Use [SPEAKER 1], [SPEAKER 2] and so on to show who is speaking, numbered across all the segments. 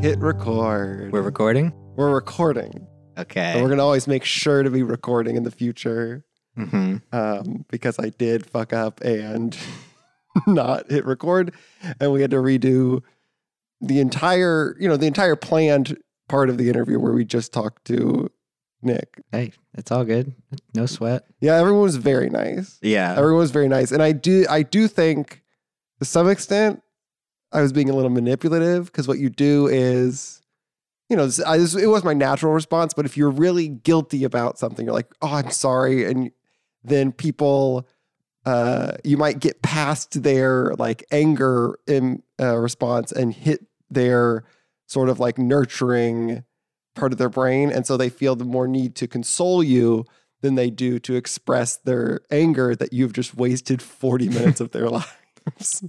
[SPEAKER 1] hit record.
[SPEAKER 2] We're recording? Oh,
[SPEAKER 1] We're recording. And
[SPEAKER 2] Okay.
[SPEAKER 1] we're going to always make sure to be recording in the future
[SPEAKER 2] hmm
[SPEAKER 1] um, because I did fuck up and not hit record. And we had to redo the entire, you know, the entire planned part of the interview where we just talked to Nick.
[SPEAKER 2] Hey, it's all good. No sweat.
[SPEAKER 1] Yeah, everyone was very nice.
[SPEAKER 2] Yeah.
[SPEAKER 1] Everyone was very nice. And I do, I do think to some extent, I was being a little manipulative because what you do is, you know, this, I, this, it was my natural response. But if you're really guilty about something, you're like, oh, I'm sorry. And then people, uh, you might get past their like anger in, uh, response and hit their sort of like nurturing part of their brain. And so they feel the more need to console you than they do to express their anger that you've just wasted 40 minutes of their lives.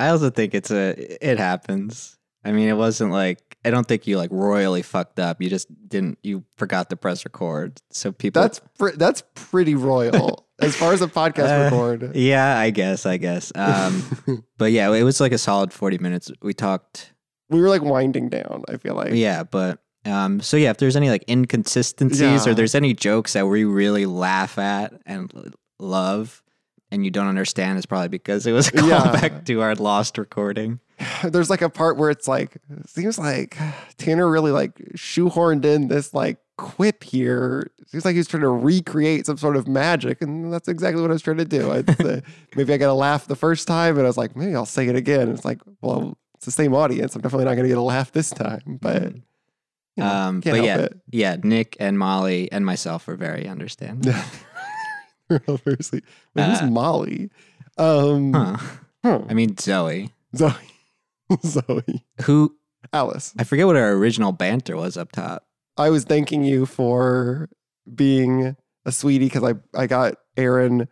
[SPEAKER 2] I also think it's a, it happens. I mean, it wasn't like, I don't think you like royally fucked up. You just didn't, you forgot to press record. So people.
[SPEAKER 1] That's pr- that's pretty royal as far as a podcast
[SPEAKER 2] Uh,
[SPEAKER 1] record.
[SPEAKER 2] yeah, I guess, I guess. Um, but yeah, it was like a solid 40 minutes. We talked.
[SPEAKER 1] we were like winding down. I feel like
[SPEAKER 2] Yeah, but. Um, so yeah, if there's any like inconsistencies
[SPEAKER 1] Yeah.
[SPEAKER 2] or there's any jokes that we really laugh at and l- love and you don't understand, it's probably because it was a
[SPEAKER 1] Yeah.
[SPEAKER 2] callback to our lost recording.
[SPEAKER 1] there's like a part where it's like seems like Tanner really like shoehorned in this like quip here. Seems like he's trying to recreate some sort of magic, and that's exactly what I was trying to do. I, uh, maybe I got a laugh the first time, and I was like, maybe I'll say it again. And it's like, well, it's the same audience. I'm definitely not going to get a laugh this time, but. you know,
[SPEAKER 2] um,
[SPEAKER 1] can't
[SPEAKER 2] but
[SPEAKER 1] help
[SPEAKER 2] yeah,
[SPEAKER 1] it.
[SPEAKER 2] yeah, Nick and Molly and myself were very understanding.
[SPEAKER 1] Yeah. Obviously. Wait, who's
[SPEAKER 2] Mm. Uh,
[SPEAKER 1] Molly? Um,
[SPEAKER 2] Huh.
[SPEAKER 1] huh.
[SPEAKER 2] I mean Zoe,
[SPEAKER 1] Zoe. Zoe.
[SPEAKER 2] who
[SPEAKER 1] Alice.
[SPEAKER 2] I forget what our original banter was up top.
[SPEAKER 1] I was thanking you for being a sweetie because I, I got Aaron,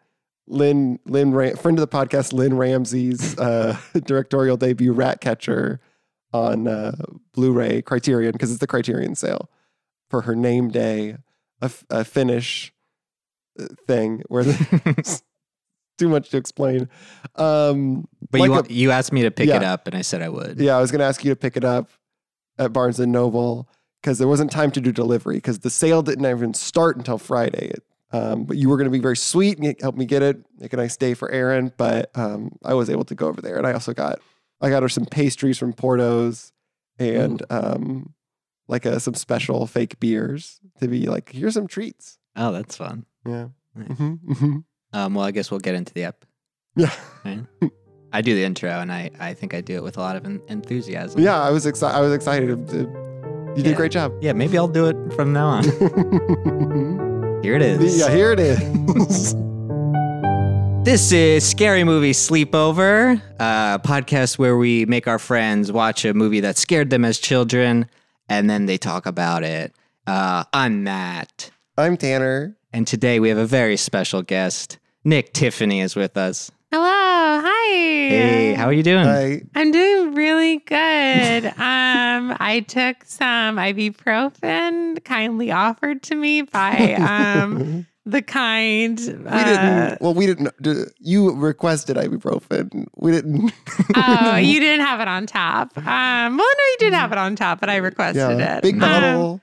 [SPEAKER 1] Lynn, Lynn, Ram- friend of the podcast, Lynn Ramsey's uh, directorial debut, Ratcatcher, on uh, Blu ray Criterion, because it's the Criterion sale for her name day, a, f- a Finnish uh, thing where there's too much to explain. Um,
[SPEAKER 2] But
[SPEAKER 1] Like
[SPEAKER 2] you
[SPEAKER 1] a-
[SPEAKER 2] want, you asked me to pick it
[SPEAKER 1] Yeah.
[SPEAKER 2] up, and I said I would.
[SPEAKER 1] Yeah, I was going to ask you to pick it up at Barnes and Noble because there wasn't time to do delivery because the sale didn't even start until Friday. Um, but you were going to be very sweet and help me get it, make a nice day for Aaron. But um, I was able to go over there, and I also got I got her some pastries from Portos and
[SPEAKER 2] Mm.
[SPEAKER 1] um, like uh some special fake beers to be like, here's some treats.
[SPEAKER 2] Oh, that's fun.
[SPEAKER 1] Yeah.
[SPEAKER 2] Nice.
[SPEAKER 1] Mhm, mhm.
[SPEAKER 2] Um, well, I guess we'll get into the app.
[SPEAKER 1] Yeah.
[SPEAKER 2] I do the intro, and I, I think I do it with a lot of en- enthusiasm.
[SPEAKER 1] Yeah. I was excited. I was excited. You did a
[SPEAKER 2] Yeah.
[SPEAKER 1] great job.
[SPEAKER 2] yeah. Maybe I'll do it from now on. Here it is.
[SPEAKER 1] yeah. Here it is.
[SPEAKER 2] This is Scary Movie Sleepover, a podcast where we make our friends watch a movie that scared them as children and then they talk about it. Uh, I'm Matt.
[SPEAKER 1] I'm Tanner.
[SPEAKER 2] And today we have a very special guest. Nick Tiffany is with us.
[SPEAKER 3] Hello. Hi.
[SPEAKER 2] Hey, how are you doing?
[SPEAKER 1] I
[SPEAKER 3] I'm doing really good. um, I took some ibuprofen kindly offered to me by um the kind uh,
[SPEAKER 1] we didn't. Well, we didn't. do- You requested ibuprofen. We didn't.
[SPEAKER 3] Oh, you didn't have it on top. Um, well, no, you did have it on top, but I requested it.
[SPEAKER 1] Big
[SPEAKER 2] Hmm.
[SPEAKER 3] Um,
[SPEAKER 1] bottle.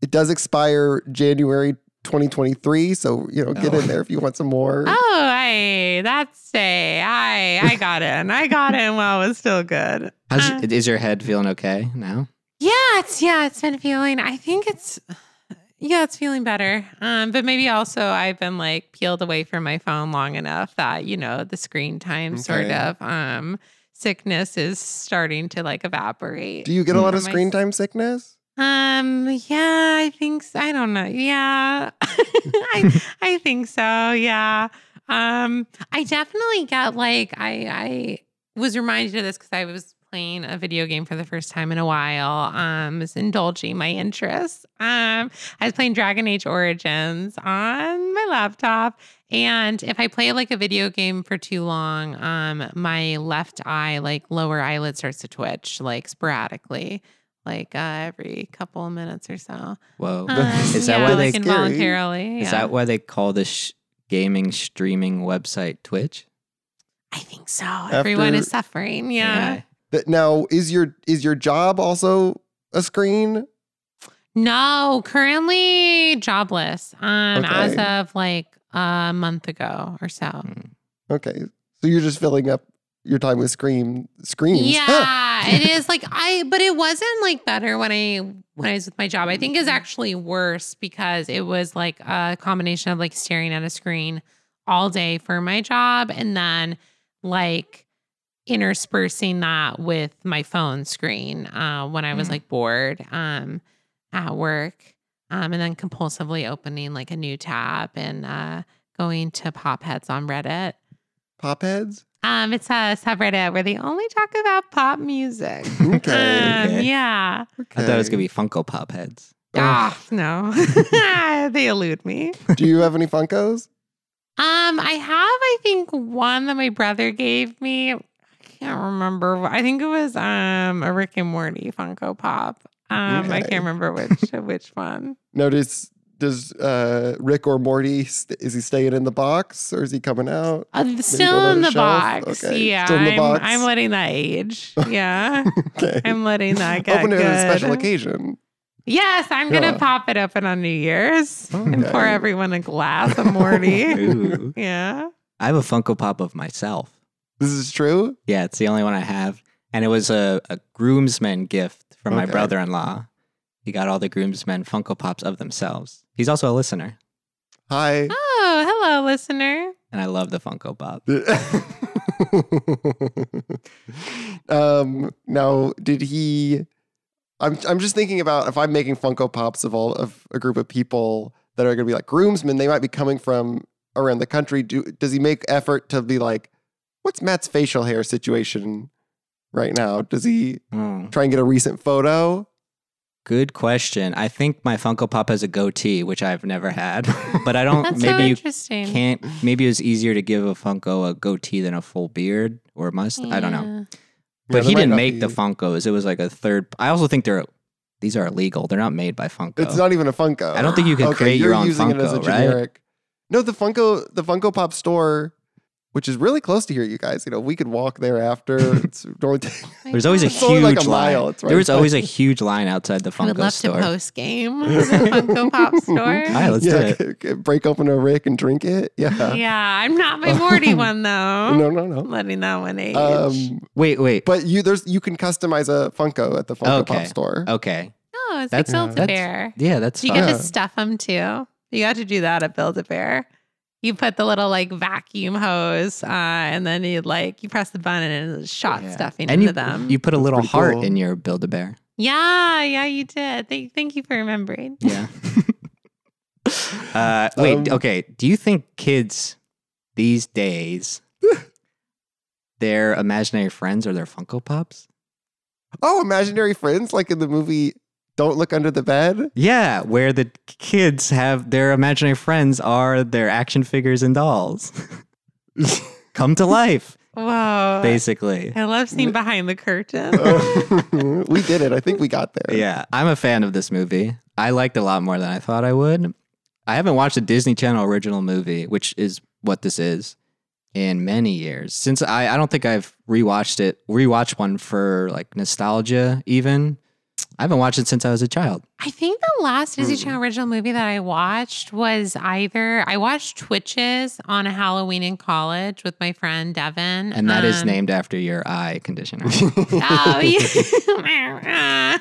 [SPEAKER 1] it does expire January 2023, so you know, get
[SPEAKER 2] Oh.
[SPEAKER 1] in there if you want some more.
[SPEAKER 3] oh, hey, that's a I I got in. I got in while it was still good.
[SPEAKER 2] How's,
[SPEAKER 3] Uh,
[SPEAKER 2] is your head feeling okay now?
[SPEAKER 3] Yeah, it's yeah, it's been feeling. I think it's yeah, it's feeling better. Um, but maybe also I've been like peeled away from my phone long enough that you know the screen time sort
[SPEAKER 1] Okay.
[SPEAKER 3] of um sickness is starting to like evaporate.
[SPEAKER 1] Do you get a lot of
[SPEAKER 3] Mm.
[SPEAKER 1] screen time sickness?
[SPEAKER 3] um, yeah, I think so. I don't know. Yeah, I I think so. Yeah. Um, I definitely get like I I was reminded of this because I was playing a video game for the first time in a while. Um, was indulging my interests. Um, I was playing Dragon Age Origins on my laptop, and if I play like a video game for too long, um, my left eye, like lower eyelid, starts to twitch like sporadically. Like uh, every couple of minutes or so.
[SPEAKER 2] Whoa.
[SPEAKER 3] Um,
[SPEAKER 2] is that
[SPEAKER 3] yeah,
[SPEAKER 2] why they
[SPEAKER 3] like
[SPEAKER 1] Scary.
[SPEAKER 3] involuntarily?
[SPEAKER 2] is
[SPEAKER 3] yeah.
[SPEAKER 2] that why they call this sh- gaming streaming website Twitch?
[SPEAKER 3] I think so. Everyone
[SPEAKER 1] After-
[SPEAKER 3] is suffering. Yeah.
[SPEAKER 1] That now is your is your job also a screen?
[SPEAKER 3] No, currently jobless. Um, as
[SPEAKER 1] Okay.
[SPEAKER 3] of like a month ago or so.
[SPEAKER 2] Um,
[SPEAKER 1] Okay, so you're just filling up your time with scream screams.
[SPEAKER 3] Yeah, it is like I, but it wasn't like better when I when I was with my job. I think is actually worse because it was like a combination of like staring at a screen all day for my job and then like interspersing that with my phone screen uh, when I was
[SPEAKER 2] Mm.
[SPEAKER 3] like bored um, at work, um, and then compulsively opening like a new tab and uh, going to pop heads on Reddit.
[SPEAKER 1] pop heads.
[SPEAKER 3] Um, it's a subreddit where they only talk about pop music.
[SPEAKER 1] Okay,
[SPEAKER 3] Um,
[SPEAKER 2] okay.
[SPEAKER 3] yeah.
[SPEAKER 2] I thought it was gonna be Funko Pop heads.
[SPEAKER 3] Ah, no. they elude me.
[SPEAKER 1] Do you have any Funkos?
[SPEAKER 3] Um, I have, I think, one that my brother gave me. I can't remember. I think it was um a Rick and Morty Funko Pop. Um, I
[SPEAKER 1] Okay.
[SPEAKER 3] can't remember which which one.
[SPEAKER 1] No, does does uh, Rick or Morty st- is he staying in the box or is he coming out?
[SPEAKER 3] Uh,
[SPEAKER 1] on
[SPEAKER 3] still in
[SPEAKER 1] the
[SPEAKER 3] the
[SPEAKER 1] shelf?
[SPEAKER 3] box.
[SPEAKER 1] Okay,
[SPEAKER 3] Yeah,
[SPEAKER 1] still in the
[SPEAKER 3] I'm,
[SPEAKER 1] box.
[SPEAKER 3] I'm letting that age. Yeah,
[SPEAKER 1] Okay,
[SPEAKER 3] I'm letting that get
[SPEAKER 1] open it
[SPEAKER 3] good.
[SPEAKER 1] as a special occasion.
[SPEAKER 3] Yes, I'm gonna
[SPEAKER 1] Yeah.
[SPEAKER 3] pop it open on New Year's and pour
[SPEAKER 1] Okay.
[SPEAKER 3] everyone a glass of Morty.
[SPEAKER 2] Ooh.
[SPEAKER 3] yeah.
[SPEAKER 2] I have a Funko Pop of myself.
[SPEAKER 1] This is true.
[SPEAKER 2] Yeah, it's the only one I have. And it was a, a groomsmen gift from my
[SPEAKER 1] Okay.
[SPEAKER 2] brother in law. He got all the groomsmen Funko Pops of themselves. He's also a listener,
[SPEAKER 1] Hi.
[SPEAKER 3] Oh, hello, listener.
[SPEAKER 2] and I love the Funko Pop.
[SPEAKER 1] um now did he I'm I'm just thinking about if I'm making Funko Pops of all of a group of people that are going to be like groomsmen, they might be coming from around the country. Do does he make effort to be like what's Matt's facial hair situation right now? Does he
[SPEAKER 2] Mm.
[SPEAKER 1] try and get a recent photo?
[SPEAKER 2] Good question. I think my Funko Pop has a goatee, which I've never had, but I don't.
[SPEAKER 3] That's so
[SPEAKER 2] maybe
[SPEAKER 3] interesting.
[SPEAKER 2] you can't. Maybe it was easier to give a Funko a goatee than a full beard or a mustache. I don't know.
[SPEAKER 1] Yeah,
[SPEAKER 2] But
[SPEAKER 1] there
[SPEAKER 2] he
[SPEAKER 1] might
[SPEAKER 2] didn't
[SPEAKER 1] not
[SPEAKER 2] make the
[SPEAKER 1] be-
[SPEAKER 2] Funkos. It was like a third. I also think they're these are illegal. They're not made by Funko.
[SPEAKER 1] It's not even a Funko.
[SPEAKER 2] I don't think you can create your
[SPEAKER 1] you're
[SPEAKER 2] own
[SPEAKER 1] using
[SPEAKER 2] Funko,
[SPEAKER 1] it as a
[SPEAKER 2] right?
[SPEAKER 1] generic. No, the Funko, the Funko Pop store, which is really close to here, you guys. You know, we could walk there after. it's only
[SPEAKER 2] There's always a
[SPEAKER 1] It's only
[SPEAKER 2] huge
[SPEAKER 1] like a
[SPEAKER 2] line.
[SPEAKER 1] mile. It's right
[SPEAKER 2] there was
[SPEAKER 1] by-
[SPEAKER 2] always a huge line outside the
[SPEAKER 3] I would
[SPEAKER 2] Funko
[SPEAKER 3] love
[SPEAKER 2] store.
[SPEAKER 3] to post game to the Funko Pop store.
[SPEAKER 2] All right, let's do
[SPEAKER 1] yeah,
[SPEAKER 2] it.
[SPEAKER 1] c- c- break open a Rick and drink it. Yeah.
[SPEAKER 3] yeah, I'm not my Morty one though.
[SPEAKER 1] No, no,
[SPEAKER 3] I'm
[SPEAKER 1] no.
[SPEAKER 3] letting that one age.
[SPEAKER 1] Um,
[SPEAKER 2] Wait, wait.
[SPEAKER 1] but you there's you can customize a Funko at the Funko
[SPEAKER 2] Okay.
[SPEAKER 1] Pop store.
[SPEAKER 2] okay.
[SPEAKER 3] oh, it's like
[SPEAKER 2] that's-
[SPEAKER 3] Build a
[SPEAKER 2] that's-
[SPEAKER 3] Bear.
[SPEAKER 2] Yeah, that's
[SPEAKER 3] You
[SPEAKER 2] fine.
[SPEAKER 3] get to
[SPEAKER 1] fun.
[SPEAKER 3] stuff them too. You got to do that at Build a Bear. You put the little like vacuum hose, uh, and then you like you press the button and it shot
[SPEAKER 2] Yeah.
[SPEAKER 3] stuffing
[SPEAKER 2] and
[SPEAKER 3] into
[SPEAKER 2] you,
[SPEAKER 3] them.
[SPEAKER 2] you put a
[SPEAKER 1] That's
[SPEAKER 2] little
[SPEAKER 1] pretty
[SPEAKER 2] heart
[SPEAKER 1] cool.
[SPEAKER 2] in your Build a Bear.
[SPEAKER 3] yeah, yeah, you did. Thank, thank you for remembering.
[SPEAKER 2] Yeah. uh, wait,
[SPEAKER 1] Um,
[SPEAKER 2] okay. Do you think kids these days, their imaginary friends are their Funko Pops?
[SPEAKER 1] Oh, imaginary friends, like in the movie Don't Look Under the Bed.
[SPEAKER 2] Yeah, where the kids have their imaginary friends are their action figures and dolls. Come to life,
[SPEAKER 3] Whoa.
[SPEAKER 2] basically.
[SPEAKER 3] I love
[SPEAKER 2] Mm.
[SPEAKER 3] seeing behind the curtain.
[SPEAKER 2] Oh.
[SPEAKER 1] we did it. I think we got there.
[SPEAKER 2] Yeah, I'm a fan of this movie. I liked it a lot more than I thought I would. I haven't watched a Disney Channel original movie, which is what this is, in many years. Since I, I don't think I've rewatched it, rewatched one for like nostalgia, even. I haven't watched it since I was a child.
[SPEAKER 3] I think the last Disney
[SPEAKER 1] Hmm.
[SPEAKER 3] Channel original movie that I watched was either I watched Twitches on a Halloween in college with my friend Devin,
[SPEAKER 2] And that is
[SPEAKER 3] um,
[SPEAKER 2] named after your eye conditioner.
[SPEAKER 3] Oh yeah.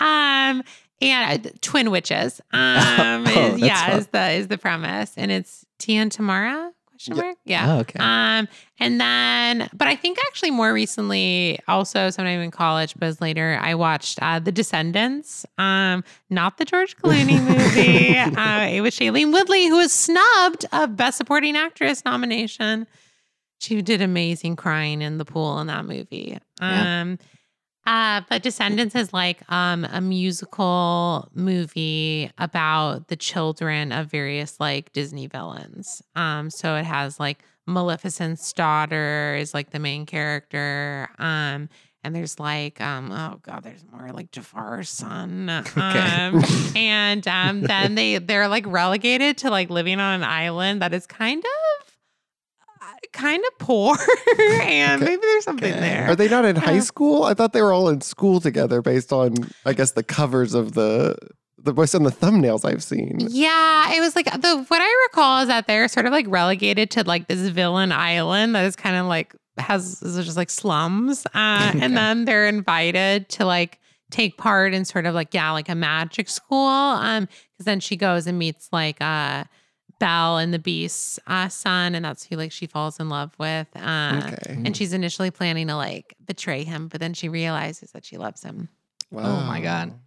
[SPEAKER 3] um, and uh, Twin Witches. Um,
[SPEAKER 2] Oh,
[SPEAKER 3] is,
[SPEAKER 2] that's
[SPEAKER 3] yeah,
[SPEAKER 2] fun.
[SPEAKER 3] is the is the premise, and it's Tia and Tamara question
[SPEAKER 1] Yeah.
[SPEAKER 3] mark. Yeah.
[SPEAKER 2] oh, okay.
[SPEAKER 3] Um, and then, but I think actually more recently, also sometime in college, but it was later, I watched uh, The Descendants, um, not the George Clooney movie. uh, it was Shailene Woodley, who was snubbed of Best Supporting Actress nomination. She did amazing crying in the pool in that movie.
[SPEAKER 2] Yeah.
[SPEAKER 3] Um, uh, but Descendants is like um, a musical movie about the children of various like Disney villains. Um, so it has like Maleficent's daughter is like the main character. Um, and there's like um, oh god, there's more like Jafar's son. Um, and um, then they they're like relegated to like living on an island that is kind of uh, kind of poor, and
[SPEAKER 1] Okay.
[SPEAKER 3] maybe there's something
[SPEAKER 2] Okay.
[SPEAKER 3] there.
[SPEAKER 1] Are they not in high
[SPEAKER 3] Yeah.
[SPEAKER 1] school? I thought they were all in school together based on, I guess, the covers of the, the based on the thumbnails I've seen.
[SPEAKER 3] Yeah, it was like the what I recall is that they're sort of like relegated to like this villain island that is kind of like has is just like slums, uh,
[SPEAKER 2] Okay.
[SPEAKER 3] and then they're invited to like take part in sort of like yeah like a magic school. Um, because then she goes and meets like uh Belle and the Beast's uh, son, and that's who like she falls in love with. Uh,
[SPEAKER 1] Okay.
[SPEAKER 3] And she's initially planning to like betray him, but then she realizes that she loves him.
[SPEAKER 2] Oh my God.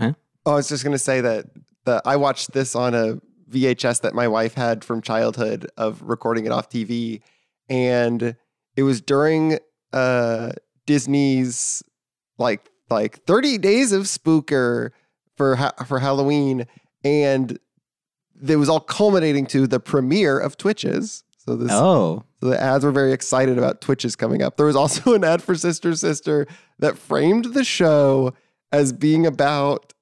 [SPEAKER 2] Huh?
[SPEAKER 1] Um, Oh, I was just gonna say that the I watched this on a VHS that my wife had from childhood of recording it off TV, and it was during uh Disney's like like 30 days of spooker for ha- for Halloween and it was all culminating to the premiere of Twitches. So this
[SPEAKER 2] Oh,
[SPEAKER 1] so the ads were very excited about Twitches coming up. There was also an ad for Sister Sister that framed the show as being about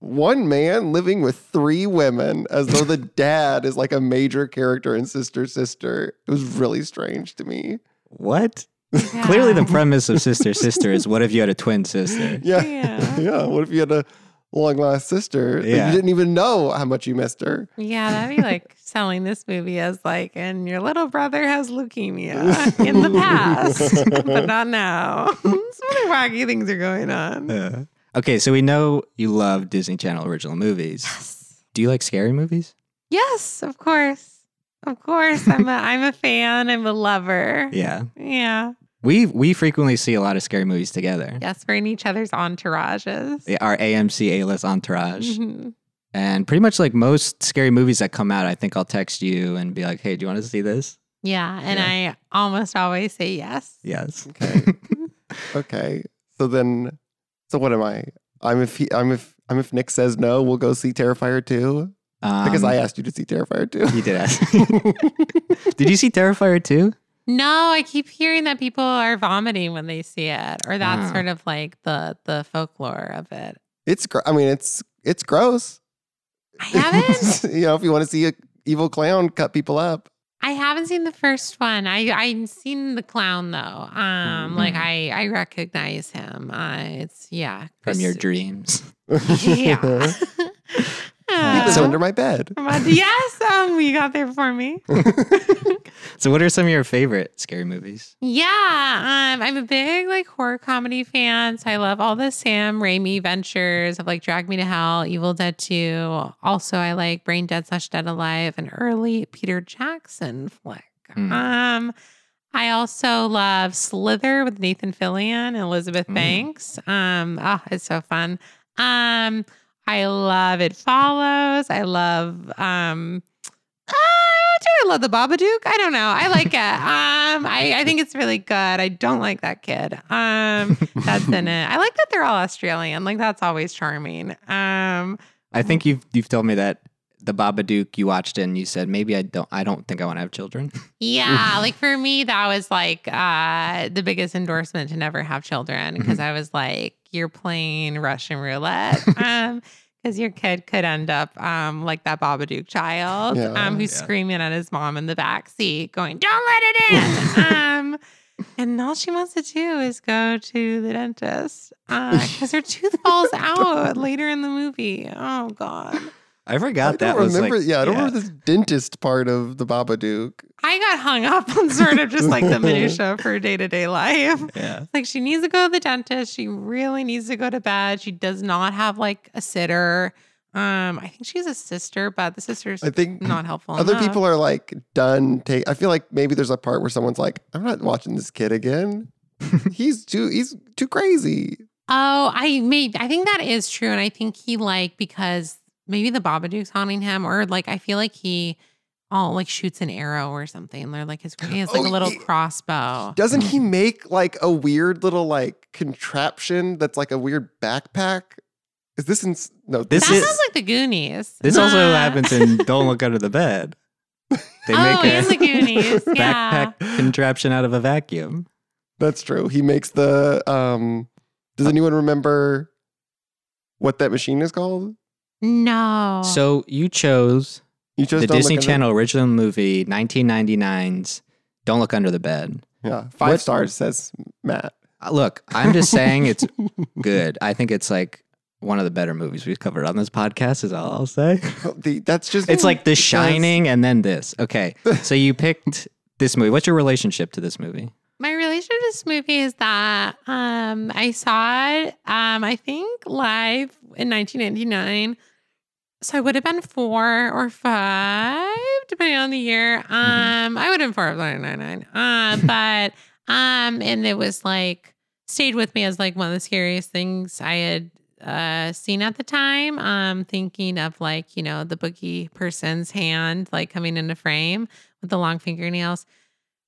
[SPEAKER 1] one man living with three women, as though the dad is like a major character in Sister Sister. It was really strange to me.
[SPEAKER 2] what? Clearly, the premise of Sister Sister is what if you had a twin sister?
[SPEAKER 1] Yeah.
[SPEAKER 3] Yeah.
[SPEAKER 1] yeah. What if you had a long lost sister that
[SPEAKER 2] Yeah.
[SPEAKER 1] you didn't even know how much you missed her?
[SPEAKER 3] Yeah, that'd be like selling this movie as like, and your little brother has leukemia in the past, but not now. Some other wacky things are going on.
[SPEAKER 2] Uh, okay, so we know you love Disney Channel original movies.
[SPEAKER 3] Yes,
[SPEAKER 2] Do you like scary movies?
[SPEAKER 3] yes, of course, of course. I'm a I'm a fan. I'm a lover.
[SPEAKER 2] Yeah,
[SPEAKER 3] Yeah.
[SPEAKER 2] we we frequently see a lot of scary movies together.
[SPEAKER 3] Yes, we're in each other's entourages.
[SPEAKER 2] Yeah, Our AMC A list entourage,
[SPEAKER 1] Mm-hmm.
[SPEAKER 3] Mhm.
[SPEAKER 2] and pretty much like most scary movies that come out, I think I'll text you and be like, "Hey, do you want to see this?"
[SPEAKER 3] Yeah, and I almost always say yes.
[SPEAKER 2] Yes.
[SPEAKER 1] Okay. okay. So then, so what am I? I'm if he, I'm if I'm if Nick says no, we'll go see Terrifier 2 because
[SPEAKER 2] Um,
[SPEAKER 1] I asked you to see Terrifier 2.
[SPEAKER 2] You did ask. did you see Terrifier too?
[SPEAKER 3] No, I keep hearing that people are vomiting when they see it, or that's
[SPEAKER 2] Wow.
[SPEAKER 3] sort of like the the folklore of it.
[SPEAKER 1] It's gr- I mean it's it's gross.
[SPEAKER 3] I haven't.
[SPEAKER 1] you know, if you want to see a evil clown cut people up.
[SPEAKER 3] I haven't seen the first one. I I've seen the clown though. Um, like
[SPEAKER 2] Mhm.
[SPEAKER 3] I I recognize him. Uh, it's yeah
[SPEAKER 2] From your
[SPEAKER 3] Chris-
[SPEAKER 2] dreams.
[SPEAKER 3] Yeah.
[SPEAKER 1] He lives
[SPEAKER 2] So-
[SPEAKER 1] under my bed.
[SPEAKER 3] Um, yes, um, you got there for me.
[SPEAKER 2] So, what are some of your favorite scary movies?
[SPEAKER 3] Yeah, um, I'm a big like horror comedy fan. So I love all the Sam Raimi ventures of like Drag Me to Hell, Evil Dead 2. Also, I like Brain Dead slash Dead Alive, an early Peter Jackson flick.
[SPEAKER 2] Hmm.
[SPEAKER 3] Um, I also love Slither with Nathan Fillion and Elizabeth
[SPEAKER 2] Mm.
[SPEAKER 3] Banks. Um, oh, it's so fun. Um, I love It Follows. I love um uh, do I love the Babadook? I don't know. I like it. Um, I, I think it's really good. I don't like that kid. Um, that's in it. I like that they're all Australian. Like that's always charming. Um,
[SPEAKER 2] I think
[SPEAKER 1] Uh-huh.
[SPEAKER 2] you've you've told me that the Babadook you watched it and you said maybe I don't I don't think I want to have children.
[SPEAKER 3] yeah, like for me, that was like uh the biggest endorsement to never have children because I was like, you're playing Russian roulette. Um, because your kid could end up um like that Babadook child
[SPEAKER 1] Yeah.
[SPEAKER 3] um who's
[SPEAKER 2] Yeah.
[SPEAKER 3] screaming at his mom in the back seat, going, Don't let it in. um and all she wants to do is go to the dentist. because her tooth falls out later in the movie. Oh god.
[SPEAKER 2] I
[SPEAKER 1] I
[SPEAKER 2] forgot
[SPEAKER 1] don't
[SPEAKER 2] that was
[SPEAKER 1] remember.
[SPEAKER 2] like
[SPEAKER 1] yeah, I don't remember this dentist part of the Babadook.
[SPEAKER 3] I got hung up on sort of just like the minutia of her day to day life.
[SPEAKER 2] yeah.
[SPEAKER 3] Like she needs to go to the dentist. She really needs to go to bed. She does not have like a sitter. Um, I think she's a sister, but the sister's
[SPEAKER 1] I think
[SPEAKER 3] not helpful.
[SPEAKER 1] other
[SPEAKER 3] enough.
[SPEAKER 1] people are like done. Take. I feel like maybe there's a part where someone's like, "I'm not watching this kid again. he's too. He's too crazy."
[SPEAKER 3] Oh, I made. I think that is true, and I think he like because maybe the Babadook's haunting him, or like I feel like he, oh, like shoots an arrow or something. They're like his he has like
[SPEAKER 1] Oh,
[SPEAKER 3] a little
[SPEAKER 1] yeah.
[SPEAKER 3] crossbow.
[SPEAKER 1] Doesn't he make like a weird little like contraption that's like a weird backpack? Is this in no?
[SPEAKER 2] This
[SPEAKER 3] that
[SPEAKER 2] is-
[SPEAKER 3] sounds like the Goonies.
[SPEAKER 2] This also
[SPEAKER 3] Uh,
[SPEAKER 2] happens in Don't Look Under the Bed. They
[SPEAKER 3] oh,
[SPEAKER 2] make
[SPEAKER 3] and
[SPEAKER 2] a
[SPEAKER 3] the Goonies. yeah.
[SPEAKER 2] backpack contraption out of a vacuum.
[SPEAKER 1] That's true. He makes the um does anyone remember what that machine is called?
[SPEAKER 3] No.
[SPEAKER 2] So you chose
[SPEAKER 1] You chose
[SPEAKER 2] the
[SPEAKER 1] Don't Look
[SPEAKER 2] Disney
[SPEAKER 1] Under-
[SPEAKER 2] Channel original movie 1999's Don't look under the bed.
[SPEAKER 1] Yeah. Five
[SPEAKER 2] What-
[SPEAKER 1] stars says Matt.
[SPEAKER 2] Uh, Look, I'm just saying it's good. I think it's like one of the better movies we've covered on this podcast. Is all I'll say.
[SPEAKER 1] The, that's just
[SPEAKER 2] It's like The
[SPEAKER 1] Yes.
[SPEAKER 2] Shining and then this. Okay, so you picked this movie. What's your relationship to this movie?
[SPEAKER 3] My relation to this movie is that um, I saw it, um, I think, live in 1999. So I would have been four or five, depending on the year. Um, I would have been four or five, nine, nine, nine. Uh, but um, and it was like stayed with me as like one of the scariest things I had uh seen at the time. Um, thinking of like you know the boogie person's hand like coming into frame with the long fingernails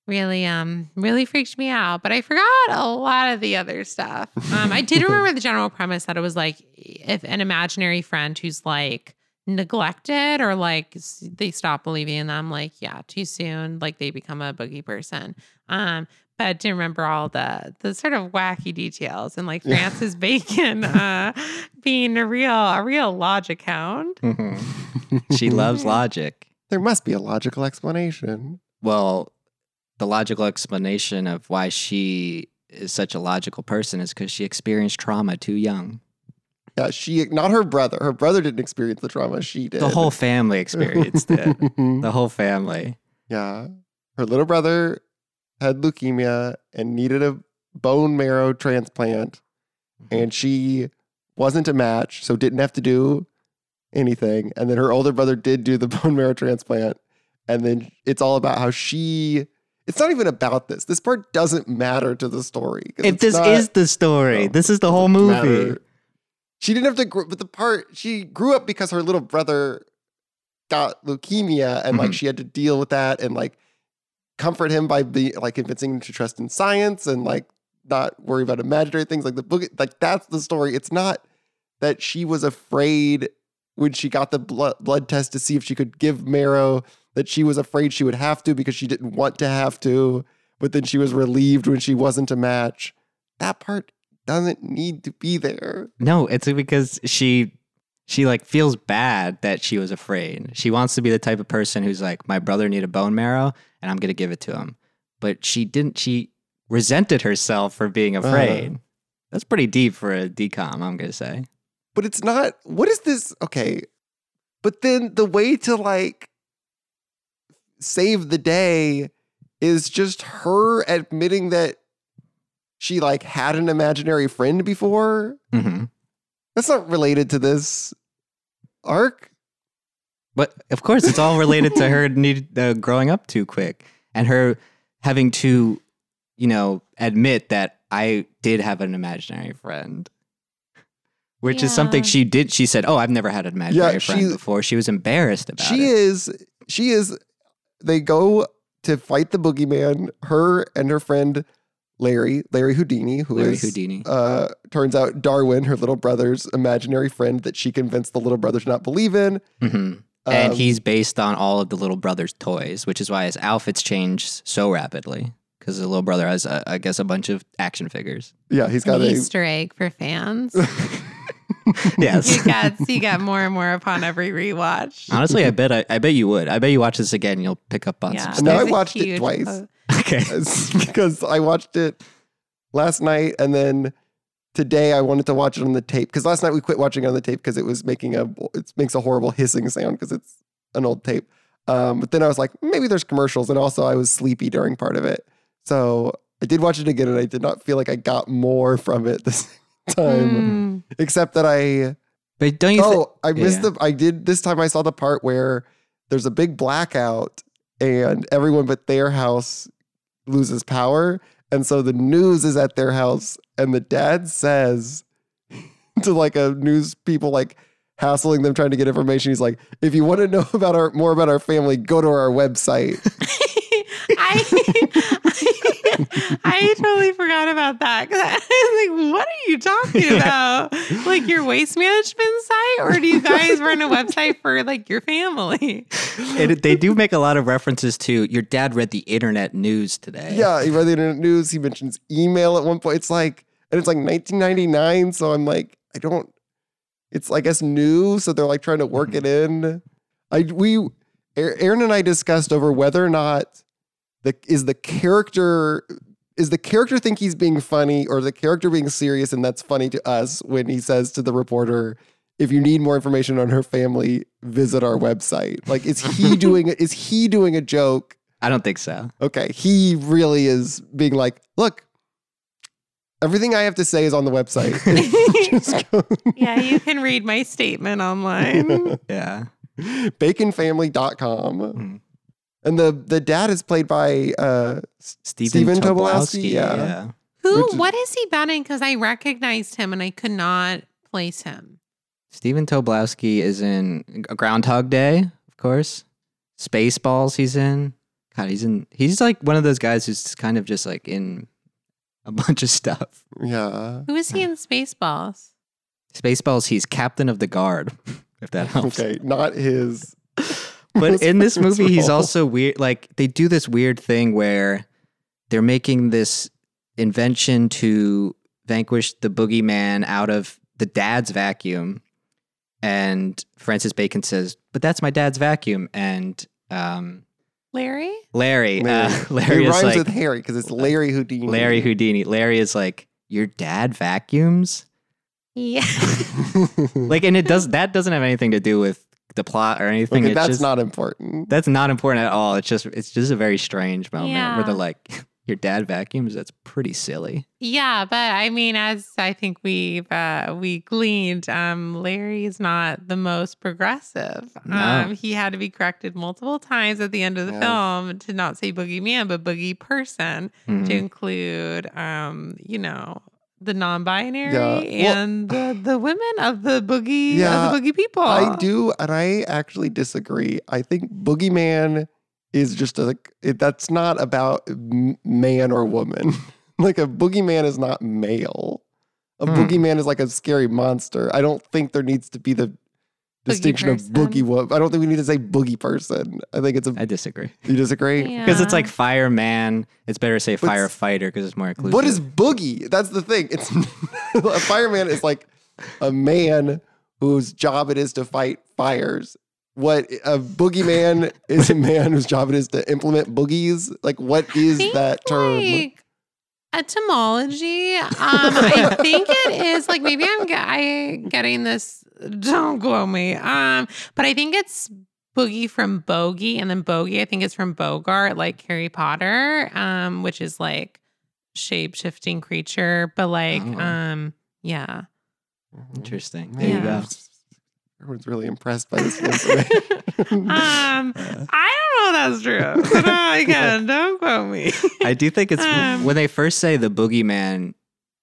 [SPEAKER 3] really um really freaked me out but i forgot a lot of the other stuff um i did remember the general premise that it was like if an imaginary friend who's like neglected or like s- they stop believing in them like yeah too soon like they become a boogie person um but I didn't remember all the the sort of wacky details and like
[SPEAKER 1] Yeah.
[SPEAKER 3] francis bacon uh being a real a real logic hound
[SPEAKER 1] Mm-hmm.
[SPEAKER 2] she loves logic.
[SPEAKER 1] There must be a logical explanation.
[SPEAKER 2] Well, the logical explanation of why she is such a logical person is because she experienced trauma too young.
[SPEAKER 1] Yeah, she not her brother. Her brother didn't experience the trauma. She did.
[SPEAKER 2] The whole family experienced it.
[SPEAKER 1] Mhm.
[SPEAKER 2] The whole family.
[SPEAKER 1] yeah. Her little brother had leukemia and needed a bone marrow transplant. And she wasn't a match, so didn't have to do anything. And then her older brother did do the bone marrow transplant. And then it's all about how she it's not even about this. This part doesn't matter to the story. 'cause
[SPEAKER 2] If
[SPEAKER 1] it's
[SPEAKER 2] this
[SPEAKER 1] not-
[SPEAKER 2] is the story,
[SPEAKER 1] Well,
[SPEAKER 2] this is the whole movie.
[SPEAKER 1] matter. She didn't have to grow, but the part she grew up because her little brother got leukemia and like
[SPEAKER 2] Mhm.
[SPEAKER 1] she had to deal with that and like comfort him by be, like convincing him to trust in science and like not worry about imaginary things like the book like that's the story it's not that she was afraid when she got the blood, blood test to see if she could give marrow that she was afraid she would have to because she didn't want to have to but then she was relieved when she wasn't a match that part doesn't need to be there
[SPEAKER 2] No, it's because she she like feels bad that she was afraid. She wants to be the type of person who's like, my brother need a bone marrow, and I'm gonna give it to him. But she didn't. She resented herself for being
[SPEAKER 1] Uh-huh.
[SPEAKER 2] afraid. That's pretty deep for a decom. I'm gonna say.
[SPEAKER 1] but it's not what is this okay but then the way to like save the day is just her admitting that she like had an imaginary friend before
[SPEAKER 2] Mm-hmm.
[SPEAKER 1] that's not related to this arc
[SPEAKER 2] But of course, it's all related to her need, uh, growing up too quick and her having to, you know, admit that I did have an imaginary friend, which is something
[SPEAKER 3] Yeah.
[SPEAKER 2] she did. She said, "Oh, I've never had an imaginary
[SPEAKER 1] Yeah,
[SPEAKER 2] friend
[SPEAKER 1] she-
[SPEAKER 2] before." She was embarrassed about
[SPEAKER 1] she
[SPEAKER 2] it.
[SPEAKER 1] is. she is they go to fight the boogeyman her and her friend larry larry houdini who is
[SPEAKER 2] Larry Houdini.
[SPEAKER 1] uh, turns out Darwin, her little brother's imaginary friend that she convinced the little brother to not believe in.
[SPEAKER 2] hmm and
[SPEAKER 1] Um,
[SPEAKER 2] he's based on all of the little brother's toys, which is why his outfits change so rapidly because the little brother has, uh, I guess, a bunch of action figures.
[SPEAKER 1] yeah, he's
[SPEAKER 3] An
[SPEAKER 1] got a
[SPEAKER 3] easter egg for fans
[SPEAKER 2] Yes.
[SPEAKER 3] you got you got more and more upon every rewatch
[SPEAKER 2] Honestly, I bet I, I bet you would. I bet you watch this again, you'll pick up on some
[SPEAKER 3] Yeah,
[SPEAKER 2] stuff.
[SPEAKER 1] No, I
[SPEAKER 3] there's a
[SPEAKER 1] watched it
[SPEAKER 3] huge
[SPEAKER 1] twice.
[SPEAKER 3] po-
[SPEAKER 2] Okay.
[SPEAKER 1] because I watched it last night and then today I wanted to watch it on the tape because last night we quit watching it on the tape because it was making a it makes a horrible hissing sound because it's an old tape. Um, but then I was like, maybe there's commercials, and also I was sleepy during part of it, so I did watch it again, and I did not feel like I got more from it this time,
[SPEAKER 2] Hmm.
[SPEAKER 3] Mm.
[SPEAKER 1] except that I.
[SPEAKER 2] But don't you think
[SPEAKER 1] Oh, I
[SPEAKER 2] yeah,
[SPEAKER 1] missed
[SPEAKER 2] yeah.
[SPEAKER 1] the. I did this time. I saw the part where there's a big blackout and everyone but their house loses power, and so the news is at their house, and the dad says to like a news people like hassling them trying to get information. He's like, "If you want to know about our more about our family, go to our website."
[SPEAKER 3] I, I, totally forgot about that. 'Cause I was like, what are you talking about? Like your waste management site, or do you guys run a website for like your family?
[SPEAKER 2] and it- they do make a lot of references to your dad read the internet news today.
[SPEAKER 1] yeah, he read the internet news. He mentions email at one point. It's like, and it's like 1999. So I'm like, I don't. It's I guess new, so they're like trying to work it in. I we, A- Aaron and I discussed over whether or not the is the character is the character think he's being funny or the character being serious and that's funny to us when he says to the reporter if you need more information on her family visit our website like is he doing is he doing a joke
[SPEAKER 2] I don't think so.
[SPEAKER 1] okay he really is being like look everything i have to say is on the website Just go-
[SPEAKER 3] yeah, you can read my statement online.
[SPEAKER 2] Yeah.
[SPEAKER 1] baconfamily.com
[SPEAKER 2] Mm.
[SPEAKER 1] and the the dad is played by uh
[SPEAKER 2] Steven,
[SPEAKER 1] Steven
[SPEAKER 2] Tobolowsky.
[SPEAKER 1] Tobolowsky, yeah.
[SPEAKER 3] Who?
[SPEAKER 1] Which is-
[SPEAKER 3] what has he been in? Because I recognized him and I could not place him.
[SPEAKER 2] Steven Tobolowsky is in Groundhog Day, of course. Spaceballs, he's in. God, he's in. He's like one of those guys who's kind of just like in a bunch of stuff.
[SPEAKER 1] yeah
[SPEAKER 3] Who is he in Spaceballs?
[SPEAKER 2] Spaceballs, he's captain of the guard, if that helps.
[SPEAKER 1] okay not his
[SPEAKER 2] But
[SPEAKER 1] most
[SPEAKER 2] in this
[SPEAKER 1] famous
[SPEAKER 2] movie, he's
[SPEAKER 1] role.
[SPEAKER 2] also weird. Like they do this weird thing where they're making this invention to vanquish the boogeyman out of the dad's vacuum, and Francis Bacon says, "But that's my dad's vacuum." And um,
[SPEAKER 3] Larry?
[SPEAKER 2] Larry, Larry, uh, Larry
[SPEAKER 1] it
[SPEAKER 2] is
[SPEAKER 1] rhymes
[SPEAKER 2] like
[SPEAKER 1] with Harry because it's Larry Houdini.
[SPEAKER 2] Larry Houdini. Larry is like, "Your dad vacuums."
[SPEAKER 3] Yeah.
[SPEAKER 2] Like, and it does that doesn't have anything to do with the plot or anything.
[SPEAKER 1] okay,
[SPEAKER 2] It's
[SPEAKER 1] that's
[SPEAKER 2] just-
[SPEAKER 1] not important.
[SPEAKER 2] That's not important at all. It's just it's just a very strange moment
[SPEAKER 3] Yeah.
[SPEAKER 2] where they're like, "Your dad vacuums." That's pretty silly.
[SPEAKER 3] Yeah, but I mean, as I think we've uh, we gleaned, um, Larry's not the most progressive.
[SPEAKER 2] No.
[SPEAKER 3] Um, he had to be corrected multiple times at the end of the
[SPEAKER 1] Yes.
[SPEAKER 3] film to not say boogeyman, but boogie person
[SPEAKER 1] Mm-hmm.
[SPEAKER 3] to
[SPEAKER 2] Mhm.
[SPEAKER 3] include, um, you know, the non-binary
[SPEAKER 1] Yeah, well-
[SPEAKER 3] and the, the women of the boogie
[SPEAKER 1] Yeah,
[SPEAKER 3] of the boogie people.
[SPEAKER 1] I do, and I actually disagree. I think Boogeyman is just a, like it, that's not about m- man or woman. like a boogeyman is not male. A
[SPEAKER 2] Hmm.
[SPEAKER 1] boogeyman is like a scary monster. I don't think there needs to be the distinction
[SPEAKER 3] person.
[SPEAKER 1] of boogie woman. I don't think we need to say boogie person. I think it's a.
[SPEAKER 2] I disagree
[SPEAKER 1] you disagree?
[SPEAKER 2] because it's
[SPEAKER 3] Yeah.
[SPEAKER 2] like fireman. It's better to say
[SPEAKER 1] But-
[SPEAKER 2] firefighter because it's more inclusive.
[SPEAKER 1] What is boogie? That's the thing. It's a fireman is like a man whose job it is to fight fires. What a boogeyman is a man whose job it is to implement boogies. Like what is
[SPEAKER 3] think,
[SPEAKER 1] that term?
[SPEAKER 3] Like, etymology. Um, I think it is like maybe I'm ge- I getting this. Don't quote me. Um, but I think it's boogie from bogey, and then bogey. I think it's from Bogart, like Harry Potter, um, which is like shape shifting creature. But like,
[SPEAKER 2] Oh.
[SPEAKER 3] um, yeah.
[SPEAKER 2] interesting? There
[SPEAKER 3] Yeah.
[SPEAKER 2] you go.
[SPEAKER 1] Everyone's really impressed by this information.
[SPEAKER 3] um,
[SPEAKER 2] Uh,
[SPEAKER 3] I don't know if that's true. But uh, again, don't quote me.
[SPEAKER 2] I do think it's
[SPEAKER 3] Um,
[SPEAKER 2] when they first say the boogeyman.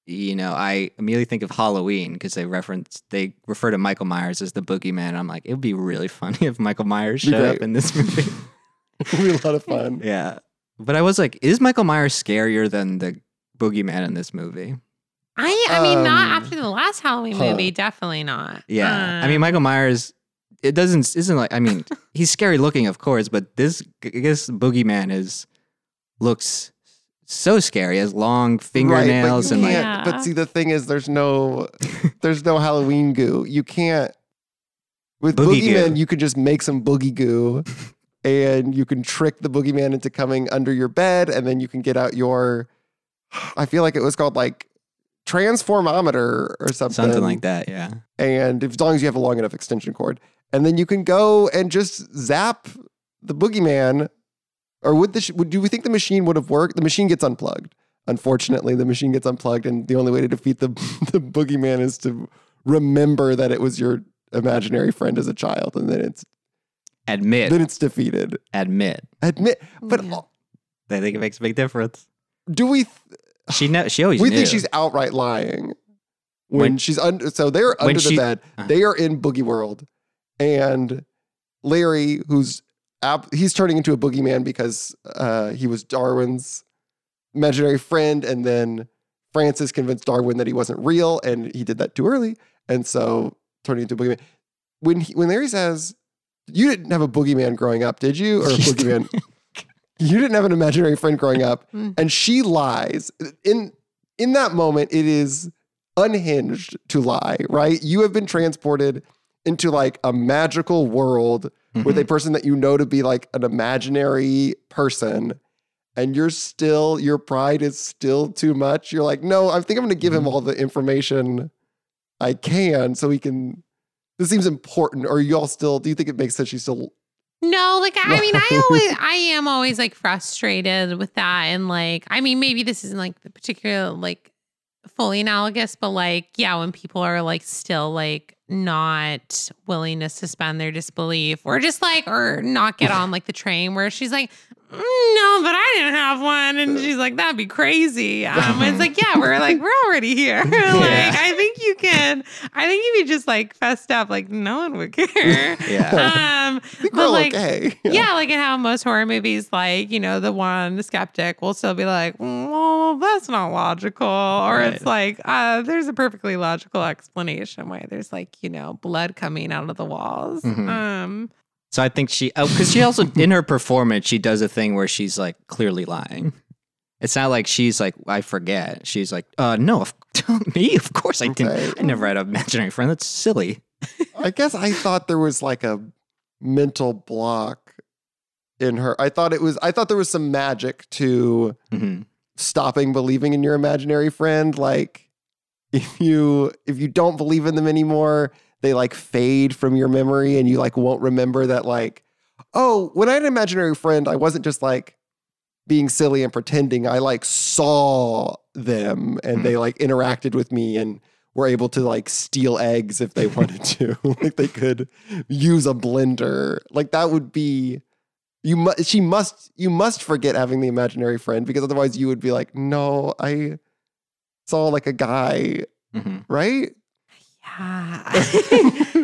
[SPEAKER 2] You know, I immediately think of Halloween because they reference they refer to Michael Myers as the boogeyman. I'm like, it would be really funny if Michael Myers
[SPEAKER 1] Be
[SPEAKER 2] showed up
[SPEAKER 1] great.
[SPEAKER 2] in this movie.
[SPEAKER 1] It'll be a lot of fun.
[SPEAKER 2] Yeah. But I was like, is Michael Myers scarier than the boogeyman in this movie?
[SPEAKER 3] I I mean, not
[SPEAKER 1] Um,
[SPEAKER 3] after the last Halloween
[SPEAKER 1] huh.
[SPEAKER 3] movie, definitely not.
[SPEAKER 2] Yeah. I mean,
[SPEAKER 3] Um,
[SPEAKER 2] Michael Myers, it doesn't, isn't like, I mean, he's scary looking, of course, but this, I guess, boogeyman is, looks so scary, has long fingernails
[SPEAKER 1] but, you
[SPEAKER 2] and like,
[SPEAKER 1] can't-
[SPEAKER 3] Yeah.
[SPEAKER 1] but see the thing is there's no there's no Halloween goo. You can't with
[SPEAKER 2] Boogie
[SPEAKER 1] boogeyman,
[SPEAKER 2] goo.
[SPEAKER 1] you could just make some boogie goo and you can trick the boogeyman into coming under your bed and then you can get out your I feel like it was called like transformometer or something.
[SPEAKER 2] something like that. Yeah.
[SPEAKER 1] And if- as long as you have a long enough extension cord. And then you can go and just zap the boogeyman. Or would the sh- would, do we think the machine would have worked? The machine gets unplugged. Unfortunately, the machine gets unplugged, and the only way to defeat the the boogeyman is to remember that it was your imaginary friend as a child, and then it's
[SPEAKER 2] Admit,
[SPEAKER 1] then it's defeated.
[SPEAKER 2] admit.
[SPEAKER 1] Admit, but
[SPEAKER 3] Yeah.
[SPEAKER 2] I think it makes a big difference.
[SPEAKER 1] do we? Th-
[SPEAKER 2] She know, she always
[SPEAKER 1] we
[SPEAKER 2] knew.
[SPEAKER 1] think she's outright lying when,
[SPEAKER 2] When-
[SPEAKER 1] she's under. So they're
[SPEAKER 2] when
[SPEAKER 1] under the
[SPEAKER 2] she-
[SPEAKER 1] bed.
[SPEAKER 2] Uh-huh.
[SPEAKER 1] They are in Boogie World, and Larry, who's ab- he's turning into a boogeyman because uh, he was Darwin's imaginary friend, and then Francis convinced Darwin that he wasn't real, and he did that too early, and so turning into a boogeyman. When he, when Larry says, "You didn't have a boogeyman growing up, did you?" or a boogeyman. You didn't have an imaginary friend growing up
[SPEAKER 3] Mm.
[SPEAKER 1] and she lies in in that moment it is unhinged to lie right you have been transported into like a magical world with
[SPEAKER 2] Mhm.
[SPEAKER 3] Mm-hmm.
[SPEAKER 1] a person that you know to be like an imaginary person and you're still your pride is still too much. You're like, no, I think I'm going to give
[SPEAKER 3] Mm-hmm.
[SPEAKER 1] him all the information I can so he can. This seems important. Or you all still? Do you think it makes sense? You still
[SPEAKER 3] No, like I mean, I always, I am always like frustrated with that, and like, I mean, maybe this isn't like the particular like fully analogous, but like, yeah, when people are like still like not willing to suspend their disbelief or just like or not get on like the train where she's like. "Mm, No, but I didn't have one, and she's like, "That'd be crazy." Um, it's like, yeah, we're like, we're already here. like,
[SPEAKER 2] Yeah.
[SPEAKER 3] I think you can. I think if you just like fessed up, like no one would care.
[SPEAKER 2] Yeah.
[SPEAKER 3] Um,
[SPEAKER 1] I think
[SPEAKER 3] But,
[SPEAKER 1] we're all
[SPEAKER 3] like,
[SPEAKER 1] okay.
[SPEAKER 3] yeah, like in how most horror movies, like, you know, the one, the skeptic will still be like, "Mm, well, that's not logical. Or it's like, uh, there's a perfectly logical explanation why there's like, you know, blood coming out of the walls.
[SPEAKER 2] Mhm.
[SPEAKER 3] Um,
[SPEAKER 2] So I think she, oh, because she also in her performance, she does a thing where she's like clearly lying. It's not like she's like I forget. She's like, uh, no, of, me, of course I didn't.
[SPEAKER 1] Right.
[SPEAKER 2] I never had an imaginary friend. That's silly.
[SPEAKER 1] I guess I thought there was like a mental block in her. I thought it was. I thought there was some magic to
[SPEAKER 2] hmm
[SPEAKER 1] Mm-hmm. stopping believing in your imaginary friend like if you if you don't believe in them anymore they like fade from your memory and you like won't remember that like oh when i had an imaginary friend i wasn't just like being silly and pretending i like saw them and they like interacted with me and were able to like steal eggs if they wanted to like they could use a blender like that would be you must she must you must forget having the imaginary friend because otherwise you would be like no i saw like a guy Mm-hmm.
[SPEAKER 2] hmm
[SPEAKER 1] right
[SPEAKER 3] yeah.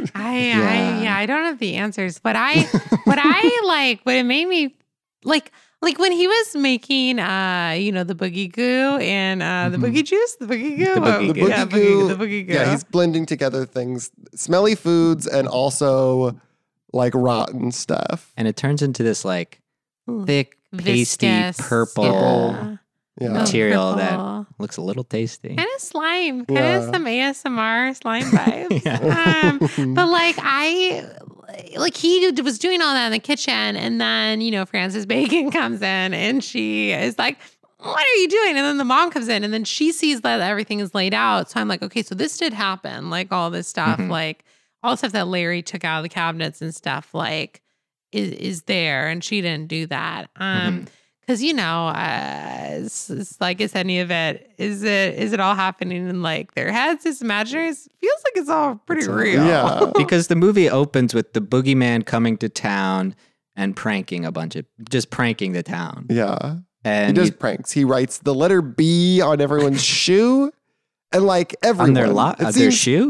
[SPEAKER 3] I, I, yeah, I don't have the answers, but I, what I like, what it made me like, like when he was making, uh, you know, the boogie goo and uh, the
[SPEAKER 2] Mhm.
[SPEAKER 3] boogie juice, the boogie goo,
[SPEAKER 2] The boogie
[SPEAKER 3] Uh,
[SPEAKER 2] goo.
[SPEAKER 3] yeah,
[SPEAKER 1] The boogie
[SPEAKER 3] the boogie goo.
[SPEAKER 1] yeah he's blending together things smelly foods and also like rotten stuff
[SPEAKER 2] And it turns into this like
[SPEAKER 3] Ooh.
[SPEAKER 2] thick, pasty,
[SPEAKER 3] Viscous,
[SPEAKER 2] purple.
[SPEAKER 3] yeah.
[SPEAKER 1] yeah
[SPEAKER 2] material
[SPEAKER 3] Oh,
[SPEAKER 2] that-
[SPEAKER 3] purple.
[SPEAKER 2] Looks a little tasty.
[SPEAKER 3] kind of slime, kind
[SPEAKER 1] Yeah.
[SPEAKER 3] of some ASMR slime vibes. Um,
[SPEAKER 2] Mm-hmm.
[SPEAKER 3] but like I, like he d- was doing all that in the kitchen, and then you know Frances Bacon comes in, and she is like. What are you doing? And then the mom comes in, and then she sees that everything is laid out. So I'm like, okay, so this did happen. Like all this stuff,
[SPEAKER 2] Mhm.
[SPEAKER 3] like all the stuff that Larry took out of the cabinets and stuff, like is is there, and she didn't do that. Um,
[SPEAKER 2] Mm-hmm.
[SPEAKER 3] because you know, uh, it's, it's like it's any of it. Is it is it all happening in like their heads? It's imaginary. It feels like it's all pretty
[SPEAKER 2] It's all-
[SPEAKER 3] real.
[SPEAKER 1] yeah
[SPEAKER 2] because the movie opens with the boogeyman coming to town and pranking a bunch of just pranking the town.
[SPEAKER 1] yeah he
[SPEAKER 2] And
[SPEAKER 1] does
[SPEAKER 2] he-
[SPEAKER 1] pranks he writes the letter b on everyone's shoe and like everyone
[SPEAKER 2] on their lo-
[SPEAKER 1] It
[SPEAKER 2] uh, their
[SPEAKER 1] seems-
[SPEAKER 2] shoe,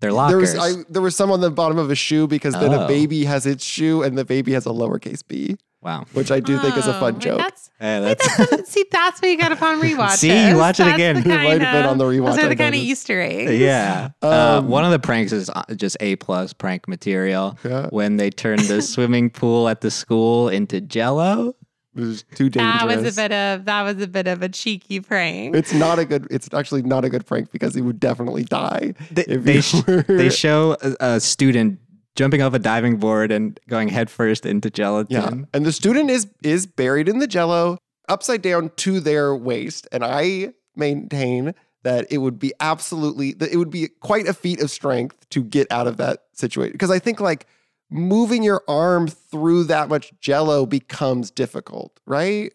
[SPEAKER 2] their
[SPEAKER 1] there
[SPEAKER 2] lockers.
[SPEAKER 1] was I, there was some on the bottom of a shoe because then
[SPEAKER 2] Oh.
[SPEAKER 1] a baby has its shoe and the baby has a lowercase b,
[SPEAKER 2] wow.
[SPEAKER 1] which I do think is a
[SPEAKER 3] Oh,
[SPEAKER 1] fun
[SPEAKER 3] wait,
[SPEAKER 1] joke.
[SPEAKER 3] That's,
[SPEAKER 2] Hey,
[SPEAKER 3] wait,
[SPEAKER 2] that's-
[SPEAKER 3] that's the- see, that's what you got upon rewatch.
[SPEAKER 2] See, you watch it
[SPEAKER 3] That's
[SPEAKER 2] again.
[SPEAKER 3] the
[SPEAKER 2] It
[SPEAKER 1] It might have been
[SPEAKER 3] kind
[SPEAKER 1] on the
[SPEAKER 3] of-
[SPEAKER 1] rewatch.
[SPEAKER 3] Those are
[SPEAKER 1] I
[SPEAKER 3] the kind of
[SPEAKER 1] noticed.
[SPEAKER 3] Easter eggs.
[SPEAKER 2] yeah. Uh,
[SPEAKER 1] Um,
[SPEAKER 2] one of the pranks is uh, just A plus prank material
[SPEAKER 1] Yeah.
[SPEAKER 2] when they turned the swimming pool at the school into Jello.
[SPEAKER 1] It was too dangerous.
[SPEAKER 3] That was a bit of that was a bit of a cheeky prank.
[SPEAKER 1] It's not a good. It's actually not a good prank because he would definitely die.
[SPEAKER 2] They,
[SPEAKER 1] if
[SPEAKER 2] they,
[SPEAKER 1] you
[SPEAKER 2] sh-
[SPEAKER 1] were-
[SPEAKER 2] they show a, a student jumping off a diving board and going headfirst into
[SPEAKER 1] yeah,
[SPEAKER 2] gelatin.
[SPEAKER 1] and the student is is buried in the jello, upside down to their waist, and I maintain that it would be absolutely that it would be quite a feat of strength to get out of that situation because I think like moving your arm through that much jello becomes difficult, right?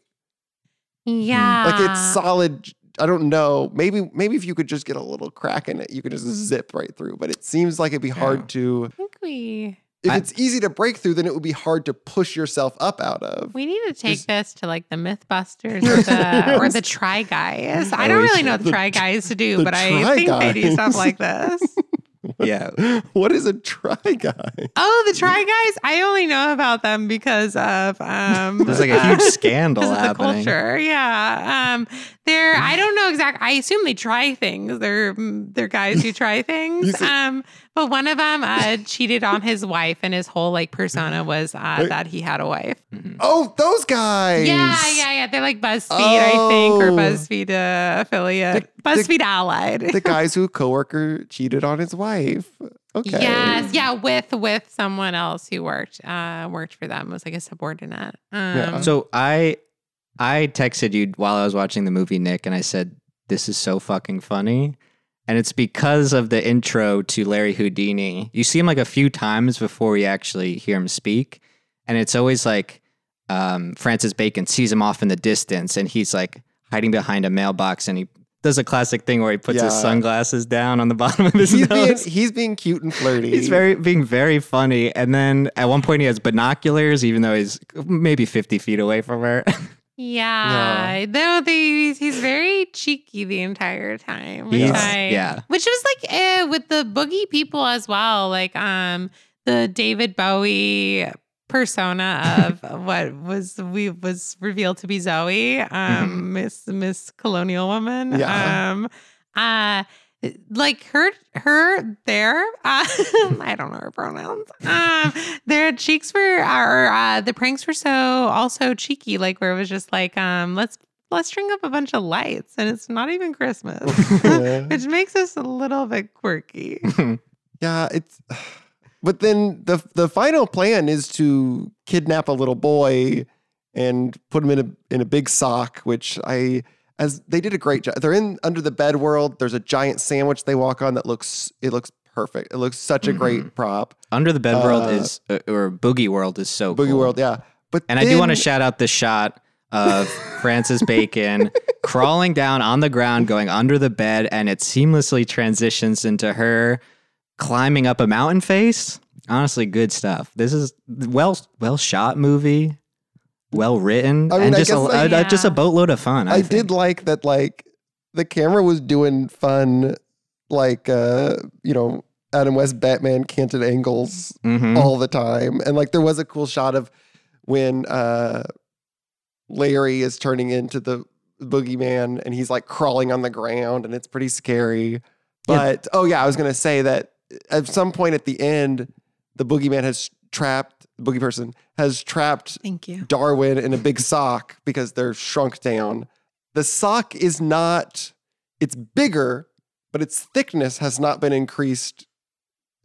[SPEAKER 2] Hmm.
[SPEAKER 3] yeah,
[SPEAKER 1] Like it's solid. I don't know. Maybe maybe if you could just get a little crack in it, you could just zip right through. But it seems like it'd be
[SPEAKER 2] Yeah.
[SPEAKER 1] hard to.
[SPEAKER 3] I think we
[SPEAKER 1] If
[SPEAKER 2] I-
[SPEAKER 1] it's easy to break through, then it would be hard to push yourself up out of.
[SPEAKER 3] we need to take
[SPEAKER 1] Just-
[SPEAKER 3] this to like the MythBusters or the or the Try Guys. I don't
[SPEAKER 2] we
[SPEAKER 3] really
[SPEAKER 2] should.
[SPEAKER 3] know what the,
[SPEAKER 1] The
[SPEAKER 3] Try Guys to do,
[SPEAKER 1] the
[SPEAKER 3] but I
[SPEAKER 1] Try
[SPEAKER 3] think they do stuff
[SPEAKER 1] Guys.
[SPEAKER 3] like this.
[SPEAKER 2] Yeah.
[SPEAKER 1] What is a try guy?
[SPEAKER 3] Oh, the Try Guys! I only know about them because of um.
[SPEAKER 2] There's like a
[SPEAKER 3] uh,
[SPEAKER 2] huge scandal
[SPEAKER 3] because of the
[SPEAKER 2] happening.
[SPEAKER 3] culture, yeah. Um, they're I don't know exact. I assume they try things. They're mm, they're guys who try
[SPEAKER 1] You
[SPEAKER 3] things.
[SPEAKER 1] see-
[SPEAKER 3] Um, but one of them uh, cheated on his wife, and his whole like persona was uh,
[SPEAKER 1] Wait.
[SPEAKER 3] that he had a wife.
[SPEAKER 2] Hmm.
[SPEAKER 1] Oh, those guys.
[SPEAKER 3] Yeah, yeah, yeah. They're like BuzzFeed, I think, or
[SPEAKER 1] Oh.
[SPEAKER 3] BuzzFeed uh, affiliate,
[SPEAKER 1] The- the-
[SPEAKER 3] BuzzFeed allied.
[SPEAKER 1] The guys who coworker cheated on his wife. Okay.
[SPEAKER 3] Yes, yeah, with with someone else who worked uh worked for them It was like a subordinate. Um,
[SPEAKER 1] Yeah.
[SPEAKER 2] So I I texted you while I was watching the movie, Nick, and I said, This is so fucking funny. And it's because of the intro to Larry Houdini. You see him like a few times before we actually hear him speak. And it's always like um, Francis Bacon sees him off in the distance and he's like hiding behind a mailbox and he does a classic thing where he puts his
[SPEAKER 1] Yeah.
[SPEAKER 2] sunglasses down on the bottom of his
[SPEAKER 1] He's being,
[SPEAKER 2] nose.
[SPEAKER 1] he's being cute and flirty.
[SPEAKER 2] He's very being very funny. And then at one point he has binoculars, even though he's maybe 50 feet away from her.
[SPEAKER 3] Yeah. Though they, he's very cheeky the entire time. Which
[SPEAKER 2] He's-
[SPEAKER 3] I,
[SPEAKER 2] yeah.
[SPEAKER 3] Which was like eh, with the boogie people as well. Like um the David Bowie persona of what was we was revealed to be Zoe, um, Miss Miss Colonial Woman.
[SPEAKER 1] Yeah.
[SPEAKER 3] Um uh like her her there uh, i don't know her pronouns um their cheeks were are uh the pranks were so also cheeky like where it was just like um let's let's string up a bunch of lights and it's not even christmas
[SPEAKER 1] Yeah.
[SPEAKER 3] which makes us a little bit quirky
[SPEAKER 1] Yeah, it's. But then the the final plan is to kidnap a little boy and put him in a in a big sock, which I as they did a great job. They're in under the bed world. There's a giant sandwich they walk on that looks it looks perfect. It looks such a
[SPEAKER 2] Mm-hmm.
[SPEAKER 1] great prop.
[SPEAKER 2] Under the Bed World
[SPEAKER 1] Uh,
[SPEAKER 2] is, uh, or Boogie World is so
[SPEAKER 1] Boogie
[SPEAKER 2] cool.
[SPEAKER 1] World, yeah. But
[SPEAKER 2] And I do want to
[SPEAKER 1] then-
[SPEAKER 2] shout out the shot of Francis Bacon crawling down on the ground, going under the bed, and it seamlessly transitions into her climbing up a mountain face. Honestly, good stuff. This is well well shot movie, well written,
[SPEAKER 1] I mean,
[SPEAKER 2] and
[SPEAKER 1] I
[SPEAKER 2] just a,
[SPEAKER 1] guess, like-
[SPEAKER 2] a- just a
[SPEAKER 3] Yeah.
[SPEAKER 2] boatload of fun. I,
[SPEAKER 1] I
[SPEAKER 2] think.
[SPEAKER 1] did like that like the camera was doing fun like uh you know Adam West Batman canted angles
[SPEAKER 2] Mhm.
[SPEAKER 1] all the time. And like there was a cool shot of when uh Larry is turning into the boogeyman and he's like crawling on the ground and it's pretty scary. But oh yeah, I was gonna say that at some point at the end, the boogeyman has trapped the boogie person has trapped
[SPEAKER 3] thank you
[SPEAKER 1] Darwin in a big sock because they're shrunk down. The sock is not, it's bigger, but its thickness has not been increased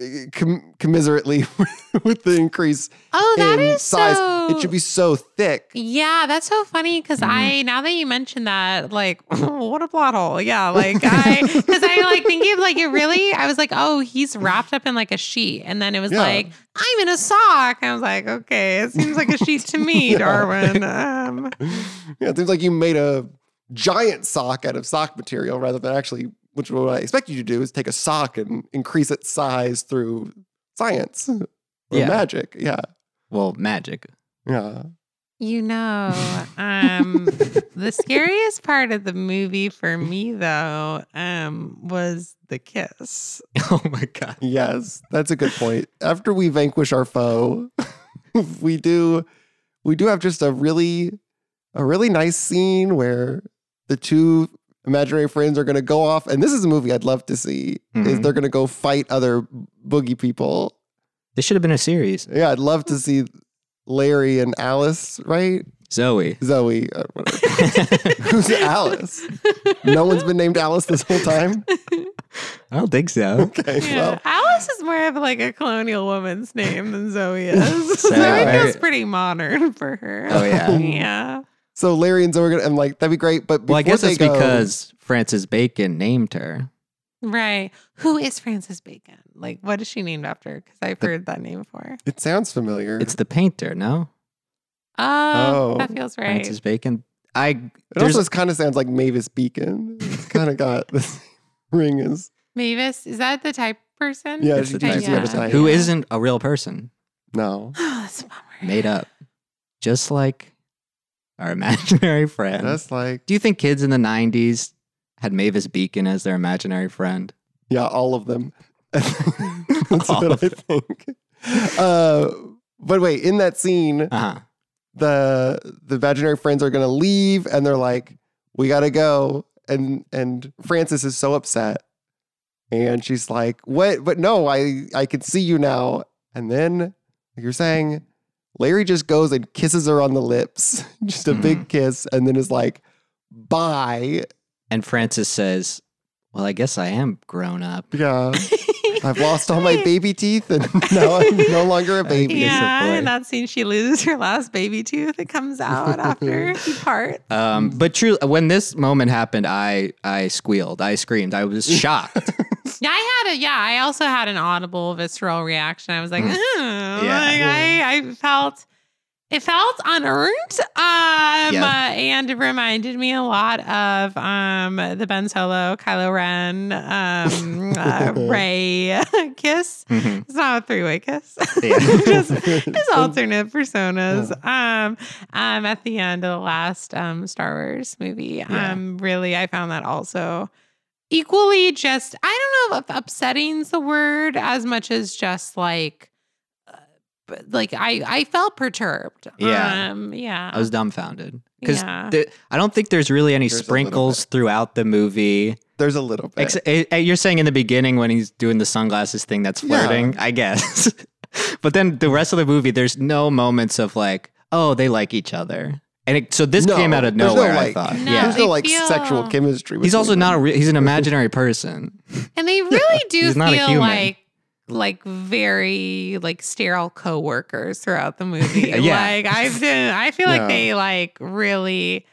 [SPEAKER 1] eh, com- commiserately with the increase
[SPEAKER 3] oh that
[SPEAKER 1] in
[SPEAKER 3] is
[SPEAKER 1] size.
[SPEAKER 3] so
[SPEAKER 1] It should be so thick.
[SPEAKER 3] yeah that's so funny because
[SPEAKER 2] Mhm.
[SPEAKER 3] i now that you mentioned that like what a plot hole yeah like i because i like thinking like it really i was like oh he's wrapped up in like a sheet and then it was
[SPEAKER 1] Yeah.
[SPEAKER 3] like i'm in a sock i was like okay it seems like a sheet to me
[SPEAKER 1] Yeah.
[SPEAKER 3] darwin um
[SPEAKER 1] Yeah, it seems like you made a giant sock out of sock material rather than actually, which is what I expect you to do, is take a sock and increase its size through science or
[SPEAKER 2] Yeah.
[SPEAKER 1] magic. Yeah.
[SPEAKER 2] well magic.
[SPEAKER 1] Yeah.
[SPEAKER 3] You know, um, the scariest part of the movie for me, though, um, was the kiss.
[SPEAKER 2] Oh my god.
[SPEAKER 1] Yes, that's a good point. After we vanquish our foe, we do we do have just a really a really nice scene where the two imaginary friends are going to go off and this is a movie I'd love to see is
[SPEAKER 2] Mhm.
[SPEAKER 1] they're going to go fight other boogie people.
[SPEAKER 2] This should have been a series.
[SPEAKER 1] Yeah, I'd love to see Larry and Alice, right?
[SPEAKER 2] Zoe.
[SPEAKER 1] Zoe, uh, whatever. who's Alice? No one's been named Alice this whole time.
[SPEAKER 2] I don't think so.
[SPEAKER 1] Okay,
[SPEAKER 3] Yeah, Alice is more of like a colonial woman's name than Zoe is.
[SPEAKER 2] So,
[SPEAKER 3] Zoe feels
[SPEAKER 2] right.
[SPEAKER 3] pretty modern for her.
[SPEAKER 2] Oh yeah.
[SPEAKER 1] well,
[SPEAKER 3] Yeah.
[SPEAKER 1] so Larry and Zoe are gonna. I'm like, that'd be great, but
[SPEAKER 2] Well, I
[SPEAKER 1] before
[SPEAKER 2] guess it's
[SPEAKER 1] they go-
[SPEAKER 2] because Francis Bacon named her.
[SPEAKER 3] Right. Who is Frances Bacon? Like, what is she named after? Because I've
[SPEAKER 2] The-
[SPEAKER 3] heard that name before.
[SPEAKER 1] It sounds familiar.
[SPEAKER 2] It's the painter, no?
[SPEAKER 3] Oh,
[SPEAKER 1] Oh.
[SPEAKER 3] that feels right.
[SPEAKER 2] Francis Bacon. I
[SPEAKER 1] it
[SPEAKER 2] there's
[SPEAKER 1] also kind of sounds like Mavis Beacon. It's kind of got the same ring as
[SPEAKER 3] Mavis, is that the type person?
[SPEAKER 1] Yeah,
[SPEAKER 2] it's the
[SPEAKER 1] she
[SPEAKER 2] type
[SPEAKER 1] teaches you how to
[SPEAKER 2] person
[SPEAKER 1] tie.
[SPEAKER 2] who
[SPEAKER 3] Yeah.
[SPEAKER 2] isn't a real person,
[SPEAKER 1] no.
[SPEAKER 3] Oh, that's a bummer.
[SPEAKER 2] made up, just like our imaginary friend.
[SPEAKER 1] That's like
[SPEAKER 2] Do you think kids in the '90s had Mavis Beacon as their imaginary friend?
[SPEAKER 1] yeah, all of them. That's
[SPEAKER 2] All
[SPEAKER 1] what
[SPEAKER 2] of
[SPEAKER 1] I think. Uh, but wait, in that scene,
[SPEAKER 2] Uh huh.
[SPEAKER 1] the the imaginary friends are gonna leave, and they're like, "We gotta go." And and Frances is so upset, and she's like, "What? But no, I I can see you now." And then, like you're saying, Larry just goes and kisses her on the lips, just a big kiss, and then is like, "Bye."
[SPEAKER 2] And Francis says, "Well, I guess I am grown up."
[SPEAKER 1] Yeah. I've lost all my baby teeth and now I'm no longer a baby.
[SPEAKER 3] yeah,
[SPEAKER 2] boy.
[SPEAKER 3] and that scene she loses her last baby tooth that comes out after he parts.
[SPEAKER 2] Um, but true, when this moment happened, I I squealed, I screamed, I was shocked.
[SPEAKER 3] Yeah, I had a yeah. I also had an audible visceral reaction. I was like,
[SPEAKER 2] Mm.
[SPEAKER 3] "Ugh," like,
[SPEAKER 1] Yeah.
[SPEAKER 3] I, I felt it felt unearned. Um,
[SPEAKER 2] Yeah.
[SPEAKER 3] uh, and it reminded me a lot of um the Ben Solo, Kylo Ren, um, uh, Ray kiss.
[SPEAKER 2] Mhm.
[SPEAKER 3] It's not a three way kiss.
[SPEAKER 2] Yeah.
[SPEAKER 3] just, just alternate personas. Um, um, at the end of the last um Star Wars movie.
[SPEAKER 2] Yeah.
[SPEAKER 3] Um, really, I found that also equally just I don't know if upsetting's the word as much as just like, uh, but, like I I felt perturbed.
[SPEAKER 2] Yeah.
[SPEAKER 3] um, yeah,
[SPEAKER 2] I was dumbfounded because
[SPEAKER 3] Yeah.
[SPEAKER 2] I don't think there's really any
[SPEAKER 1] There's a little
[SPEAKER 2] sprinkles throughout the movie.
[SPEAKER 1] There's a little bit.
[SPEAKER 2] Ex- eh, eh, you're saying in the beginning when he's doing the sunglasses thing, that's
[SPEAKER 1] Yeah.
[SPEAKER 2] flirting, I guess. but then the rest of the movie, there's no moments of like, oh, they like each other, and it, so this
[SPEAKER 1] No,
[SPEAKER 2] came out of
[SPEAKER 1] there's no,
[SPEAKER 2] nowhere. I
[SPEAKER 1] like-
[SPEAKER 2] thought,
[SPEAKER 3] No,
[SPEAKER 2] yeah.
[SPEAKER 1] There's no
[SPEAKER 3] I
[SPEAKER 1] like
[SPEAKER 3] feel-
[SPEAKER 1] sexual chemistry.
[SPEAKER 2] He's
[SPEAKER 1] between
[SPEAKER 2] also
[SPEAKER 1] them.
[SPEAKER 2] not a re- he's an imaginary person.
[SPEAKER 3] and they really do
[SPEAKER 2] He's not a
[SPEAKER 3] feel
[SPEAKER 2] human.
[SPEAKER 3] like like very like sterile coworkers throughout the movie.
[SPEAKER 2] Yeah.
[SPEAKER 3] Like I've been, I feel
[SPEAKER 1] Yeah.
[SPEAKER 3] like they like really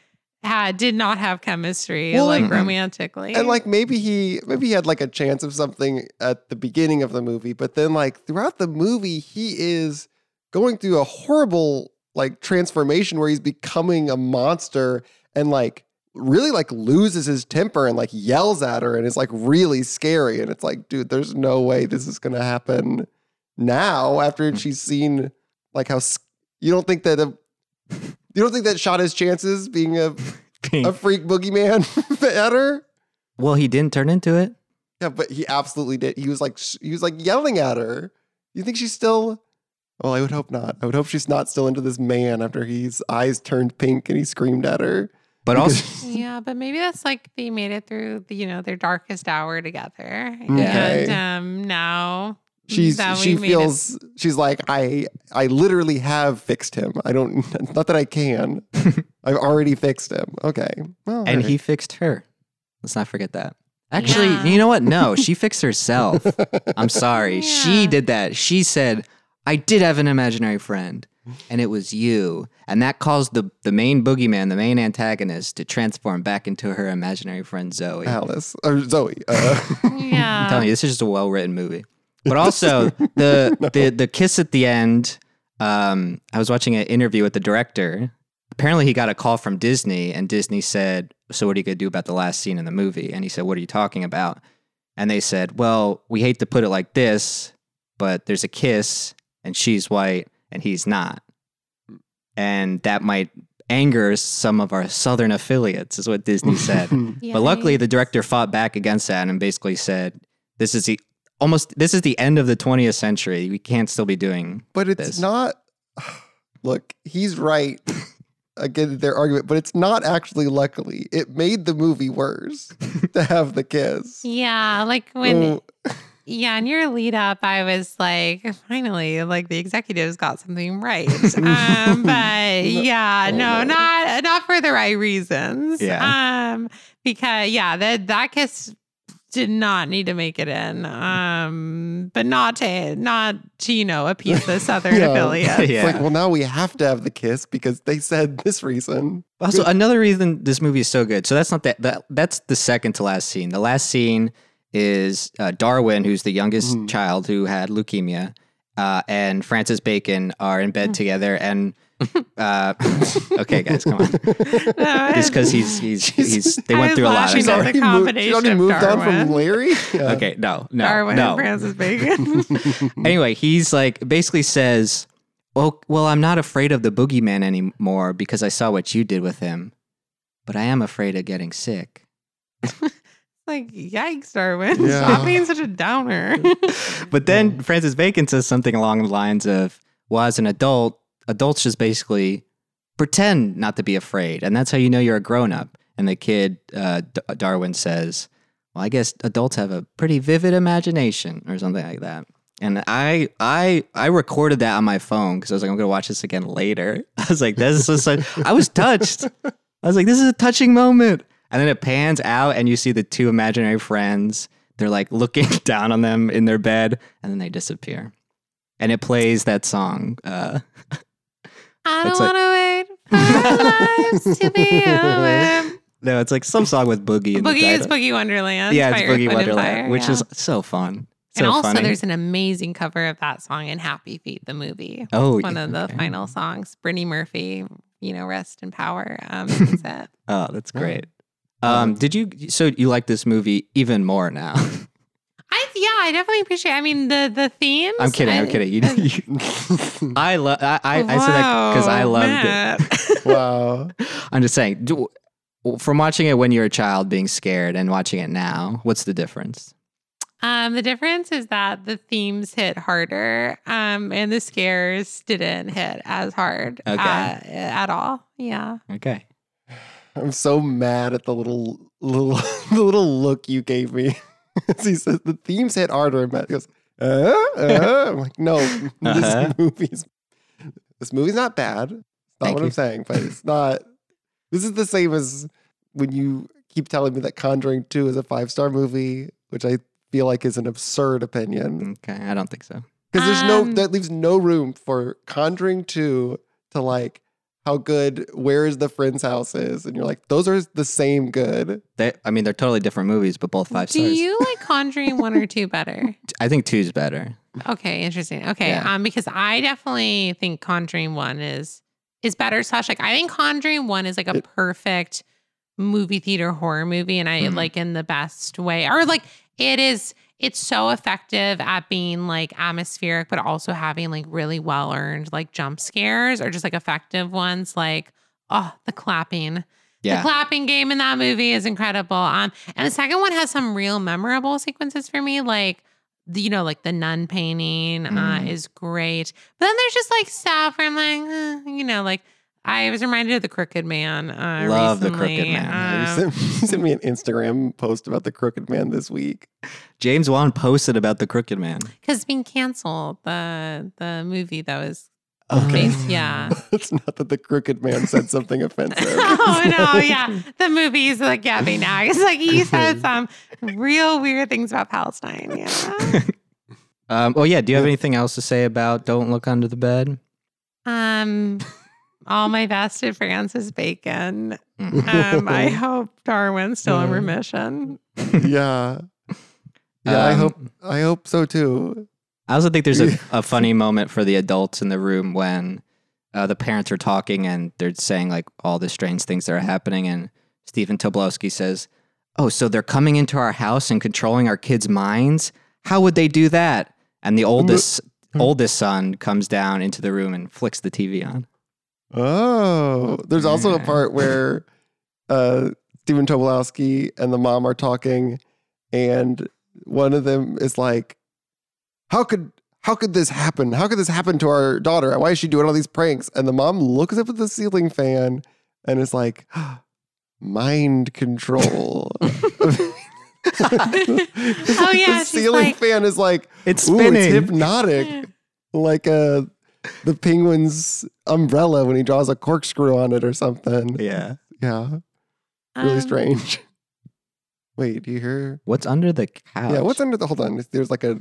[SPEAKER 3] had did not have chemistry
[SPEAKER 1] Well,
[SPEAKER 3] like
[SPEAKER 2] and-
[SPEAKER 3] romantically.
[SPEAKER 1] And like maybe he maybe he had like a chance of something at the beginning of the movie, but then like throughout the movie he is going through a horrible like transformation where he's becoming a monster and like really like loses his temper and like yells at her and it's like really scary and it's like dude there's no way this is going to happen now after she's seen like how s- you don't think that a, you don't think that shot his chances being a, a freak boogeyman better
[SPEAKER 2] well, he didn't turn into it.
[SPEAKER 1] yeah, but he absolutely did. He was like sh- he was like yelling at her. You think she's still? Well, I would hope not. I would hope she's not still into this man after his eyes turned pink and he screamed at her.
[SPEAKER 2] But also,
[SPEAKER 3] yeah, but maybe that's like they made it through the, you know their darkest hour together, and
[SPEAKER 1] Mm. Okay.
[SPEAKER 3] um, now
[SPEAKER 1] She's
[SPEAKER 3] that we
[SPEAKER 1] she
[SPEAKER 3] made it-
[SPEAKER 1] feels she's like I I literally have fixed him. I don't not that I can. I've already fixed him. Okay. Well,
[SPEAKER 2] and
[SPEAKER 1] alright.
[SPEAKER 2] he fixed her. Let's not forget that. Actually,
[SPEAKER 3] Yeah.
[SPEAKER 2] you know what? No, she fixed herself. I'm sorry. She
[SPEAKER 3] Yeah.
[SPEAKER 2] did that. She said, I did have an imaginary friend, and it was you. And that caused the, the main boogeyman, the main antagonist, to transform back into her imaginary friend, Zoe.
[SPEAKER 1] Alice or Zoe. Uh,
[SPEAKER 3] yeah,
[SPEAKER 2] I'm telling you, this is just a well written movie. But also the the the kiss at the end. Um, I was watching an interview with the director. Apparently, he got a call from Disney, and Disney said, "So what are you gonna do about the last scene in the movie?" And he said, "What are you talking about?" And they said, "Well, we hate to put it like this, but there's a kiss, and she's white, and he's not, and that might anger some of our southern affiliates," is what Disney said. But luckily, the
[SPEAKER 3] Yikes.
[SPEAKER 2] director fought back against that and basically said, "This is the almost this is the end of the 20th century. We can't still be doing."
[SPEAKER 1] But it's
[SPEAKER 2] this.
[SPEAKER 1] not. Look, he's right. Again, their argument, but it's not actually. Luckily, it made the movie worse to have the kiss.
[SPEAKER 3] yeah, like when
[SPEAKER 1] Mm,
[SPEAKER 3] Yeah, in your lead up, I was like, finally, like the executives got something right. Um, but yeah,
[SPEAKER 1] Oh, no.
[SPEAKER 3] no, not not for the right reasons.
[SPEAKER 2] Yeah.
[SPEAKER 3] Um, because yeah, that that kiss did not need to make it in. Um, but not to not to, you know, appease the southern
[SPEAKER 1] Yeah.
[SPEAKER 3] affiliate.
[SPEAKER 1] it's like, well, now we have to have the kiss because they said this reason.
[SPEAKER 2] Also, another reason this movie is so good. So that's not that, that that's the second to last scene. The last scene is uh, Darwin, who's the youngest
[SPEAKER 1] Mhm.
[SPEAKER 2] child who had leukemia, uh, and Francis Bacon are in bed together. And uh, okay, guys, come on,
[SPEAKER 3] No,
[SPEAKER 2] just because he's he's he's they
[SPEAKER 3] I
[SPEAKER 2] went
[SPEAKER 3] was
[SPEAKER 2] through a lot. I'm
[SPEAKER 3] laughing at
[SPEAKER 2] sorry.
[SPEAKER 1] moved, she's already
[SPEAKER 3] the combination of
[SPEAKER 1] moved on from
[SPEAKER 3] Darwin.
[SPEAKER 1] Larry. Yeah.
[SPEAKER 2] Okay, no, no,
[SPEAKER 3] Darwin
[SPEAKER 2] no.
[SPEAKER 3] and Francis Bacon.
[SPEAKER 2] anyway, he's like basically says, "Well, well, I'm not afraid of the boogeyman anymore because I saw what you did with him, but I am afraid of getting sick."
[SPEAKER 3] like, yikes, Darwin.
[SPEAKER 1] Yeah.
[SPEAKER 3] Stop being such a downer.
[SPEAKER 2] But then Francis Bacon says something along the lines of, "Well, as an adult, adults just basically pretend not to be afraid, and that's how you know you're a grown up." And the kid uh, D- Darwin says, "Well, I guess adults have a pretty vivid imagination, or something like that." And I I I recorded that on my phone because I was like, I'm gonna watch this again later. I was like, this is such. I was touched. I was like, this is a touching moment. And then it pans out, and you see the two imaginary friends. They're like looking down on them in their bed, and then they disappear. And it plays that song. Uh,
[SPEAKER 3] I don't
[SPEAKER 2] It's like-
[SPEAKER 3] want to wait for our lives to be over.
[SPEAKER 2] no, it's like some song with Boogie. In the
[SPEAKER 3] Boogie is
[SPEAKER 2] title.
[SPEAKER 3] Boogie Wonderland.
[SPEAKER 2] Yeah, it's
[SPEAKER 3] Fire, Wind,
[SPEAKER 2] Boogie
[SPEAKER 3] and
[SPEAKER 2] Wonderland,
[SPEAKER 3] Fire,
[SPEAKER 2] which
[SPEAKER 3] yeah.
[SPEAKER 2] is so fun. So
[SPEAKER 3] and also
[SPEAKER 2] funny.
[SPEAKER 3] there's an amazing cover of that song in Happy Feet, the movie.
[SPEAKER 2] oh,
[SPEAKER 3] One
[SPEAKER 2] yeah,
[SPEAKER 3] of the
[SPEAKER 2] okay.
[SPEAKER 3] final songs, Brittany Murphy, you know, rest in power. Um, sings it.
[SPEAKER 2] Oh, that's
[SPEAKER 1] Oh.
[SPEAKER 2] great. Um, did you? So you like this movie even more now?
[SPEAKER 3] I yeah, I definitely appreciate. I mean, the the themes.
[SPEAKER 2] I'm kidding. I'm
[SPEAKER 3] I-
[SPEAKER 2] kidding. You, you, I love. I, I, I said that because I
[SPEAKER 3] Wow,
[SPEAKER 2] loved
[SPEAKER 3] Matt.
[SPEAKER 1] wow.
[SPEAKER 2] it. I'm just saying. Do, from watching it when you're a child, being scared, and watching it now, what's the difference?
[SPEAKER 3] Um, the difference is that the themes hit harder, um, and the scares didn't hit as hard
[SPEAKER 2] Okay.
[SPEAKER 3] uh, at all. Yeah.
[SPEAKER 2] Okay.
[SPEAKER 1] I'm so mad at the little little the little look you gave me. As he says the themes hit harder and Matt goes, uh, uh. I'm like, no,
[SPEAKER 2] Uh-huh.
[SPEAKER 1] this movie's this movie's not bad. It's not
[SPEAKER 2] Thank
[SPEAKER 1] what
[SPEAKER 2] you.
[SPEAKER 1] I'm saying, but it's not this is the same as when you keep telling me that Conjuring 2 is a five star movie, which I feel like is an absurd opinion.
[SPEAKER 2] Okay. I don't think so.
[SPEAKER 1] Because there's no
[SPEAKER 3] Um,
[SPEAKER 1] that leaves no room for Conjuring Two to like how good Where Is the Friend's House is, and you're like those are the same good.
[SPEAKER 2] They, I mean, they're totally different movies, but both five
[SPEAKER 3] Do
[SPEAKER 2] stars.
[SPEAKER 3] you like Conjuring one or two better?
[SPEAKER 2] I think two's better.
[SPEAKER 3] Okay, interesting. Okay,
[SPEAKER 2] Yeah.
[SPEAKER 3] um, because I definitely think Conjuring One is is better. Slash, like I think Conjuring One is like a
[SPEAKER 1] It-
[SPEAKER 3] perfect movie theater horror movie, and I
[SPEAKER 2] Mhm.
[SPEAKER 3] like in the best way, or like it is. It's so effective at being like atmospheric, but also having like really well earned like jump scares or just like effective ones, like oh the clapping. The
[SPEAKER 2] Yeah.
[SPEAKER 3] clapping game in that movie is incredible. Um, and the second one has some real memorable sequences for me, like the, you know, like the nun painting uh,
[SPEAKER 2] Mm.
[SPEAKER 3] is great. But then there's just like stuff where I'm like, eh, you know, like I was reminded of the Crooked Man. Uh,
[SPEAKER 2] Love The
[SPEAKER 3] recently.
[SPEAKER 2] Crooked Man.
[SPEAKER 1] You
[SPEAKER 3] Um,
[SPEAKER 1] sent, you sent me an Instagram post about the Crooked Man this week.
[SPEAKER 2] James Wan posted about the Crooked Man.
[SPEAKER 3] Because being canceled, the the movie that was
[SPEAKER 1] Okay.
[SPEAKER 3] based, yeah.
[SPEAKER 1] it's not that the Crooked Man said something offensive.
[SPEAKER 3] oh
[SPEAKER 1] It's
[SPEAKER 3] no,
[SPEAKER 1] not-
[SPEAKER 3] yeah. The movies like yeah, they now. It's like he said some real weird things about Palestine. Yeah.
[SPEAKER 2] Um, oh yeah. Do you have anything else to say about Don't Look Under the Bed?
[SPEAKER 3] Um, all my best to Francis Bacon. Um, I hope Darwin's still in
[SPEAKER 1] Mm.
[SPEAKER 3] remission.
[SPEAKER 1] yeah. Yeah, I
[SPEAKER 2] Um,
[SPEAKER 1] hope I hope so too.
[SPEAKER 2] I also think there's a, a funny moment for the adults in the room when uh, the parents are talking and they're saying like all the strange things that are happening, and Stephen Tobolowsky says, "Oh, so they're coming into our house and controlling our kids' minds? How would they do that?" And the oldest oldest son comes down into the room and flicks the TV on.
[SPEAKER 1] Oh, there's also a
[SPEAKER 2] Yeah.
[SPEAKER 1] part where uh, Stephen Tobolowsky and the mom are talking, and one of them is like, "How could how could this happen? How could this happen to our daughter? Why is she doing all these pranks?" And the mom looks up at the ceiling fan and is like, "Mind control."
[SPEAKER 3] Oh,
[SPEAKER 1] the
[SPEAKER 3] yeah, she's
[SPEAKER 1] ceiling
[SPEAKER 3] like-
[SPEAKER 1] fan is like,
[SPEAKER 2] It's
[SPEAKER 1] "Ooh,
[SPEAKER 2] spinning.
[SPEAKER 1] it's hypnotic." like uh the penguin's umbrella when he draws a corkscrew on it or something.
[SPEAKER 2] yeah.
[SPEAKER 1] Yeah. Really
[SPEAKER 3] Um,
[SPEAKER 1] strange. Wait, do you hear?
[SPEAKER 2] What's under the couch?
[SPEAKER 1] Yeah, what's under the hold on? There's like a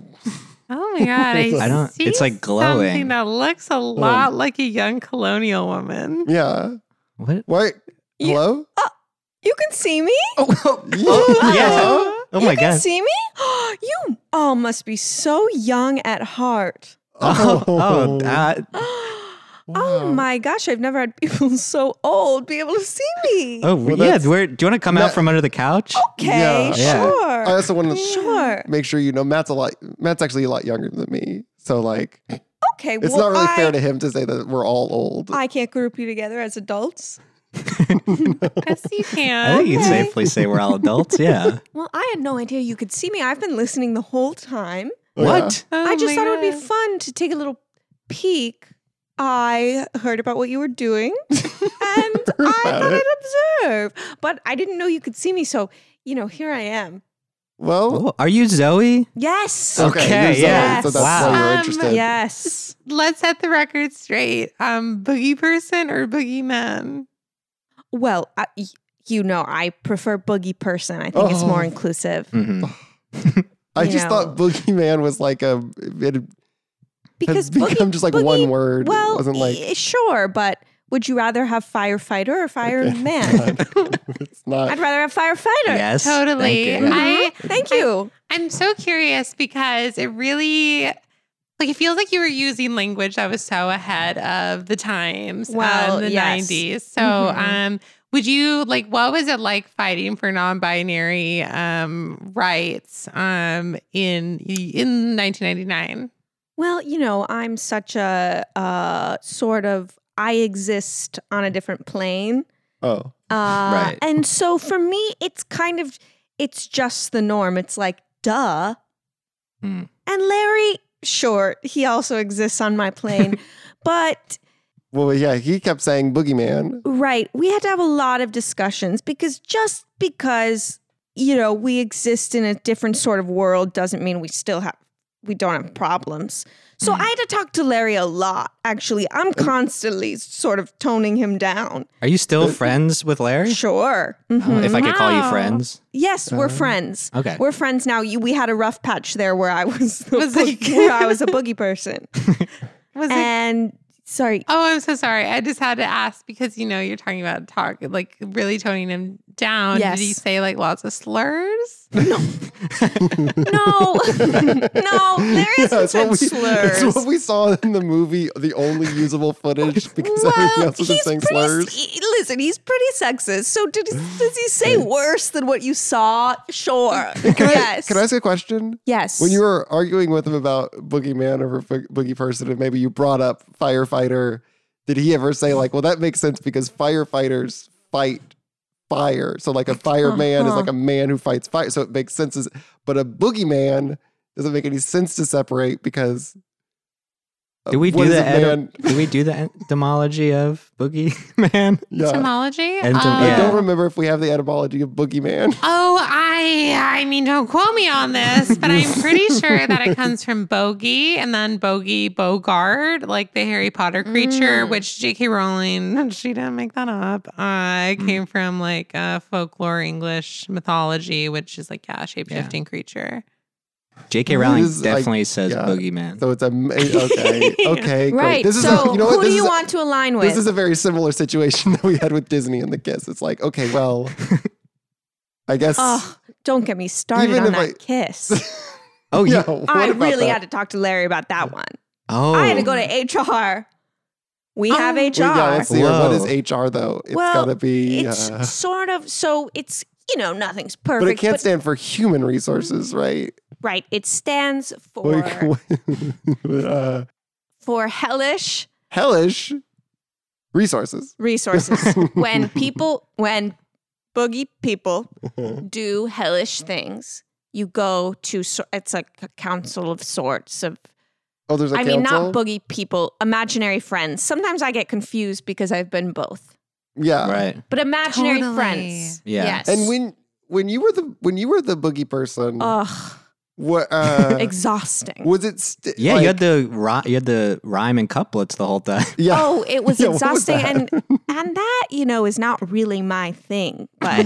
[SPEAKER 3] Oh my god! I,
[SPEAKER 1] I
[SPEAKER 2] don't-
[SPEAKER 3] see
[SPEAKER 2] it's, like, glowing. Oh.
[SPEAKER 3] Something that looks a lot like a young colonial woman.
[SPEAKER 1] yeah.
[SPEAKER 2] what?
[SPEAKER 1] What?
[SPEAKER 4] You-
[SPEAKER 1] Hello?
[SPEAKER 4] You can see me?
[SPEAKER 2] Oh,
[SPEAKER 1] Yeah.
[SPEAKER 2] yeah. Oh
[SPEAKER 4] you
[SPEAKER 2] my
[SPEAKER 4] can
[SPEAKER 2] god.
[SPEAKER 4] see me? You all must be so young at heart.
[SPEAKER 2] Oh, oh, that-
[SPEAKER 4] Oh
[SPEAKER 1] wow.
[SPEAKER 4] my gosh, I've never had people so old be able to see me.
[SPEAKER 2] Oh
[SPEAKER 1] Well,
[SPEAKER 2] yeah,
[SPEAKER 1] that's- Oh,
[SPEAKER 2] where do you want to come out
[SPEAKER 1] that-
[SPEAKER 2] from under the couch?
[SPEAKER 4] Okay,
[SPEAKER 1] Yeah. Uh,
[SPEAKER 2] Yeah.
[SPEAKER 4] sure.
[SPEAKER 1] I also want to
[SPEAKER 4] Sure.
[SPEAKER 1] make sure you know Matt's a lot Matt's actually a lot younger than me. So like
[SPEAKER 4] Okay,
[SPEAKER 1] it's
[SPEAKER 4] well,
[SPEAKER 1] not really
[SPEAKER 4] I,
[SPEAKER 1] fair to him to say that we're all old.
[SPEAKER 4] I can't group you together as adults.
[SPEAKER 3] Yes, you
[SPEAKER 2] I
[SPEAKER 3] can.
[SPEAKER 2] think you can
[SPEAKER 4] Okay.
[SPEAKER 2] safely say we're all adults. Yeah.
[SPEAKER 4] Well, I had no idea you could see me. I've been listening the whole time.
[SPEAKER 1] Oh,
[SPEAKER 2] what?
[SPEAKER 3] Oh
[SPEAKER 4] I just
[SPEAKER 3] my
[SPEAKER 4] thought it would be
[SPEAKER 3] God.
[SPEAKER 4] fun to take a little peek. I heard about what you were doing and I
[SPEAKER 1] About
[SPEAKER 4] thought
[SPEAKER 1] it.
[SPEAKER 4] I'd observe, but I didn't know you could see me. So, you know, here I am.
[SPEAKER 1] Well,
[SPEAKER 2] Oh, are you Zoe?
[SPEAKER 4] Yes.
[SPEAKER 2] Okay,
[SPEAKER 1] you're Zoe,
[SPEAKER 4] yeah.
[SPEAKER 1] So that's
[SPEAKER 2] Wow.
[SPEAKER 1] why you're
[SPEAKER 3] Um,
[SPEAKER 1] interested.
[SPEAKER 4] Yes.
[SPEAKER 3] Let's set the record straight. Um, boogie person or boogie man?
[SPEAKER 4] Well, I, y- you know, I prefer boogie person. I think it's more
[SPEAKER 1] Oh.
[SPEAKER 4] inclusive.
[SPEAKER 2] hmm
[SPEAKER 1] I just
[SPEAKER 4] Yeah.
[SPEAKER 1] thought boogeyman was like a it had
[SPEAKER 4] Because
[SPEAKER 1] become
[SPEAKER 4] boogie,
[SPEAKER 1] just like
[SPEAKER 4] boogie-
[SPEAKER 1] one word.
[SPEAKER 4] Well,
[SPEAKER 1] it wasn't like
[SPEAKER 4] y- sure, but would you rather have firefighter or fireman?
[SPEAKER 1] it's not.
[SPEAKER 4] I'd rather have firefighter. Mm-hmm.
[SPEAKER 2] Yes. thank
[SPEAKER 3] Totally.
[SPEAKER 2] you.
[SPEAKER 3] I
[SPEAKER 4] Thank you.
[SPEAKER 3] I'm so curious because it really like it feels like you were using language that was so ahead of the times
[SPEAKER 4] Well,
[SPEAKER 3] of the
[SPEAKER 4] yes.
[SPEAKER 3] 90s. So
[SPEAKER 4] Mhm.
[SPEAKER 3] um would you like what was it like fighting for non-binary um rights um in in 1999?
[SPEAKER 4] Well, you know, I'm such a uh, sort of I exist on a different plane.
[SPEAKER 1] Oh,
[SPEAKER 4] Uh,
[SPEAKER 2] Right.
[SPEAKER 4] And so for me, it's kind of, it's just the norm. It's like, duh.
[SPEAKER 2] Hmm.
[SPEAKER 4] And Larry, sure, he also exists on my plane. but,
[SPEAKER 1] well, yeah. He kept saying boogeyman.
[SPEAKER 4] right, we had to have a lot of discussions because just because, you know, we exist in a different sort of world doesn't mean we still have, we don't have problems. So
[SPEAKER 2] Hmm.
[SPEAKER 4] I had to talk to Larry a lot, actually. I'm constantly sort of toning him down.
[SPEAKER 2] Are you still friends with Larry?
[SPEAKER 4] Sure. Mhm.
[SPEAKER 2] Oh, If I could call you
[SPEAKER 3] Wow.
[SPEAKER 2] friends.
[SPEAKER 4] Yes, we're
[SPEAKER 1] Uh,
[SPEAKER 4] friends.
[SPEAKER 2] okay.
[SPEAKER 4] we're friends now. You, we had a rough patch there where I was, the
[SPEAKER 3] Was
[SPEAKER 4] boog-
[SPEAKER 3] it-
[SPEAKER 4] where I was a boogie person,
[SPEAKER 3] Was it
[SPEAKER 4] and sorry,
[SPEAKER 3] Oh, I'm so sorry. I just had to ask because you know you're talking about talk like really toning him down.
[SPEAKER 4] Yes.
[SPEAKER 3] Did he say like lots of slurs?
[SPEAKER 4] no, no, there
[SPEAKER 1] Yeah, it's
[SPEAKER 4] isn't
[SPEAKER 1] what
[SPEAKER 4] such
[SPEAKER 1] we,
[SPEAKER 4] slurs.
[SPEAKER 1] It's what we saw in the movie. The only usable footage because everything
[SPEAKER 4] well,
[SPEAKER 1] else was him
[SPEAKER 4] he's
[SPEAKER 1] saying
[SPEAKER 4] pretty.
[SPEAKER 1] slurs.
[SPEAKER 4] he- listen, he's pretty sexist. So did he, does he say worse than what you saw? Sure. yes.
[SPEAKER 1] Can I ask a question?
[SPEAKER 4] yes.
[SPEAKER 1] When you were arguing with him about boogeyman over bo- boogie person, and maybe you brought up firefighter, did he ever say like, "Well, that makes sense because firefighters fight fire, so like a fireman is
[SPEAKER 4] Uh-huh.
[SPEAKER 1] like a man who fights fire, so it makes sense." As, but a boogeyman doesn't make any sense to separate because uh,
[SPEAKER 2] Did we
[SPEAKER 1] what
[SPEAKER 2] do
[SPEAKER 1] is
[SPEAKER 2] the
[SPEAKER 1] a
[SPEAKER 2] etym- did we do the etymology of Boogie Man?
[SPEAKER 1] Yeah.
[SPEAKER 3] Etymology?
[SPEAKER 2] Entom-
[SPEAKER 3] Um,
[SPEAKER 1] I
[SPEAKER 2] Yeah.
[SPEAKER 1] don't remember if we have the etymology of boogeyman.
[SPEAKER 3] Oh, I I mean, don't quote me on this, but I'm pretty sure that it comes from Bogey and then Bogey Bogard, like the Harry Potter creature,
[SPEAKER 4] Mm.
[SPEAKER 3] which J.K. Rowling she didn't make that up. Uh,
[SPEAKER 2] Mm.
[SPEAKER 3] it came from like uh, folklore English mythology, which is like yeah, shape shifting creature.
[SPEAKER 2] J.K. Rowling
[SPEAKER 1] This is, like,
[SPEAKER 2] definitely says
[SPEAKER 1] yeah.
[SPEAKER 2] Boogie Man.
[SPEAKER 1] So it's a okay, okay, great.
[SPEAKER 4] right.
[SPEAKER 1] This is
[SPEAKER 4] so
[SPEAKER 1] a, you know what?
[SPEAKER 4] who
[SPEAKER 1] this
[SPEAKER 4] do
[SPEAKER 1] is
[SPEAKER 4] you
[SPEAKER 1] a-
[SPEAKER 4] want to align with?
[SPEAKER 1] This is a very similar situation that we had with Disney and the Kiss. It's like, okay, well, I guess.
[SPEAKER 4] oh, don't get me started
[SPEAKER 1] Even
[SPEAKER 4] on
[SPEAKER 1] if
[SPEAKER 4] that
[SPEAKER 1] I-
[SPEAKER 4] kiss.
[SPEAKER 2] oh, you,
[SPEAKER 1] yeah, what
[SPEAKER 4] I
[SPEAKER 1] about
[SPEAKER 4] really
[SPEAKER 1] that?
[SPEAKER 4] had to talk to Larry about that one.
[SPEAKER 2] oh,
[SPEAKER 4] I had to go to HR. We have
[SPEAKER 3] Oh.
[SPEAKER 4] HR.
[SPEAKER 1] Well, yeah, let's see here. What
[SPEAKER 2] Whoa.
[SPEAKER 1] is HR though? It's
[SPEAKER 4] Well,
[SPEAKER 1] gotta be.
[SPEAKER 4] it's
[SPEAKER 1] uh,
[SPEAKER 4] sort of so it's you know nothing's perfect, Mm,
[SPEAKER 1] but it can't stand for human resources, right?
[SPEAKER 4] right. It stands for
[SPEAKER 1] Like, uh,
[SPEAKER 4] for hellish
[SPEAKER 1] hellish resources.
[SPEAKER 4] resources. when people when boogie people
[SPEAKER 1] Oh,
[SPEAKER 4] do hellish things, you go to so- it's like a council of sorts of
[SPEAKER 1] Oh, there's a
[SPEAKER 4] I
[SPEAKER 1] council.
[SPEAKER 4] mean not boogie people, imaginary friends. Sometimes I get confused because I've been both.
[SPEAKER 1] yeah,
[SPEAKER 2] right.
[SPEAKER 4] But imaginary
[SPEAKER 3] Totally.
[SPEAKER 4] friends.
[SPEAKER 2] Yeah.
[SPEAKER 4] Yes.
[SPEAKER 1] And when when you were the when you were the boogie person,
[SPEAKER 4] Ugh,
[SPEAKER 1] what uh,
[SPEAKER 4] exhausting.
[SPEAKER 1] was it? St-
[SPEAKER 2] Yeah,
[SPEAKER 1] like-
[SPEAKER 2] you had the ri- you had the rhyme and couplets the whole time.
[SPEAKER 1] yeah.
[SPEAKER 4] Oh, it was
[SPEAKER 1] Yeah, what was
[SPEAKER 4] exhausting,
[SPEAKER 1] that?
[SPEAKER 4] and and that you know is not really my thing, but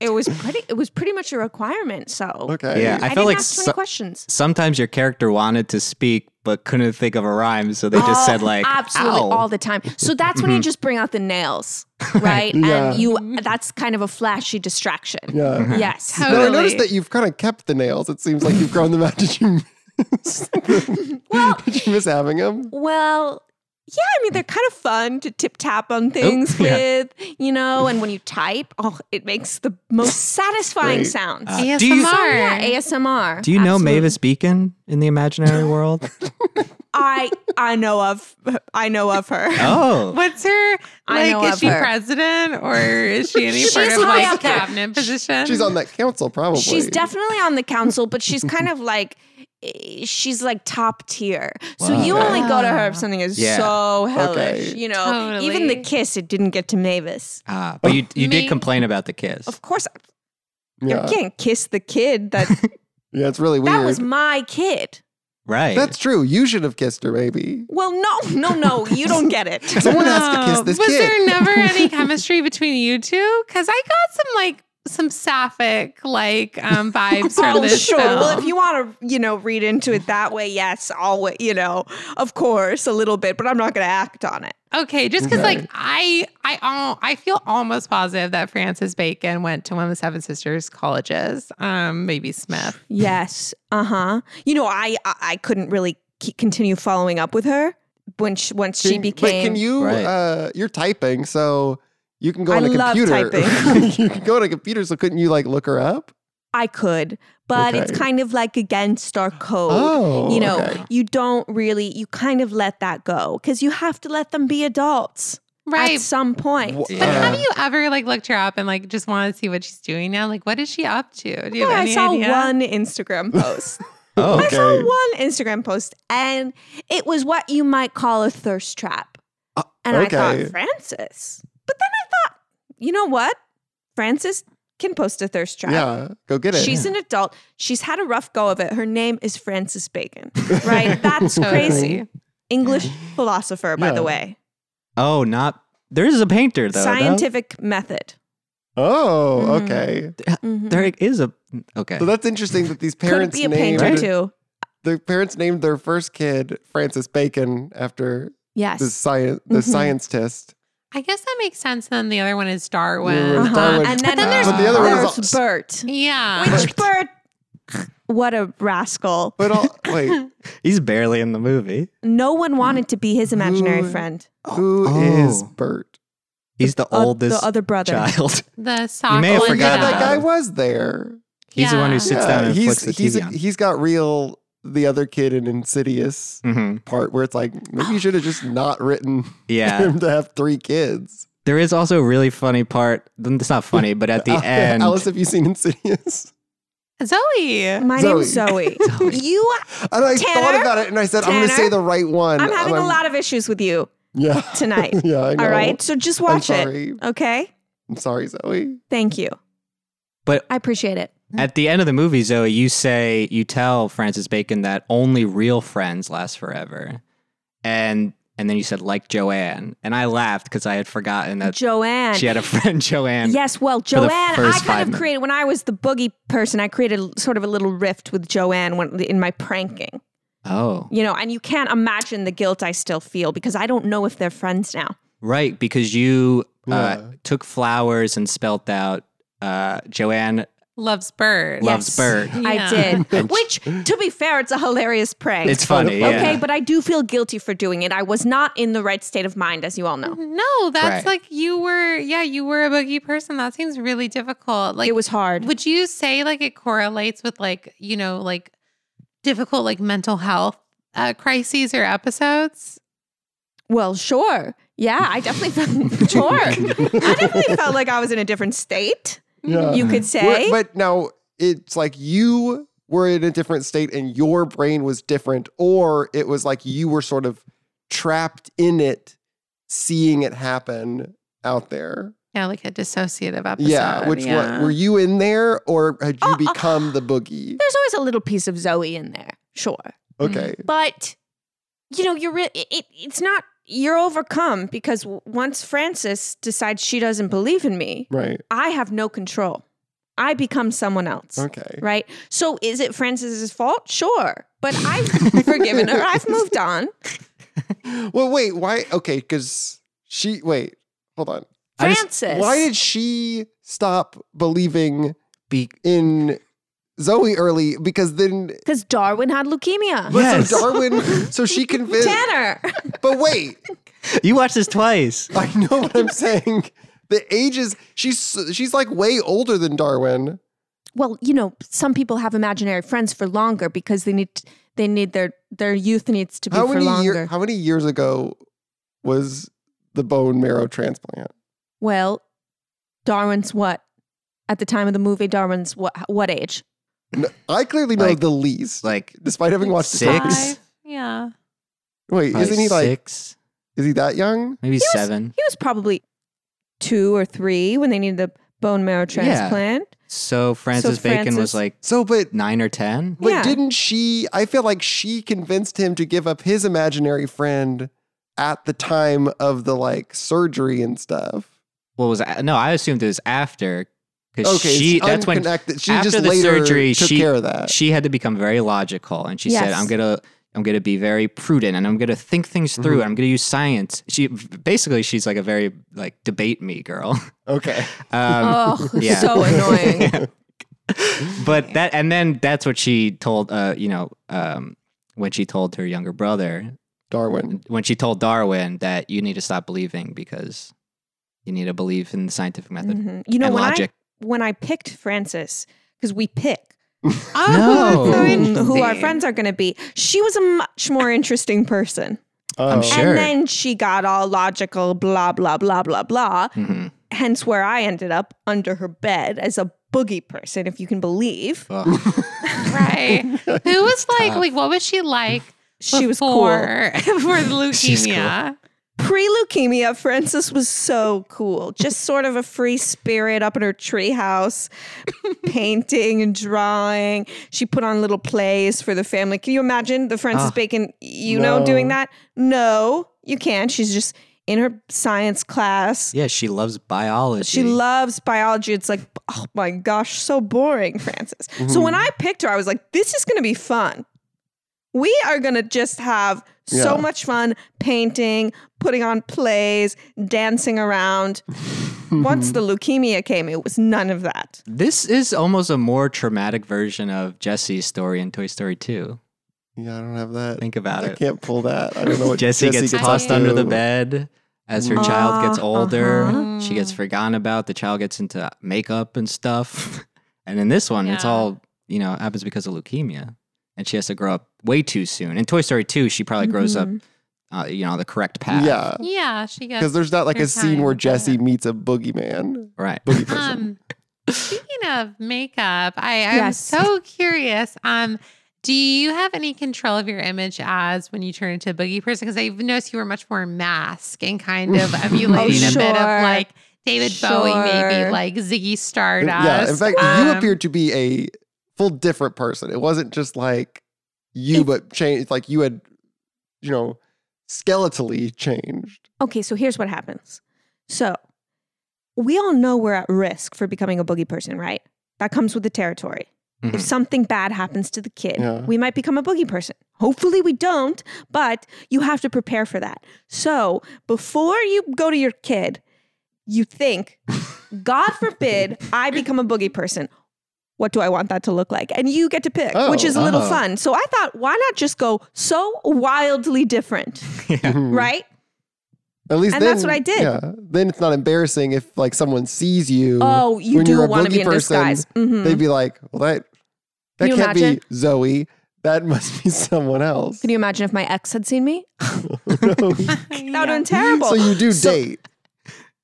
[SPEAKER 4] it was pretty. It was pretty much a requirement. So
[SPEAKER 1] okay.
[SPEAKER 2] Yeah,
[SPEAKER 4] I,
[SPEAKER 2] I
[SPEAKER 4] didn't
[SPEAKER 2] felt like
[SPEAKER 4] ask too
[SPEAKER 2] so-
[SPEAKER 4] many questions.
[SPEAKER 2] Sometimes your character wanted to speak but couldn't think of a rhyme, so they just
[SPEAKER 4] Oh,
[SPEAKER 2] said like,
[SPEAKER 4] absolutely
[SPEAKER 2] "Ow."
[SPEAKER 4] all the time. So that's when you just bring out the nails, right?
[SPEAKER 1] Mm-hmm. Yeah.
[SPEAKER 4] And you that's kind of a flashy distraction.
[SPEAKER 1] yeah.
[SPEAKER 2] Mm-hmm.
[SPEAKER 4] Yes.
[SPEAKER 1] No, I
[SPEAKER 3] Totally.
[SPEAKER 1] noticed that you've kind of kept the nails. It seems like you've grown them out. Did you miss, Did you miss having them?
[SPEAKER 4] Well, yeah, I mean they're kind of fun to tip tap
[SPEAKER 1] Oh,
[SPEAKER 4] on things
[SPEAKER 2] yeah.
[SPEAKER 4] with, you know, and when you type, oh, it makes the most satisfying
[SPEAKER 1] Great.
[SPEAKER 4] sounds.
[SPEAKER 2] Uh,
[SPEAKER 3] ASMR.
[SPEAKER 2] do you-
[SPEAKER 4] yeah, ASMR.
[SPEAKER 2] Do you know
[SPEAKER 4] absolutely.
[SPEAKER 2] Mavis Beacon in the imaginary world?
[SPEAKER 4] I I know of I know of her.
[SPEAKER 2] oh,
[SPEAKER 3] What's her
[SPEAKER 4] I know
[SPEAKER 3] like?
[SPEAKER 4] of
[SPEAKER 3] Is she
[SPEAKER 4] her.
[SPEAKER 3] president or is she any
[SPEAKER 4] She's
[SPEAKER 3] part of
[SPEAKER 4] high
[SPEAKER 3] like
[SPEAKER 4] up there.
[SPEAKER 3] cabinet position?
[SPEAKER 1] She's on that council, probably.
[SPEAKER 4] She's definitely on the council, but she's kind of like eh, she's like top tier. So
[SPEAKER 2] Wow.
[SPEAKER 4] you
[SPEAKER 1] Okay.
[SPEAKER 4] only go to her if something is
[SPEAKER 2] Yeah.
[SPEAKER 4] so hellish,
[SPEAKER 1] Okay.
[SPEAKER 4] you know. Even the
[SPEAKER 3] Totally.
[SPEAKER 4] kiss, it didn't get to Mavis.
[SPEAKER 2] Ah, but you you
[SPEAKER 3] Me-
[SPEAKER 2] did complain about the kiss.
[SPEAKER 4] Of course,
[SPEAKER 1] Yeah,
[SPEAKER 4] you can't kiss the kid. That
[SPEAKER 1] yeah it's really weird.
[SPEAKER 4] that was my kid.
[SPEAKER 2] Right.
[SPEAKER 1] That's true. You should have kissed her, maybe.
[SPEAKER 4] Well, no, no, no, you don't get it.
[SPEAKER 1] Someone has to kiss this
[SPEAKER 3] was
[SPEAKER 1] kid.
[SPEAKER 3] there never any chemistry between you two? Because I got some like some sapphic like um, vibes from
[SPEAKER 4] Oh,
[SPEAKER 3] this
[SPEAKER 4] sure. Well, if
[SPEAKER 3] film.
[SPEAKER 4] you want to, you know, read into it that way, yes, always, you know, of course, a little bit, but I'm not going to act on it.
[SPEAKER 3] Okay, just because
[SPEAKER 1] Okay.
[SPEAKER 3] like I I al- I feel almost positive that Francis Bacon went to one of the Seven Sisters colleges, um, maybe Smith.
[SPEAKER 4] Yes. Uh huh. You know, I I, I couldn't really keep, continue following up with her when she, once she
[SPEAKER 1] Can-
[SPEAKER 4] became.
[SPEAKER 1] Wait, can you?
[SPEAKER 2] Right.
[SPEAKER 1] Uh, you're typing, so you can go
[SPEAKER 4] I
[SPEAKER 1] on a
[SPEAKER 4] love
[SPEAKER 1] computer.
[SPEAKER 4] typing.
[SPEAKER 1] you can go on a computer, so couldn't you like look her up?
[SPEAKER 4] I could, but it's
[SPEAKER 1] Okay.
[SPEAKER 4] kind of like against our code.
[SPEAKER 1] Oh,
[SPEAKER 4] you know,
[SPEAKER 1] okay.
[SPEAKER 4] you don't really, you kind of let that go because you have to let them be adults
[SPEAKER 3] Right.
[SPEAKER 4] at some point.
[SPEAKER 1] Wha-
[SPEAKER 3] but
[SPEAKER 2] Yeah.
[SPEAKER 3] have you ever like looked her up and like just want to see what she's doing now? Like, what is she up to? Do you have
[SPEAKER 4] I
[SPEAKER 3] any
[SPEAKER 4] saw
[SPEAKER 3] idea?
[SPEAKER 4] one Instagram post.
[SPEAKER 2] Oh,
[SPEAKER 4] I saw
[SPEAKER 1] Okay.
[SPEAKER 4] one Instagram post, and it was what you might call a thirst trap. and I
[SPEAKER 1] Uh, okay.
[SPEAKER 4] thought, Francis. But then I thought, you know what? Francis can post a thirst trap.
[SPEAKER 1] Yeah, go get it.
[SPEAKER 4] She's an adult. She's had a rough go of it. Her name is Francis Bacon, right? That's
[SPEAKER 3] Totally.
[SPEAKER 4] crazy. English philosopher, by
[SPEAKER 1] Yeah.
[SPEAKER 4] the way.
[SPEAKER 2] oh, not there is a painter though. though.
[SPEAKER 4] Scientific method.
[SPEAKER 1] oh,
[SPEAKER 4] Mhm.
[SPEAKER 1] okay.
[SPEAKER 4] Mhm.
[SPEAKER 2] There is a okay.
[SPEAKER 1] So that's interesting that these
[SPEAKER 4] Could
[SPEAKER 1] parents
[SPEAKER 4] be a
[SPEAKER 1] named
[SPEAKER 4] painter too.
[SPEAKER 1] the parents named their first kid Francis Bacon after
[SPEAKER 4] Yes.
[SPEAKER 1] the science the
[SPEAKER 4] Mhm.
[SPEAKER 1] science test.
[SPEAKER 3] I guess that makes sense. Then the other one is Darwin.
[SPEAKER 1] Darwin.
[SPEAKER 4] Uh-huh. And
[SPEAKER 1] But
[SPEAKER 2] then
[SPEAKER 4] then,
[SPEAKER 2] there's-
[SPEAKER 4] there's,
[SPEAKER 2] But the other one
[SPEAKER 1] is
[SPEAKER 4] there's
[SPEAKER 1] al-
[SPEAKER 4] Bert.
[SPEAKER 3] Yeah.
[SPEAKER 4] Which Bert? What a rascal.
[SPEAKER 1] But all, wait,
[SPEAKER 2] He's barely in the movie.
[SPEAKER 4] No one wanted to be his imaginary
[SPEAKER 1] Who-
[SPEAKER 4] friend.
[SPEAKER 1] who is
[SPEAKER 2] Oh.
[SPEAKER 1] Bert?
[SPEAKER 2] He's the
[SPEAKER 4] Uh,
[SPEAKER 2] oldest
[SPEAKER 4] the other brother.
[SPEAKER 2] child.
[SPEAKER 3] the sock.
[SPEAKER 2] may have
[SPEAKER 3] one
[SPEAKER 2] forgotten
[SPEAKER 3] that-
[SPEAKER 4] uh,
[SPEAKER 1] that guy was there.
[SPEAKER 2] He's the one who
[SPEAKER 3] Yeah.
[SPEAKER 2] sits down and
[SPEAKER 1] he's
[SPEAKER 2] flicks the
[SPEAKER 1] he's
[SPEAKER 2] TV on.
[SPEAKER 1] he's got real the other kid in Insidious
[SPEAKER 2] hmm
[SPEAKER 1] part where it's like
[SPEAKER 4] Oh.
[SPEAKER 1] maybe you should have just not written
[SPEAKER 2] Yeah,
[SPEAKER 1] him to have three kids.
[SPEAKER 2] there is also a really funny part. It's not funny, but at the
[SPEAKER 1] Al-
[SPEAKER 2] end,
[SPEAKER 1] Oh, Uh, Alice, have you seen Insidious?
[SPEAKER 3] Zoe.
[SPEAKER 4] My name's Zoe. you,
[SPEAKER 1] And I
[SPEAKER 4] Tanner?
[SPEAKER 1] thought about it and I said I'm going to
[SPEAKER 4] Tanner?
[SPEAKER 1] say the right one.
[SPEAKER 4] I'm having
[SPEAKER 1] And
[SPEAKER 4] a lot of issues with you
[SPEAKER 1] yeah
[SPEAKER 4] tonight.
[SPEAKER 1] yeah. I know.
[SPEAKER 4] All right. So just
[SPEAKER 1] I'm
[SPEAKER 4] watch it. Mm-hmm.
[SPEAKER 1] sorry.
[SPEAKER 4] Okay.
[SPEAKER 1] I'm sorry, Zoe.
[SPEAKER 4] Thank you.
[SPEAKER 2] But-
[SPEAKER 4] I appreciate it.
[SPEAKER 2] at the end of the movie, Zoe, you say you tell Francis Bacon that only real friends last forever, and and then you said like Joanne, and I laughed because I had forgotten that
[SPEAKER 4] Joanne.
[SPEAKER 2] she had a friend Joanne.
[SPEAKER 4] Yes, well,
[SPEAKER 2] the
[SPEAKER 4] Joanne, I
[SPEAKER 2] first five
[SPEAKER 4] kind of
[SPEAKER 2] minutes.
[SPEAKER 4] created when I was the boogie person. I created l- sort of a little rift with Joanne when, in my pranking,
[SPEAKER 2] Oh,
[SPEAKER 4] you know. And you can't imagine the guilt I still feel because I don't know if they're friends now.
[SPEAKER 2] right, because you uh,
[SPEAKER 1] Yeah.
[SPEAKER 2] took flowers and spelt out uh, Joanne
[SPEAKER 3] Loves bird.
[SPEAKER 2] loves
[SPEAKER 4] Yes.
[SPEAKER 2] Bird.
[SPEAKER 4] I
[SPEAKER 3] Yeah.
[SPEAKER 4] did, which, to be fair, it's a hilarious prank.
[SPEAKER 2] It's funny, yeah.
[SPEAKER 4] okay, but I do feel guilty for doing it. I was not in the right state of mind, as you all know.
[SPEAKER 3] No,
[SPEAKER 2] Right.
[SPEAKER 3] that's like you were. Yeah, you were a boogie person. That seems really difficult. Like
[SPEAKER 4] it was hard.
[SPEAKER 3] Would you say like it correlates with like you know like difficult like mental health uh, crises or episodes?
[SPEAKER 4] Well, sure. Yeah, I definitely felt sure. I definitely felt like I was in a different state.
[SPEAKER 1] Yeah.
[SPEAKER 4] You could say.
[SPEAKER 1] We're- But now it's like you were in a different state and your brain was different, or it was like you were sort of trapped in it, seeing it happen out there.
[SPEAKER 3] Yeah, like a dissociative episode.
[SPEAKER 1] yeah. Which
[SPEAKER 3] yeah.
[SPEAKER 1] one? Were you in there or had you
[SPEAKER 4] Oh, oh.
[SPEAKER 1] become the boogie?
[SPEAKER 4] There's always a little piece of Zoe in there, sure.
[SPEAKER 1] Okay.
[SPEAKER 4] But you know, you're re- it, it- it's not you're overcome because w- once Frances decides she doesn't believe in me,
[SPEAKER 1] Right.
[SPEAKER 4] I have no control. I become someone else.
[SPEAKER 1] Okay.
[SPEAKER 4] Right? So is it Frances's fault? Sure. But I've forgiven her. I've moved on.
[SPEAKER 1] Well, wait. Why? Okay. Because she, wait, hold on.
[SPEAKER 2] I just-
[SPEAKER 4] Frances.
[SPEAKER 1] Why did she stop believing
[SPEAKER 2] Be-
[SPEAKER 1] in Zoe early? Because then
[SPEAKER 4] Because Darwin had leukemia.
[SPEAKER 1] But
[SPEAKER 2] Yes.
[SPEAKER 1] so Darwin, so she convinced.
[SPEAKER 4] Tanner.
[SPEAKER 1] But wait,
[SPEAKER 2] you watched this twice.
[SPEAKER 1] I know what I'm saying. The ages, she's she's like way older than Darwin.
[SPEAKER 4] Well, you know, some people have imaginary friends for longer because they need they need their their youth needs to be
[SPEAKER 1] How
[SPEAKER 4] for
[SPEAKER 1] many
[SPEAKER 4] longer.
[SPEAKER 1] year, How many years ago was the bone marrow transplant?
[SPEAKER 4] Well, Darwin's what? At the time of the movie, Darwin's what what age?
[SPEAKER 1] No, I clearly know
[SPEAKER 2] Like-
[SPEAKER 1] the least,
[SPEAKER 2] Like
[SPEAKER 1] despite having watched the
[SPEAKER 2] Six?
[SPEAKER 1] documentary.
[SPEAKER 3] Five. Yeah.
[SPEAKER 1] Wait,
[SPEAKER 2] probably
[SPEAKER 1] isn't he like?
[SPEAKER 2] six,
[SPEAKER 1] Is he that young?
[SPEAKER 2] maybe
[SPEAKER 4] was-
[SPEAKER 2] seven?
[SPEAKER 4] He was probably two or three when they needed the bone marrow transplant.
[SPEAKER 2] So Francis Bacon was
[SPEAKER 4] Francis-
[SPEAKER 2] like
[SPEAKER 1] So, but
[SPEAKER 2] nine or ten.
[SPEAKER 1] but
[SPEAKER 4] Yeah.
[SPEAKER 1] didn't she? I feel like she convinced him to give up his imaginary friend at the time of the like surgery and stuff.
[SPEAKER 2] What was no? I assumed it was after Because
[SPEAKER 1] okay,
[SPEAKER 2] she
[SPEAKER 1] it's
[SPEAKER 2] that's when
[SPEAKER 1] unconnected. she
[SPEAKER 2] after
[SPEAKER 1] just
[SPEAKER 2] the
[SPEAKER 1] later
[SPEAKER 2] surgery,
[SPEAKER 1] took
[SPEAKER 2] she-
[SPEAKER 1] care of that.
[SPEAKER 2] she had to become very logical and she said
[SPEAKER 4] Yes.
[SPEAKER 2] i'm gonna i'm gonna be very prudent and i'm gonna think things
[SPEAKER 1] Mm-hmm.
[SPEAKER 2] through and i'm gonna use science she basically she's like a very like debate me girl
[SPEAKER 1] okay,
[SPEAKER 2] um,
[SPEAKER 4] Oh,
[SPEAKER 2] yeah.
[SPEAKER 4] so annoying.
[SPEAKER 2] but that and then that's what she told uh you know um when she told her younger brother
[SPEAKER 1] Darwin.
[SPEAKER 2] when she told darwin that you need to stop believing because you need to believe in the scientific method
[SPEAKER 4] Mhm. You know
[SPEAKER 2] and
[SPEAKER 4] when
[SPEAKER 2] logic
[SPEAKER 4] I when I picked Francis because we pick
[SPEAKER 3] Oh,
[SPEAKER 2] No.
[SPEAKER 3] that's so
[SPEAKER 4] who, who our
[SPEAKER 3] interesting.
[SPEAKER 4] friends are going to be. She was a much more interesting person,
[SPEAKER 1] Oh.
[SPEAKER 2] sure.
[SPEAKER 4] and then she got all logical, blah blah blah blah blah.
[SPEAKER 2] Mhm.
[SPEAKER 4] Hence where I ended up under her bed as a boogie person, if you can believe.
[SPEAKER 2] Ugh.
[SPEAKER 3] Right. Who was like, like, what was she like?
[SPEAKER 4] She was cool.
[SPEAKER 3] before- for the
[SPEAKER 2] She's cool.
[SPEAKER 3] leukemia.
[SPEAKER 4] Pre leukemia, Frances was so cool. Just sort of a free spirit up in her treehouse, painting and drawing. She put on little plays for the family. Can you imagine the Frances
[SPEAKER 2] Ah.
[SPEAKER 4] Bacon, you know,
[SPEAKER 1] No.
[SPEAKER 4] doing that? No, you can't. She's just in her science class.
[SPEAKER 2] yeah she loves biology
[SPEAKER 4] She loves biology. It's like, oh my gosh, so boring, Francis. So when I picked her, I was like, this is going to be fun. We are going to just have so
[SPEAKER 1] Yeah.
[SPEAKER 4] much fun painting, putting on plays, dancing around.
[SPEAKER 1] Mm-hmm.
[SPEAKER 4] Once the leukemia came, it was none of that.
[SPEAKER 2] this is almost a more traumatic version of jesse's story in toy story 2
[SPEAKER 1] Yeah, I don't have that.
[SPEAKER 2] think about
[SPEAKER 1] I
[SPEAKER 2] it
[SPEAKER 1] can't pull that. I don't know what
[SPEAKER 2] Jesse, gets,
[SPEAKER 3] gets
[SPEAKER 2] tossed
[SPEAKER 3] up
[SPEAKER 2] under
[SPEAKER 1] to.
[SPEAKER 2] the bed as her child gets
[SPEAKER 4] Ah,
[SPEAKER 2] older.
[SPEAKER 4] uh-huh.
[SPEAKER 2] She gets forgotten about. The child gets into makeup and stuff. And in this one, it's
[SPEAKER 3] Yeah.
[SPEAKER 2] all, you know, happens because of leukemia. And she has to grow up way too soon. In Toy Story 2, she probably grows up, uh, you know, on the correct path.
[SPEAKER 1] Yeah,
[SPEAKER 3] Yeah, she gets.
[SPEAKER 1] because there's not like
[SPEAKER 3] Her
[SPEAKER 1] a scene where
[SPEAKER 3] time, but-
[SPEAKER 1] Jesse meets a boogeyman.
[SPEAKER 2] Right.
[SPEAKER 1] Boogie person.
[SPEAKER 3] Um, speaking of makeup, I am
[SPEAKER 4] Yes.
[SPEAKER 3] so curious. Um, do you have any control of your image as when you turn into a boogie person? Because I've noticed you were much more mask and kind
[SPEAKER 1] Oh,
[SPEAKER 3] of emulating a bit
[SPEAKER 4] sure.
[SPEAKER 3] of like David Bowie,
[SPEAKER 4] Sure.
[SPEAKER 3] maybe like Ziggy Stardust.
[SPEAKER 1] yeah, in fact, you
[SPEAKER 3] Um,
[SPEAKER 1] appeared to be a full different person. It wasn't just like you, but changed. Like you had, you know, skeletally changed.
[SPEAKER 4] Okay, so here's what happens. So we all know we're at risk for becoming a boogie person, right? That comes with the territory.
[SPEAKER 2] Mhm.
[SPEAKER 4] If something bad happens to the kid,
[SPEAKER 1] Mm-hmm. Yeah.
[SPEAKER 4] we might become a boogie person. Hopefully, we don't, but you have to prepare for that. So, before you go to your kid, you think, God forbid, I become a boogie person. What do I want that to look like? And you get to pick, which
[SPEAKER 1] Oh,
[SPEAKER 4] is a little
[SPEAKER 2] oh.
[SPEAKER 4] fun. So, I thought, why not just go so wildly different,
[SPEAKER 1] Mm-hmm. Mm.
[SPEAKER 4] right?
[SPEAKER 1] At least,
[SPEAKER 4] And
[SPEAKER 1] then,
[SPEAKER 4] that's what I did.
[SPEAKER 1] Yeah, then it's not embarrassing if like someone sees you.
[SPEAKER 4] Oh, you
[SPEAKER 1] when you're
[SPEAKER 4] do
[SPEAKER 1] a
[SPEAKER 4] want to be
[SPEAKER 1] boogie
[SPEAKER 4] in
[SPEAKER 1] person,
[SPEAKER 4] disguise. Mhm.
[SPEAKER 1] They'd be like, "Well, that that
[SPEAKER 4] you
[SPEAKER 1] can't
[SPEAKER 4] imagine?
[SPEAKER 1] be Zoe. That must be someone else."
[SPEAKER 4] Can you imagine if my ex had seen me? That would have been
[SPEAKER 3] yeah.
[SPEAKER 4] terrible.
[SPEAKER 1] so you do
[SPEAKER 4] So- oh.
[SPEAKER 1] date.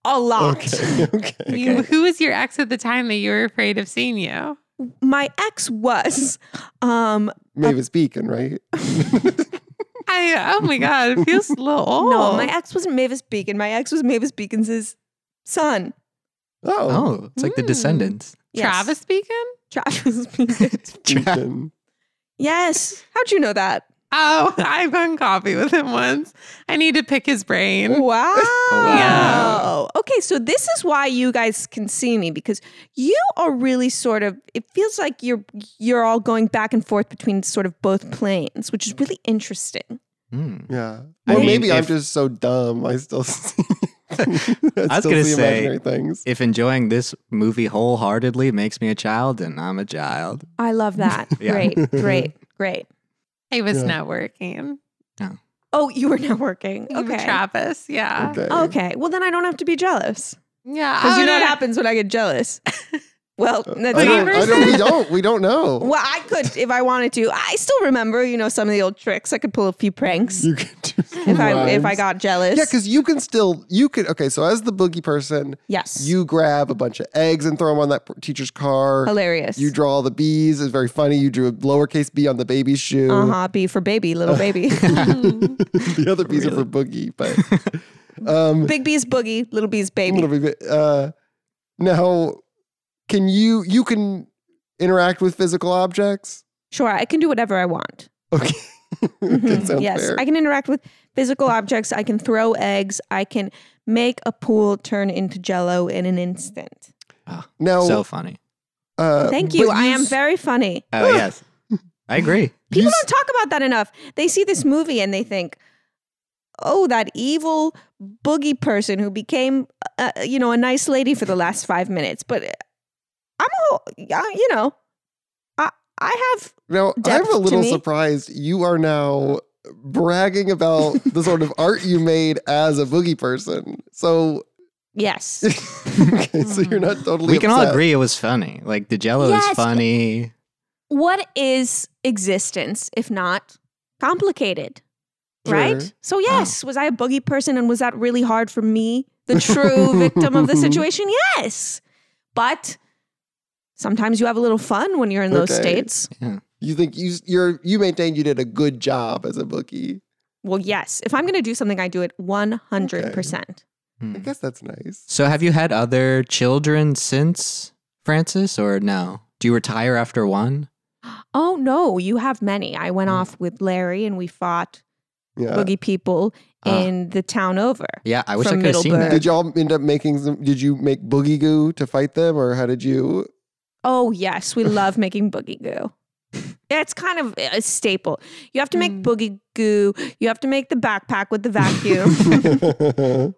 [SPEAKER 4] a lot.
[SPEAKER 1] Okay, okay.
[SPEAKER 3] You- who was your ex at the time that you were afraid of seeing you?
[SPEAKER 4] My ex was um
[SPEAKER 1] Mavis Beacon, right?
[SPEAKER 3] I oh my god, it feels a little old.
[SPEAKER 4] No,
[SPEAKER 1] Oh.
[SPEAKER 4] my ex wasn't Mavis Beacon. My ex was Mavis Beacon's son.
[SPEAKER 1] Oh,
[SPEAKER 2] Oh, it's like the
[SPEAKER 3] Mm.
[SPEAKER 2] descendants.
[SPEAKER 4] Yes.
[SPEAKER 3] Travis Beacon.
[SPEAKER 4] Travis Beacon.
[SPEAKER 1] Beacon.
[SPEAKER 4] yes. How'd you know that?
[SPEAKER 3] Oh, I've hung coffee with him once. I need to pick his
[SPEAKER 1] Oh,
[SPEAKER 3] brain.
[SPEAKER 4] Wow.
[SPEAKER 2] Wow.
[SPEAKER 4] Okay, so this is why you guys can see me because you are really sort of it feels like you're you're all going back and forth between sort of both planes, which is really interesting.
[SPEAKER 2] Mm.
[SPEAKER 1] Yeah.
[SPEAKER 2] I
[SPEAKER 1] Or
[SPEAKER 2] mean,
[SPEAKER 1] maybe I'm
[SPEAKER 2] if-
[SPEAKER 1] just so dumb. I still see. I,
[SPEAKER 2] was
[SPEAKER 1] still
[SPEAKER 2] gonna
[SPEAKER 1] see
[SPEAKER 2] say-
[SPEAKER 1] imaginary things.
[SPEAKER 2] If enjoying this movie wholeheartedly makes me a child, then I'm a child.
[SPEAKER 4] I love that.
[SPEAKER 2] Yeah.
[SPEAKER 4] Great, great, great.
[SPEAKER 3] It was
[SPEAKER 1] Yeah.
[SPEAKER 3] not working.
[SPEAKER 4] Oh, you are not working.
[SPEAKER 3] Okay.
[SPEAKER 4] Okay.
[SPEAKER 3] Travis, yeah.
[SPEAKER 1] Okay.
[SPEAKER 4] Okay. Well, then I don't have to be jealous
[SPEAKER 3] Yeah.
[SPEAKER 4] because
[SPEAKER 3] oh,
[SPEAKER 4] you know
[SPEAKER 3] no,
[SPEAKER 4] what
[SPEAKER 3] no.
[SPEAKER 4] happens when I get jealous. well, that's
[SPEAKER 1] Uh, I
[SPEAKER 4] not.
[SPEAKER 1] don't, I don't, we
[SPEAKER 3] person?
[SPEAKER 1] don't. We don't know.
[SPEAKER 4] Well, I could if I wanted to. I still remember, you know, some of the old tricks. I could pull a few pranks
[SPEAKER 1] You can do.
[SPEAKER 4] if I if I
[SPEAKER 1] rhymes.
[SPEAKER 4] got jealous.
[SPEAKER 1] Yeah, because you can still you could. Okay, so as the boogie person,
[SPEAKER 4] yes,
[SPEAKER 1] you grab a bunch of eggs and throw them on that teacher's car.
[SPEAKER 4] hilarious.
[SPEAKER 1] You draw all the bees. It's very funny. You drew a lowercase b on the baby's shoe.
[SPEAKER 4] uh huh. B for baby, little baby.
[SPEAKER 1] the other bees are for boogie, but um,
[SPEAKER 4] Big B's boogie, little B's baby.
[SPEAKER 1] little bit. Uh, now, can you you can interact with physical objects?
[SPEAKER 4] Sure, I can do whatever I want.
[SPEAKER 1] Okay, okay sounds
[SPEAKER 4] Mm-hmm. yes,
[SPEAKER 1] fair.
[SPEAKER 4] I can interact with physical objects. I can throw eggs. I can make a pool turn into jello in an instant.
[SPEAKER 1] Now,
[SPEAKER 2] so funny.
[SPEAKER 1] uh,
[SPEAKER 4] Thank
[SPEAKER 1] but Uh,
[SPEAKER 4] you. I am
[SPEAKER 1] s-
[SPEAKER 4] very funny.
[SPEAKER 2] Oh yes, I agree.
[SPEAKER 1] you
[SPEAKER 4] People
[SPEAKER 1] s-
[SPEAKER 4] don't talk about that enough. They see this movie and they think, "Oh, that evil boogie person who became, uh, you know, a nice lady for the last five minutes." But uh, I'm, a, uh, you know, I I have
[SPEAKER 1] Now,
[SPEAKER 4] depth
[SPEAKER 1] I'm a
[SPEAKER 4] to
[SPEAKER 1] little
[SPEAKER 4] me.
[SPEAKER 1] surprised you are now bragging about the sort of art you made as a boogie person. So,
[SPEAKER 4] yes.
[SPEAKER 1] okay, so you're
[SPEAKER 4] Hmm.
[SPEAKER 1] not totally.
[SPEAKER 2] we can all
[SPEAKER 1] upset.
[SPEAKER 2] agree it was funny. Like the Jello
[SPEAKER 4] Yes.
[SPEAKER 2] is funny.
[SPEAKER 4] what is existence if not complicated? Right?
[SPEAKER 1] Sure.
[SPEAKER 4] So, yes, was I a boogie person and was that really hard for me, the true victim of the situation? Yes. But sometimes you have a little fun when you're in those
[SPEAKER 1] Okay.
[SPEAKER 4] states.
[SPEAKER 1] You think you s- you're you maintain you did a good job as a boogie.
[SPEAKER 4] Well, yes, if I'm going to do something, I do it 100%.
[SPEAKER 1] I
[SPEAKER 2] Hmm.
[SPEAKER 1] guess that's nice.
[SPEAKER 2] So have you had other children since Francis, or no? Do you retire after one?
[SPEAKER 4] Oh, no, you have many. I
[SPEAKER 1] Hmm.
[SPEAKER 4] went
[SPEAKER 2] Mm.
[SPEAKER 4] off with Larry and we fought
[SPEAKER 1] Yeah.
[SPEAKER 4] boogie people
[SPEAKER 1] uh.
[SPEAKER 2] Ah.
[SPEAKER 4] in the town over.
[SPEAKER 2] Yeah, I wish I
[SPEAKER 4] From
[SPEAKER 2] could have seen that.
[SPEAKER 4] Middleburg.
[SPEAKER 1] Did y'all end up making some? Did you make boogie goo to fight them, or how did you?
[SPEAKER 4] Oh yes, we love making boogie goo. It's kind of a staple. You have to make
[SPEAKER 3] Mm.
[SPEAKER 4] boogie goo. You have to make the backpack with the vacuum.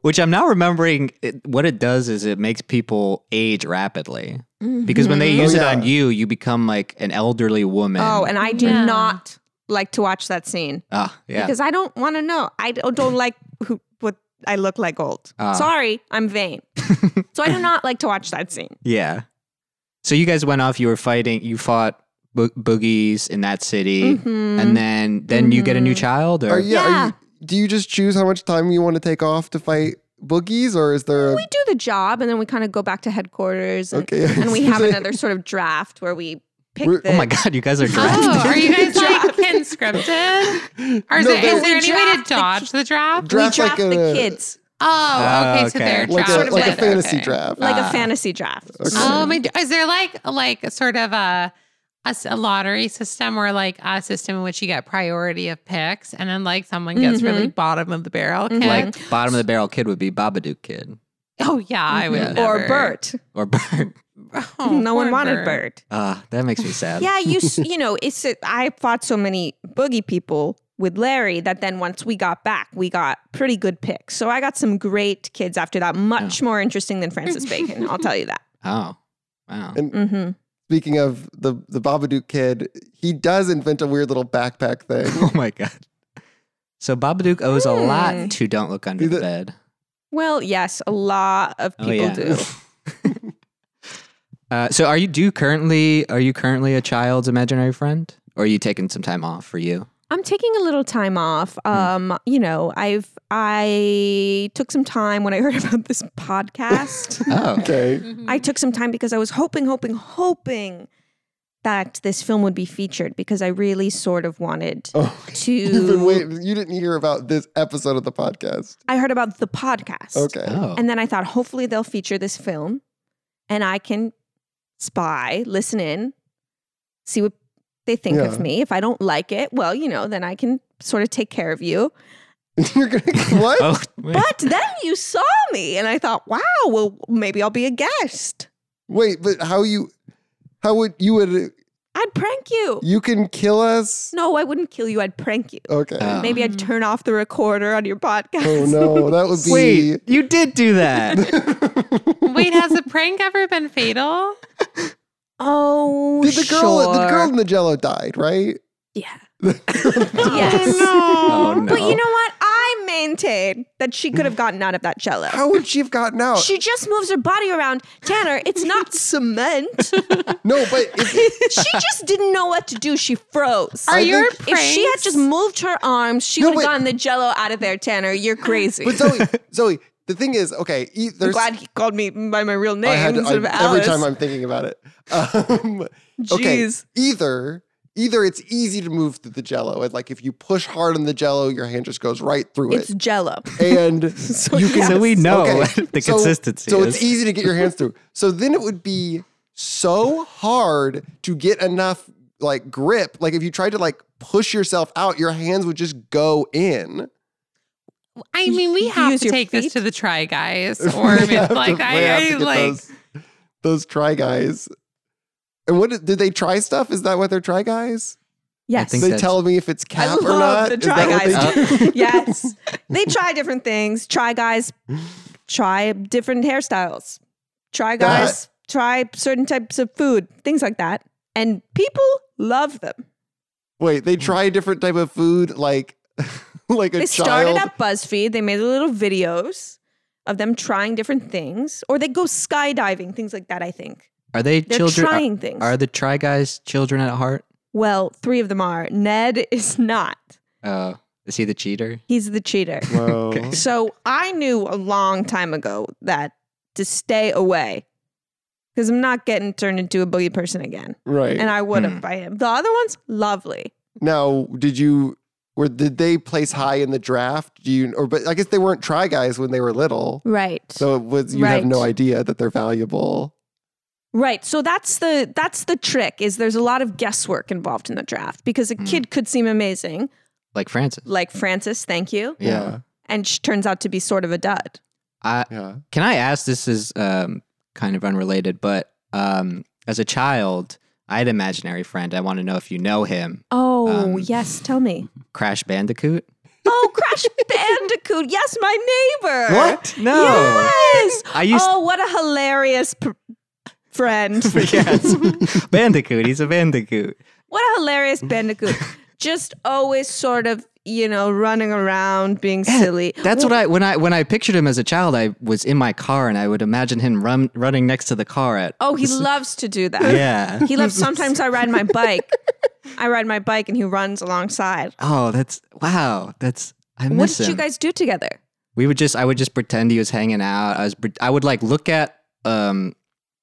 [SPEAKER 2] Which I'm now remembering it, what it does is it makes people age rapidly. Because when they
[SPEAKER 3] Mm-hmm.
[SPEAKER 4] Mhm.
[SPEAKER 1] Oh,
[SPEAKER 2] use
[SPEAKER 1] yeah.
[SPEAKER 2] it on you, you become like an elderly woman.
[SPEAKER 4] oh, and I do
[SPEAKER 3] Yeah.
[SPEAKER 4] not like to watch that scene
[SPEAKER 2] ah, yeah.
[SPEAKER 4] because I don't want to know. I don't, don't like who, what I look like old.
[SPEAKER 2] Ah.
[SPEAKER 4] Sorry, I'm vain. so I do not like to watch that scene.
[SPEAKER 2] Yeah. So you guys went off. You were fighting. You fought bo- boogies in that city,
[SPEAKER 4] Mhm.
[SPEAKER 2] and then then you get a
[SPEAKER 4] Mm-hmm.
[SPEAKER 2] new child. Or
[SPEAKER 1] Are you, Are
[SPEAKER 4] Yeah.
[SPEAKER 1] you, do you just choose how much time you want to take off to fight boogies, or is there? A,
[SPEAKER 4] we do the job, and then we kind of go back to headquarters, and,
[SPEAKER 1] okay.
[SPEAKER 4] and we have another sort of draft where we pick.
[SPEAKER 1] We're-
[SPEAKER 4] the,
[SPEAKER 2] oh my god, you guys are
[SPEAKER 3] Oh,
[SPEAKER 2] drafting.
[SPEAKER 3] are you guys like conscripted? Or is,
[SPEAKER 1] No,
[SPEAKER 3] it,
[SPEAKER 1] that's-
[SPEAKER 3] is there
[SPEAKER 4] We
[SPEAKER 3] any way to
[SPEAKER 4] draft the
[SPEAKER 3] dodge the draft?
[SPEAKER 4] we
[SPEAKER 1] draft like
[SPEAKER 4] draft the
[SPEAKER 1] a-
[SPEAKER 4] kids.
[SPEAKER 3] Oh, okay. So
[SPEAKER 2] okay.
[SPEAKER 3] they're
[SPEAKER 1] like
[SPEAKER 3] draft.
[SPEAKER 1] a,
[SPEAKER 4] Sort of
[SPEAKER 1] like a
[SPEAKER 4] like-
[SPEAKER 1] fantasy
[SPEAKER 3] okay.
[SPEAKER 1] draft.
[SPEAKER 4] like
[SPEAKER 2] Ah.
[SPEAKER 4] a fantasy draft.
[SPEAKER 1] Okay.
[SPEAKER 3] Oh my! d- Is there like like sort of a a, s- a lottery system or like a system in which you get priority of picks, and then like someone gets really
[SPEAKER 1] Mm-hmm.
[SPEAKER 3] bottom of the barrel? Kicked?
[SPEAKER 2] like bottom of the barrel kid would be Babadook kid
[SPEAKER 3] oh yeah, I would.
[SPEAKER 1] Mm-hmm.
[SPEAKER 2] Yeah.
[SPEAKER 4] Or
[SPEAKER 3] never.
[SPEAKER 4] Bert.
[SPEAKER 2] or Bert.
[SPEAKER 3] Oh,
[SPEAKER 4] no one
[SPEAKER 3] poor
[SPEAKER 4] wanted Bert.
[SPEAKER 2] Ah, that makes me sad.
[SPEAKER 4] Yeah, you s- you know, it's a, I fought so many boogie people with Larry that then once we got back, we got pretty good picks. So I got some great kids after that, much more interesting than Francis Bacon. I'll tell you that.
[SPEAKER 2] Oh, wow.
[SPEAKER 1] And
[SPEAKER 4] hmm
[SPEAKER 1] speaking of the the Babadook kid, he does invent a weird little backpack thing.
[SPEAKER 2] Oh my god. So Babadook owes a
[SPEAKER 4] Hmm.
[SPEAKER 2] lot to Don't Look Under
[SPEAKER 1] Is
[SPEAKER 2] the
[SPEAKER 1] it-
[SPEAKER 2] Bed.
[SPEAKER 4] Well, yes, a lot of
[SPEAKER 3] Oh,
[SPEAKER 4] people do.
[SPEAKER 2] do. uh, so are you do you currently are you currently a child's imaginary friend? Or are you taking some time off for you?
[SPEAKER 4] I'm taking a little time off.
[SPEAKER 3] Hmm.
[SPEAKER 4] Um, you know, I've I took some time when I heard about this podcast.
[SPEAKER 2] Oh.
[SPEAKER 1] Okay.
[SPEAKER 3] Mm-hmm.
[SPEAKER 4] I took some time because I was hoping, hoping, hoping that this film would be featured because I really sort of wanted
[SPEAKER 1] Oh,
[SPEAKER 4] to.
[SPEAKER 1] you've been waiting. You didn't hear about this episode of the podcast.
[SPEAKER 4] I heard about the podcast.
[SPEAKER 1] Okay.
[SPEAKER 2] Oh.
[SPEAKER 4] And then I thought, hopefully, they'll feature this film and I can spy, listen in, see what they think
[SPEAKER 1] Yeah.
[SPEAKER 4] of me. If I don't like it, well, you know, then I can sort of take care of you.
[SPEAKER 1] You're gonna what?
[SPEAKER 2] oh, wait.
[SPEAKER 4] But then you saw me and I thought, wow, well, maybe I'll be a guest.
[SPEAKER 1] Wait, but how you? How would you would?
[SPEAKER 4] I'd prank you.
[SPEAKER 1] You can kill us.
[SPEAKER 4] No, I wouldn't kill you. I'd prank you.
[SPEAKER 1] Okay.
[SPEAKER 2] Oh.
[SPEAKER 4] Maybe I'd turn off the recorder on your podcast.
[SPEAKER 1] Oh no, that would be.
[SPEAKER 2] Wait, you did do that.
[SPEAKER 3] Wait, has a prank ever been fatal?
[SPEAKER 4] Oh,
[SPEAKER 1] Did the girl the
[SPEAKER 4] sure.
[SPEAKER 1] girl in the Jello died, right?
[SPEAKER 4] Yeah.
[SPEAKER 3] Oh,
[SPEAKER 4] yes.
[SPEAKER 2] oh
[SPEAKER 3] no.
[SPEAKER 2] no.
[SPEAKER 4] But you know what? I maintain that she could have gotten out of that cello.
[SPEAKER 1] How would she have gotten out?
[SPEAKER 4] She just moves her body around. Tanner, it's not cement.
[SPEAKER 1] no, but if,
[SPEAKER 4] she just didn't know what to do. She froze.
[SPEAKER 3] Are
[SPEAKER 1] I
[SPEAKER 3] your
[SPEAKER 1] think-
[SPEAKER 4] if
[SPEAKER 3] pranks?
[SPEAKER 4] she had just moved her arms, she
[SPEAKER 1] No,
[SPEAKER 4] would have
[SPEAKER 1] but-
[SPEAKER 4] gotten the jello out of there, Tanner. You're crazy.
[SPEAKER 1] but Zoe, Zoe, the thing is, okay, e-
[SPEAKER 4] I'm
[SPEAKER 1] there's.
[SPEAKER 4] glad he called me by my real name
[SPEAKER 1] I had to,
[SPEAKER 4] instead of
[SPEAKER 1] I- every
[SPEAKER 4] Alice.
[SPEAKER 1] time I'm thinking about it. Um, okay,
[SPEAKER 4] Jeez.
[SPEAKER 1] either either it's easy to move through the Jello, and like if you push hard on the Jello, your hand just goes right through
[SPEAKER 4] It's
[SPEAKER 1] it,
[SPEAKER 4] jello.
[SPEAKER 1] and you can.
[SPEAKER 2] so we know
[SPEAKER 1] Okay,
[SPEAKER 2] what the
[SPEAKER 1] so-
[SPEAKER 2] consistency
[SPEAKER 1] So
[SPEAKER 2] is.
[SPEAKER 1] it's easy to get your hands through. So then it would be so hard to get enough like grip. Like if you tried to like push yourself out, your hands would just go in.
[SPEAKER 3] I mean, we
[SPEAKER 4] You
[SPEAKER 3] have
[SPEAKER 4] use
[SPEAKER 3] to
[SPEAKER 4] your
[SPEAKER 3] take
[SPEAKER 4] feet?
[SPEAKER 3] this to the try guys, or
[SPEAKER 1] We have
[SPEAKER 3] like
[SPEAKER 1] to- we have
[SPEAKER 3] I,
[SPEAKER 1] to
[SPEAKER 3] I
[SPEAKER 1] get
[SPEAKER 3] like
[SPEAKER 1] those, those try guys. And what did did they try stuff? Is that what they're try guys?
[SPEAKER 4] Yes.
[SPEAKER 2] think
[SPEAKER 1] they
[SPEAKER 2] that's-
[SPEAKER 1] tell me if it's
[SPEAKER 4] I
[SPEAKER 1] cap
[SPEAKER 4] love
[SPEAKER 1] or not.
[SPEAKER 4] the
[SPEAKER 1] Is
[SPEAKER 4] try
[SPEAKER 1] that what they
[SPEAKER 4] guys.
[SPEAKER 1] do?
[SPEAKER 4] yes. They try different things. Try guys try different hairstyles. Try guys try certain types of food, things like that. And people love them.
[SPEAKER 1] Wait, they try different type of food, like like a
[SPEAKER 4] they
[SPEAKER 1] child.
[SPEAKER 4] started at BuzzFeed. They made little videos of them trying different things, or they go skydiving, things like that. I think
[SPEAKER 2] Are they
[SPEAKER 4] they're
[SPEAKER 2] children? are-
[SPEAKER 4] trying things.
[SPEAKER 2] Are, the Try Guys children at heart?
[SPEAKER 4] well, three of them are. Ned is not.
[SPEAKER 2] Uh, is he the cheater?
[SPEAKER 4] He's the cheater.
[SPEAKER 1] Whoa.
[SPEAKER 2] Okay.
[SPEAKER 4] so I knew a long time ago that to stay away because I'm not getting turned into a boogie person again.
[SPEAKER 1] Right.
[SPEAKER 4] And I would have
[SPEAKER 2] Hmm.
[SPEAKER 4] by him. The other one's lovely.
[SPEAKER 1] now, did you or did they place high in the draft? Do you or but I guess they weren't try guys when they were little.
[SPEAKER 4] Right.
[SPEAKER 1] So it was you have
[SPEAKER 4] Right.
[SPEAKER 1] no idea that they're valuable.
[SPEAKER 4] Right. So that's the that's the trick is there's a lot of guesswork involved in the draft because a
[SPEAKER 2] Mm.
[SPEAKER 4] kid could seem amazing,
[SPEAKER 2] Like Francis?
[SPEAKER 4] like Francis, thank you,
[SPEAKER 2] Yeah.
[SPEAKER 4] and she turns out to be sort of a dud.
[SPEAKER 2] I,
[SPEAKER 1] Yeah. yeah.
[SPEAKER 2] can I ask? This is um, kind of unrelated, but um, as a child, I had an imaginary friend. I want to know if you know him.
[SPEAKER 4] Oh,
[SPEAKER 2] Um,
[SPEAKER 4] yes, tell me.
[SPEAKER 2] Crash Bandicoot.
[SPEAKER 4] Oh, Crash Bandicoot. Yes, my neighbor.
[SPEAKER 2] No.
[SPEAKER 4] Yes.
[SPEAKER 2] I used.
[SPEAKER 4] oh, what a hilarious pr- friend.
[SPEAKER 2] yes. bandicoot. He's a bandicoot.
[SPEAKER 4] What a hilarious bandicoot. Just always sort of, you know, running around being silly.
[SPEAKER 2] That's what I when I when I pictured him as a child. I was in my car and I would imagine him run, running next to the car at.
[SPEAKER 4] Oh, he loves to do that.
[SPEAKER 2] Yeah.
[SPEAKER 4] He loves sometimes I ride my bike. I ride my bike and he runs alongside.
[SPEAKER 2] Oh, that's wow. That's I
[SPEAKER 4] What
[SPEAKER 2] miss
[SPEAKER 4] did you
[SPEAKER 2] him.
[SPEAKER 4] guys do together?
[SPEAKER 2] we would just I would just pretend he was hanging out. I was pre- I would like look at um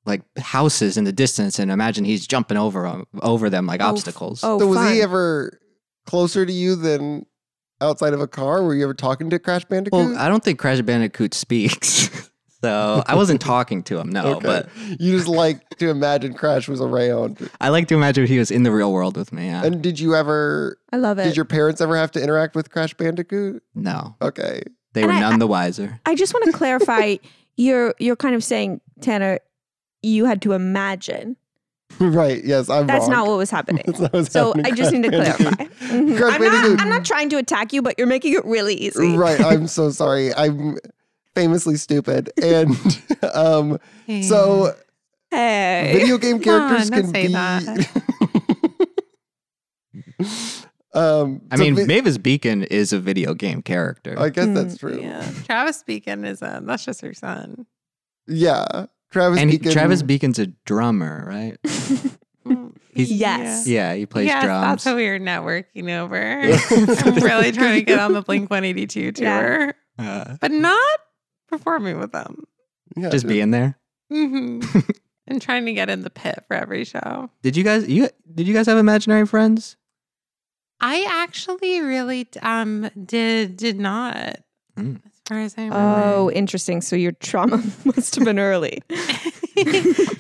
[SPEAKER 2] like houses in the distance and imagine he's jumping over 'em- over them like
[SPEAKER 4] Oh, f-
[SPEAKER 2] obstacles.
[SPEAKER 4] Oh,
[SPEAKER 1] so was
[SPEAKER 4] fun.
[SPEAKER 1] he ever closer to you than outside of a car? Were you ever talking to Crash Bandicoot?
[SPEAKER 2] Well, I don't think Crash Bandicoot speaks. So I wasn't talking to him, no. But
[SPEAKER 1] you just like to imagine Crash was around.
[SPEAKER 2] I like to imagine he was in the real world with me. Yeah.
[SPEAKER 1] And did you ever?
[SPEAKER 4] I love it.
[SPEAKER 1] Did your parents ever have to interact with Crash Bandicoot?
[SPEAKER 2] No,
[SPEAKER 1] Okay.
[SPEAKER 2] they
[SPEAKER 4] And
[SPEAKER 2] were
[SPEAKER 4] I-
[SPEAKER 2] none the wiser.
[SPEAKER 4] I just want to clarify you're you're kind of saying Tanner you had to imagine.
[SPEAKER 1] right. Yes, I'm
[SPEAKER 4] That's
[SPEAKER 1] wrong.
[SPEAKER 4] not what was happening.
[SPEAKER 1] That's not what's
[SPEAKER 4] So
[SPEAKER 1] happening,
[SPEAKER 4] I just
[SPEAKER 1] Crash
[SPEAKER 4] need to clarify.
[SPEAKER 1] Bandicoot.
[SPEAKER 4] Mhm.
[SPEAKER 1] Crash
[SPEAKER 4] I'm, not,
[SPEAKER 1] Bandicoot.
[SPEAKER 4] I'm not trying to attack you, but you're making it really easy.
[SPEAKER 1] Right. I'm so sorry. I'm famously stupid. And um so
[SPEAKER 4] Hey.
[SPEAKER 1] video game
[SPEAKER 3] Come on,
[SPEAKER 1] characters can
[SPEAKER 3] don't say
[SPEAKER 1] be Um
[SPEAKER 2] I
[SPEAKER 1] so
[SPEAKER 2] mean,
[SPEAKER 1] vi-
[SPEAKER 2] Mavis Beacon is a video game character.
[SPEAKER 1] I guess
[SPEAKER 4] Mm,
[SPEAKER 1] that's true. Yeah.
[SPEAKER 4] Yeah.
[SPEAKER 3] Travis Beacon is a that's just her son.
[SPEAKER 1] Travis
[SPEAKER 2] and he-
[SPEAKER 1] Beacon.
[SPEAKER 2] Travis Beacon's a drummer, right? He's-
[SPEAKER 4] Yes.
[SPEAKER 2] Yeah, he plays
[SPEAKER 3] yes,
[SPEAKER 2] drums.
[SPEAKER 3] that's what we are networking over. I'm really trying to get on the Blink 182 tour,
[SPEAKER 4] Yeah.
[SPEAKER 2] uh,
[SPEAKER 3] but not performing with them.
[SPEAKER 1] Yeah,
[SPEAKER 2] just being there.
[SPEAKER 3] Mm-hmm. and trying to get in the pit for every show.
[SPEAKER 2] Did you guys you did you guys have imaginary friends?
[SPEAKER 3] I actually really um did did not.
[SPEAKER 2] Mm.
[SPEAKER 3] As far as I
[SPEAKER 4] Oh,
[SPEAKER 3] remember.
[SPEAKER 4] interesting. So your trauma must have been early.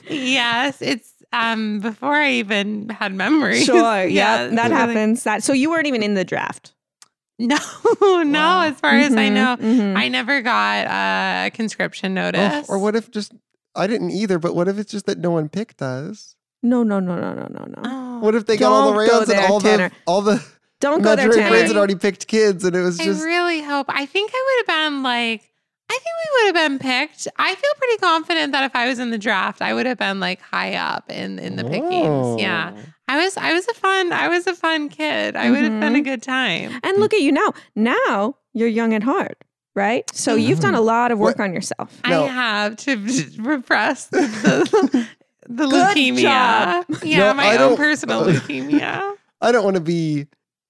[SPEAKER 3] yes, it's um before I even had memories.
[SPEAKER 4] Sure. Yeah,
[SPEAKER 3] it's
[SPEAKER 4] that
[SPEAKER 3] really-
[SPEAKER 4] happens. That so you weren't even in the draft.
[SPEAKER 3] No, no.
[SPEAKER 2] Wow.
[SPEAKER 3] As far as I
[SPEAKER 4] Mhm,
[SPEAKER 3] know,
[SPEAKER 4] mhm.
[SPEAKER 3] I never got a conscription
[SPEAKER 1] Oh,
[SPEAKER 3] notice.
[SPEAKER 1] or what if just I didn't either, but what if it's just that no one picked us?
[SPEAKER 4] no, no, no, no, no, no, no.
[SPEAKER 3] Oh,
[SPEAKER 1] What if they got all the
[SPEAKER 4] Don't go
[SPEAKER 1] rounds and
[SPEAKER 4] there,
[SPEAKER 1] all
[SPEAKER 4] Tanner.
[SPEAKER 1] the all the
[SPEAKER 4] Don't go there,
[SPEAKER 1] imaginary friends
[SPEAKER 4] Tanner.
[SPEAKER 1] had already picked kids and it was just
[SPEAKER 3] I really hope. I think I would have been like. I think we would have been picked. I feel pretty confident that if I was in the draft, I would have been like high up in in the pickings. Yeah.
[SPEAKER 1] Oh.
[SPEAKER 3] I was I was a fun I was a fun kid. I would have been a good time.
[SPEAKER 4] And look at you now. Now you're young at heart, right? So
[SPEAKER 3] Mm-hmm.
[SPEAKER 4] you've done a lot of work on yourself.
[SPEAKER 1] No.
[SPEAKER 3] I have to repress the, the
[SPEAKER 4] Good
[SPEAKER 3] leukemia.
[SPEAKER 4] job.
[SPEAKER 3] Yeah,
[SPEAKER 1] No,
[SPEAKER 3] my
[SPEAKER 1] I
[SPEAKER 3] own
[SPEAKER 1] don't-
[SPEAKER 3] personal leukemia.
[SPEAKER 1] I don't want to be,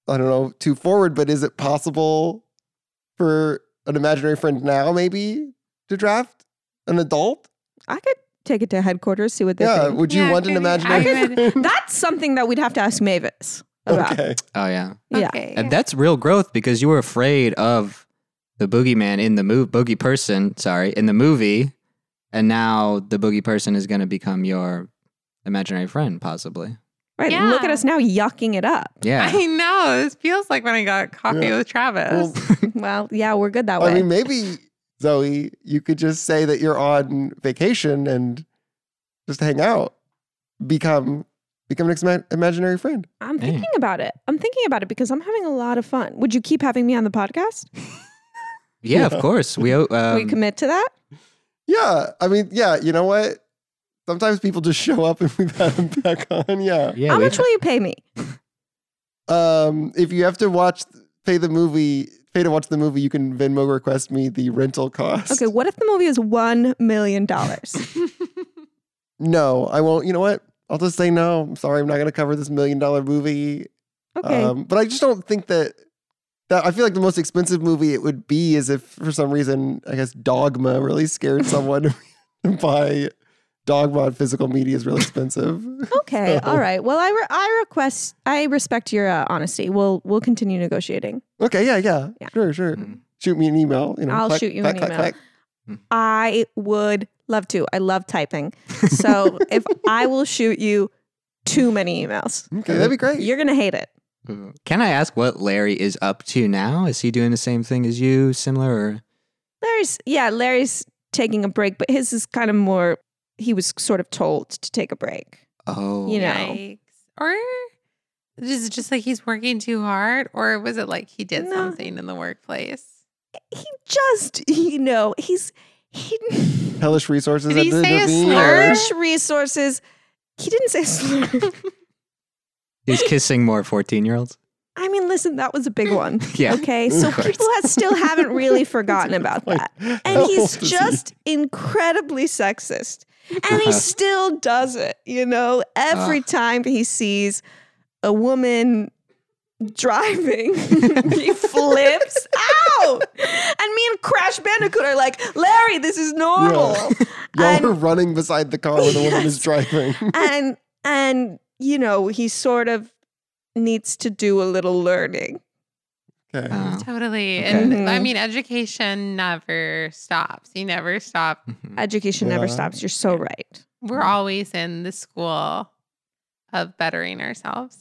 [SPEAKER 1] I don't know, too forward, but is it possible for an imaginary friend now, maybe, to draft an adult?
[SPEAKER 4] I could take it to headquarters, see what they
[SPEAKER 1] yeah.
[SPEAKER 4] think.
[SPEAKER 1] Would you
[SPEAKER 3] Yeah,
[SPEAKER 1] want an
[SPEAKER 3] maybe.
[SPEAKER 1] imaginary
[SPEAKER 4] I
[SPEAKER 1] friend?
[SPEAKER 4] That's something that we'd have to ask Mavis about.
[SPEAKER 1] okay.
[SPEAKER 2] Oh yeah.
[SPEAKER 4] Yeah.
[SPEAKER 3] Okay.
[SPEAKER 2] And that's real growth because you were afraid of the boogeyman in the movie, boogie person, sorry, in the movie, and now the boogie person is going to become your imaginary friend, possibly.
[SPEAKER 4] Right. Look at
[SPEAKER 3] Yeah.
[SPEAKER 4] us now yucking it up.
[SPEAKER 2] Yeah.
[SPEAKER 3] I know. This feels like when I got coffee
[SPEAKER 1] Yeah.
[SPEAKER 3] with Travis.
[SPEAKER 1] Well,
[SPEAKER 4] well, yeah, we're good that way.
[SPEAKER 1] I mean, maybe, Zoe, you could just say that you're on vacation and just hang out, become become an ex- imaginary friend.
[SPEAKER 4] I'm
[SPEAKER 2] Dang.
[SPEAKER 4] thinking about it. I'm thinking about it because I'm having a lot of fun. Would you keep having me on the podcast?
[SPEAKER 2] Yeah, of course. We um,
[SPEAKER 4] we commit to that?
[SPEAKER 1] Yeah, I mean, yeah, you know what? Sometimes people just show up and we've had them back on. Yeah.
[SPEAKER 2] yeah,
[SPEAKER 4] How
[SPEAKER 2] we-
[SPEAKER 4] much will you pay me?
[SPEAKER 1] Um, if you have to watch, pay the movie, pay to watch the movie, you can Venmo request me the rental cost.
[SPEAKER 4] Okay, what if the movie is one million dollars?
[SPEAKER 1] No, I won't. You know what? I'll just say no. I'm sorry. I'm not going to cover this million dollar movie.
[SPEAKER 4] Okay.
[SPEAKER 1] Um, but I just don't think that that I feel like the most expensive movie it would be is if for some reason I guess Dogma really scared someone to buy Dogma on physical media is really expensive.
[SPEAKER 4] okay.
[SPEAKER 1] so-
[SPEAKER 4] All right. Well, I re- I request I respect your uh, honesty. We'll we'll continue negotiating.
[SPEAKER 1] okay, yeah, yeah,
[SPEAKER 4] Yeah.
[SPEAKER 1] sure, sure.
[SPEAKER 2] Mm.
[SPEAKER 1] Shoot me an email. You know,
[SPEAKER 4] I'll
[SPEAKER 1] clack,
[SPEAKER 4] shoot you
[SPEAKER 1] clack,
[SPEAKER 4] an
[SPEAKER 1] clack,
[SPEAKER 4] email.
[SPEAKER 1] clack.
[SPEAKER 4] I would love to. I love typing. So if I will shoot you too many emails,
[SPEAKER 1] Okay, that'd be great.
[SPEAKER 4] you're gonna hate it.
[SPEAKER 2] Mm-hmm. Can I ask what Larry is up to now? Is he doing the same thing as you, similar? Or?
[SPEAKER 4] Larry's yeah, Larry's taking a break, but his is kind of more. He was sort of told to take a break.
[SPEAKER 2] Oh,
[SPEAKER 4] You know.
[SPEAKER 3] Yikes. Or is it just like he's working too hard? Or was it like he did
[SPEAKER 4] No.
[SPEAKER 3] something in the workplace?
[SPEAKER 4] He just, you know, he's he
[SPEAKER 1] Hellish resources.
[SPEAKER 3] Did he
[SPEAKER 1] at the
[SPEAKER 3] say a
[SPEAKER 1] Naveen,
[SPEAKER 3] slur?
[SPEAKER 1] or-
[SPEAKER 4] Irish resources. He didn't say slur.
[SPEAKER 2] he's kissing more fourteen-year-olds.
[SPEAKER 4] I mean, listen, that was a big one.
[SPEAKER 2] Yeah.
[SPEAKER 4] Okay, so
[SPEAKER 1] Of course.
[SPEAKER 4] people have still haven't really forgotten about
[SPEAKER 1] Like,
[SPEAKER 4] that.
[SPEAKER 1] how
[SPEAKER 4] And he's
[SPEAKER 1] old is he?
[SPEAKER 4] just incredibly sexist. And he still does it, you know, every
[SPEAKER 1] Ah.
[SPEAKER 4] time he sees a woman driving, he flips out. And me and Crash Bandicoot are like, Larry, this is normal.
[SPEAKER 1] Y'all
[SPEAKER 4] And-
[SPEAKER 1] are running beside the car when the woman is driving.
[SPEAKER 4] and and you know, he sort of needs to do a little learning.
[SPEAKER 1] okay.
[SPEAKER 2] Oh.
[SPEAKER 3] Totally.
[SPEAKER 2] Okay.
[SPEAKER 3] And I
[SPEAKER 4] Mhm.
[SPEAKER 3] mean, education never stops. You never stop.
[SPEAKER 2] Mhm.
[SPEAKER 4] Education never
[SPEAKER 1] Yeah.
[SPEAKER 4] stops. You're so right.
[SPEAKER 3] We're always in the school of bettering ourselves.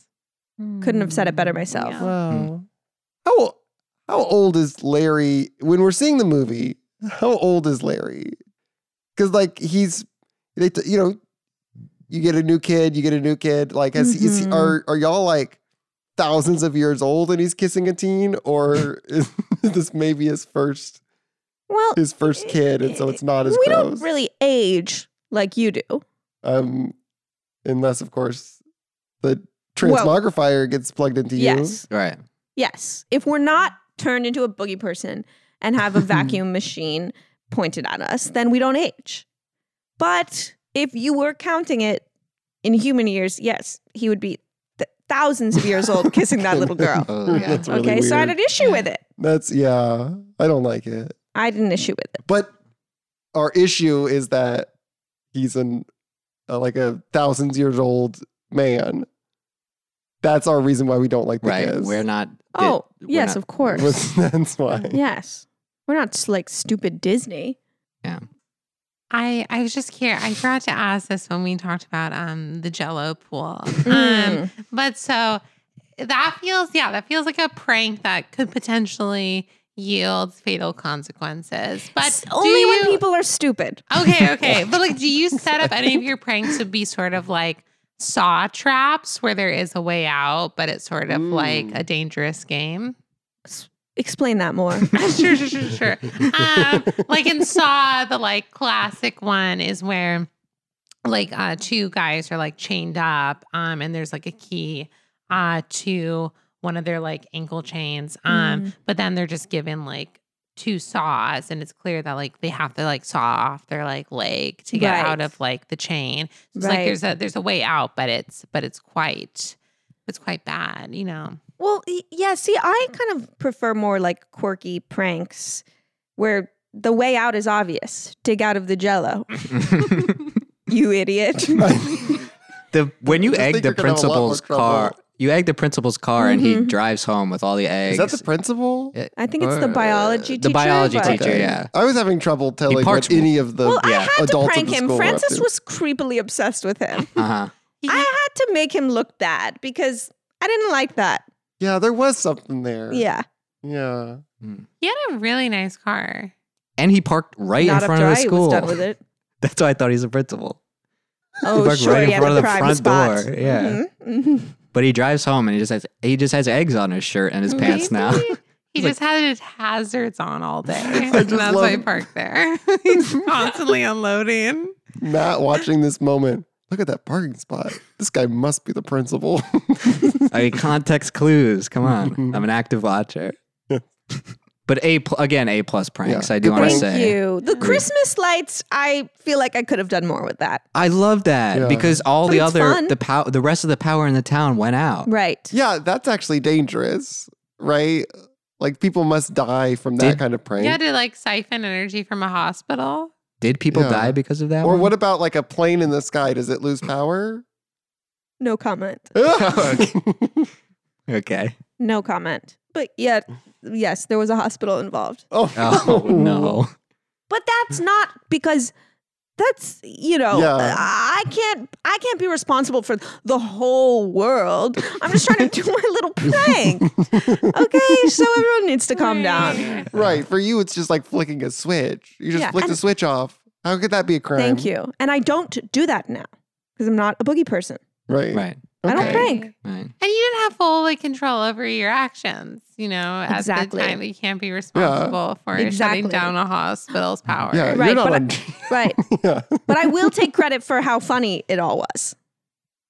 [SPEAKER 4] Couldn't have said it better myself.
[SPEAKER 3] Yeah.
[SPEAKER 1] Wow. Hmm. How how old is Larry when we're seeing the movie? How old is Larry? Because like he's, they t- you know, you get a new kid, you get a new kid. Like, has, is he,
[SPEAKER 4] Mhm.
[SPEAKER 1] are are y'all like thousands of years old and he's kissing a teen, or is this maybe his first
[SPEAKER 4] Well,
[SPEAKER 1] his first kid, and so it's not as
[SPEAKER 4] we
[SPEAKER 1] gross?
[SPEAKER 4] don't really age like you do.
[SPEAKER 1] um, unless of course the transmogrifier gets plugged into you.
[SPEAKER 4] Yes.
[SPEAKER 2] Right.
[SPEAKER 4] Yes. If we're not
[SPEAKER 1] Mm.
[SPEAKER 4] turned into a boogie person and have a vacuum machine pointed at us, then we don't age. But if you were counting it in human years, yes, he would be th- thousands of years old kissing that little girl.
[SPEAKER 2] Oh, yeah.
[SPEAKER 1] That's really
[SPEAKER 4] okay, so I
[SPEAKER 1] weird.
[SPEAKER 4] had an issue with it.
[SPEAKER 1] That's yeah. I don't like it.
[SPEAKER 4] I had an issue with it.
[SPEAKER 1] But our issue is that he's an uh, like a thousands years old man. That's our reason why we don't like the
[SPEAKER 2] Right.
[SPEAKER 1] kiss.
[SPEAKER 2] We're not.
[SPEAKER 4] Oh,
[SPEAKER 2] we're
[SPEAKER 4] yes,
[SPEAKER 2] not-
[SPEAKER 4] of course.
[SPEAKER 1] Was- That's why.
[SPEAKER 4] yes. We're not s- like stupid Disney.
[SPEAKER 3] I, I was just curious. I forgot to ask this when we talked about um the jello pool. Um,
[SPEAKER 4] Mm.
[SPEAKER 3] But so that feels, yeah, that feels like a prank that could potentially yield fatal consequences. But
[SPEAKER 4] S- only
[SPEAKER 3] do
[SPEAKER 4] when
[SPEAKER 3] you-
[SPEAKER 4] people are stupid.
[SPEAKER 3] Okay, okay. but like, do you set up any of your pranks to be sort of like saw traps where there is a way out, but it's sort of like
[SPEAKER 1] Mm.
[SPEAKER 3] a dangerous game?
[SPEAKER 4] Explain that more.
[SPEAKER 3] sure, sure, sure, sure. Um, like in Saw, the like classic one is where like uh two guys are like chained up, um, and there's like a key uh to one of their like ankle chains. Um,
[SPEAKER 4] Mm.
[SPEAKER 3] but then they're just given like two saws and it's clear that like they have to like saw off their like leg to get
[SPEAKER 4] Right.
[SPEAKER 3] out of like the chain. So it's like
[SPEAKER 4] Right.
[SPEAKER 3] there's a there's a way out, but it's but it's quite it's quite bad, you know.
[SPEAKER 4] Well, y- yeah, see, I kind of prefer more like quirky pranks where the way out is obvious. Dig out of the jello, you idiot.
[SPEAKER 2] the when you
[SPEAKER 1] Just
[SPEAKER 2] egg
[SPEAKER 1] think
[SPEAKER 2] the
[SPEAKER 1] you're gonna have a lot more
[SPEAKER 2] principal's car,
[SPEAKER 1] trouble.
[SPEAKER 2] you egg the principal's car, and he
[SPEAKER 4] Mhm.
[SPEAKER 2] drives home with all the
[SPEAKER 1] is
[SPEAKER 2] eggs.
[SPEAKER 1] that the principal?
[SPEAKER 2] Yeah.
[SPEAKER 4] I think it's the
[SPEAKER 2] Uh,
[SPEAKER 4] biology
[SPEAKER 2] the
[SPEAKER 4] teacher, uh,
[SPEAKER 2] biology
[SPEAKER 4] but-
[SPEAKER 2] teacher, yeah.
[SPEAKER 1] I was having trouble telling
[SPEAKER 2] parts
[SPEAKER 1] what any of the
[SPEAKER 4] Well, I
[SPEAKER 1] yeah,
[SPEAKER 4] had to
[SPEAKER 1] adults
[SPEAKER 4] prank
[SPEAKER 1] at the
[SPEAKER 4] him.
[SPEAKER 1] school were up
[SPEAKER 4] Francis
[SPEAKER 1] to.
[SPEAKER 4] was creepily obsessed with him.
[SPEAKER 2] Uh huh.
[SPEAKER 4] I had to make him look bad because I didn't like that.
[SPEAKER 1] Yeah, there was something there.
[SPEAKER 4] Yeah.
[SPEAKER 1] Yeah.
[SPEAKER 3] He had a really nice car.
[SPEAKER 2] And he parked right
[SPEAKER 4] Not
[SPEAKER 2] in front of
[SPEAKER 4] after I
[SPEAKER 2] the school.
[SPEAKER 4] was done with it.
[SPEAKER 2] That's why I thought he's a principal.
[SPEAKER 4] Oh,
[SPEAKER 2] Like
[SPEAKER 4] sure.
[SPEAKER 2] right in
[SPEAKER 4] yeah,
[SPEAKER 2] front of
[SPEAKER 4] the
[SPEAKER 2] the
[SPEAKER 4] private
[SPEAKER 2] front
[SPEAKER 4] spot.
[SPEAKER 2] door, yeah.
[SPEAKER 4] Mhm, mhm.
[SPEAKER 2] But he drives home and he just has he just has eggs on his shirt and his pants now.
[SPEAKER 3] Maybe. He just had his hazards on all day.
[SPEAKER 1] just
[SPEAKER 3] That's why I
[SPEAKER 1] love-
[SPEAKER 3] parked there. He's constantly unloading.
[SPEAKER 1] Not watching this moment. Look at that parking spot. This guy must be the principal.
[SPEAKER 2] I mean, context clues. Come on, I'm an active watcher. but a pl- again, a plus pranks.
[SPEAKER 1] Yeah.
[SPEAKER 2] I do want to
[SPEAKER 1] Thank
[SPEAKER 2] say.
[SPEAKER 4] Mm-hmm. Thank you. The Christmas lights, I feel like I could have done more with that.
[SPEAKER 2] I love that
[SPEAKER 1] Yeah.
[SPEAKER 2] because all
[SPEAKER 4] But
[SPEAKER 2] the
[SPEAKER 4] it's
[SPEAKER 2] other
[SPEAKER 4] fun.
[SPEAKER 2] the pow- the rest of the power in the town went out.
[SPEAKER 4] Right.
[SPEAKER 1] Uh, yeah, that's actually dangerous, right? Like people must die from that
[SPEAKER 2] Did-
[SPEAKER 1] kind of prank.
[SPEAKER 3] You had to like siphon energy from a hospital.
[SPEAKER 2] Did people
[SPEAKER 1] Yeah.
[SPEAKER 2] die because of that?
[SPEAKER 1] or
[SPEAKER 2] one?
[SPEAKER 1] what about like a plane in the sky? Does it lose power?
[SPEAKER 4] No comment. Oh,
[SPEAKER 2] Okay.
[SPEAKER 4] No comment. But yet, yes, there was a hospital involved.
[SPEAKER 1] Oh,
[SPEAKER 2] Oh no.
[SPEAKER 4] But that's not because that's you know
[SPEAKER 1] Hmm. Yeah.
[SPEAKER 4] I can't I can't be responsible for the whole world. I'm just trying to do my little prank. Okay, so everyone needs to calm down.
[SPEAKER 3] Right.
[SPEAKER 1] Right. For you, it's just like flicking a switch. You just
[SPEAKER 4] Yeah,
[SPEAKER 1] flick the
[SPEAKER 4] and-
[SPEAKER 1] switch off. How could that be a crime?
[SPEAKER 4] Thank you. And I don't do that now because I'm not a boogie person.
[SPEAKER 1] Right.
[SPEAKER 2] Right.
[SPEAKER 4] I don't
[SPEAKER 1] Okay.
[SPEAKER 4] prank.
[SPEAKER 2] Right.
[SPEAKER 3] And you didn't have full like control over your actions, you know, at
[SPEAKER 4] Exactly.
[SPEAKER 3] the time. You can't be responsible for
[SPEAKER 4] Exactly.
[SPEAKER 3] shutting down a hospital's power.
[SPEAKER 1] Yeah.
[SPEAKER 4] Right,
[SPEAKER 1] You're not
[SPEAKER 4] but I-
[SPEAKER 1] on.
[SPEAKER 4] Right.
[SPEAKER 1] yeah.
[SPEAKER 4] But I will take credit for how funny it all was.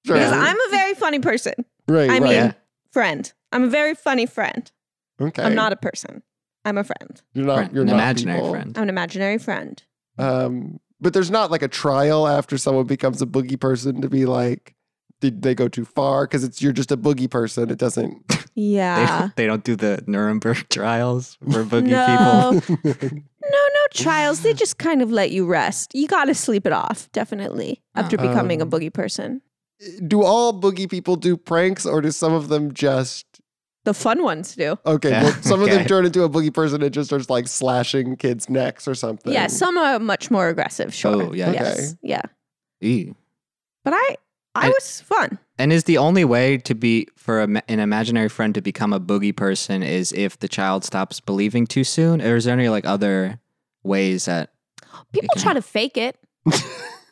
[SPEAKER 1] Sure.
[SPEAKER 4] Because I'm a very funny person.
[SPEAKER 1] right.
[SPEAKER 4] I
[SPEAKER 1] right.
[SPEAKER 4] mean,
[SPEAKER 2] Yeah.
[SPEAKER 4] friend. I'm a very funny friend.
[SPEAKER 1] okay.
[SPEAKER 4] I'm not a person. I'm a friend.
[SPEAKER 1] You're not.
[SPEAKER 2] Friend.
[SPEAKER 1] You're
[SPEAKER 2] An
[SPEAKER 1] not
[SPEAKER 2] imaginary
[SPEAKER 1] people.
[SPEAKER 2] friend.
[SPEAKER 4] I'm an imaginary friend.
[SPEAKER 1] Um, but there's not like a trial after someone becomes a boogie person to be like, did they go too far? Because it's you're just a boogie person. It doesn't.
[SPEAKER 2] They,
[SPEAKER 4] Yeah.
[SPEAKER 2] they don't do the Nuremberg trials for boogie people.
[SPEAKER 4] Ah. No, no, no trials. They just kind of let you rest. You got to sleep it off, definitely, after
[SPEAKER 1] Uh-huh.
[SPEAKER 4] becoming a
[SPEAKER 1] Um,
[SPEAKER 4] boogie person.
[SPEAKER 1] do all boogie people do pranks, or do some of them just?
[SPEAKER 4] The fun ones do.
[SPEAKER 1] Okay,
[SPEAKER 2] Yeah,
[SPEAKER 1] well, some of them
[SPEAKER 2] okay.
[SPEAKER 1] turn into a boogie person and just starts like slashing kids' necks or something.
[SPEAKER 4] Yeah, some are much more aggressive, sure.
[SPEAKER 2] Oh, yeah,
[SPEAKER 1] Okay.
[SPEAKER 4] Yes. Yeah.
[SPEAKER 2] Ew.
[SPEAKER 4] But I, I
[SPEAKER 2] And-
[SPEAKER 4] was fun.
[SPEAKER 2] And is the only way to be for a, ma- an imaginary friend to become a boogie person is if the child stops believing too soon, or is there any like other ways that?
[SPEAKER 4] People
[SPEAKER 2] can-
[SPEAKER 4] try to fake it.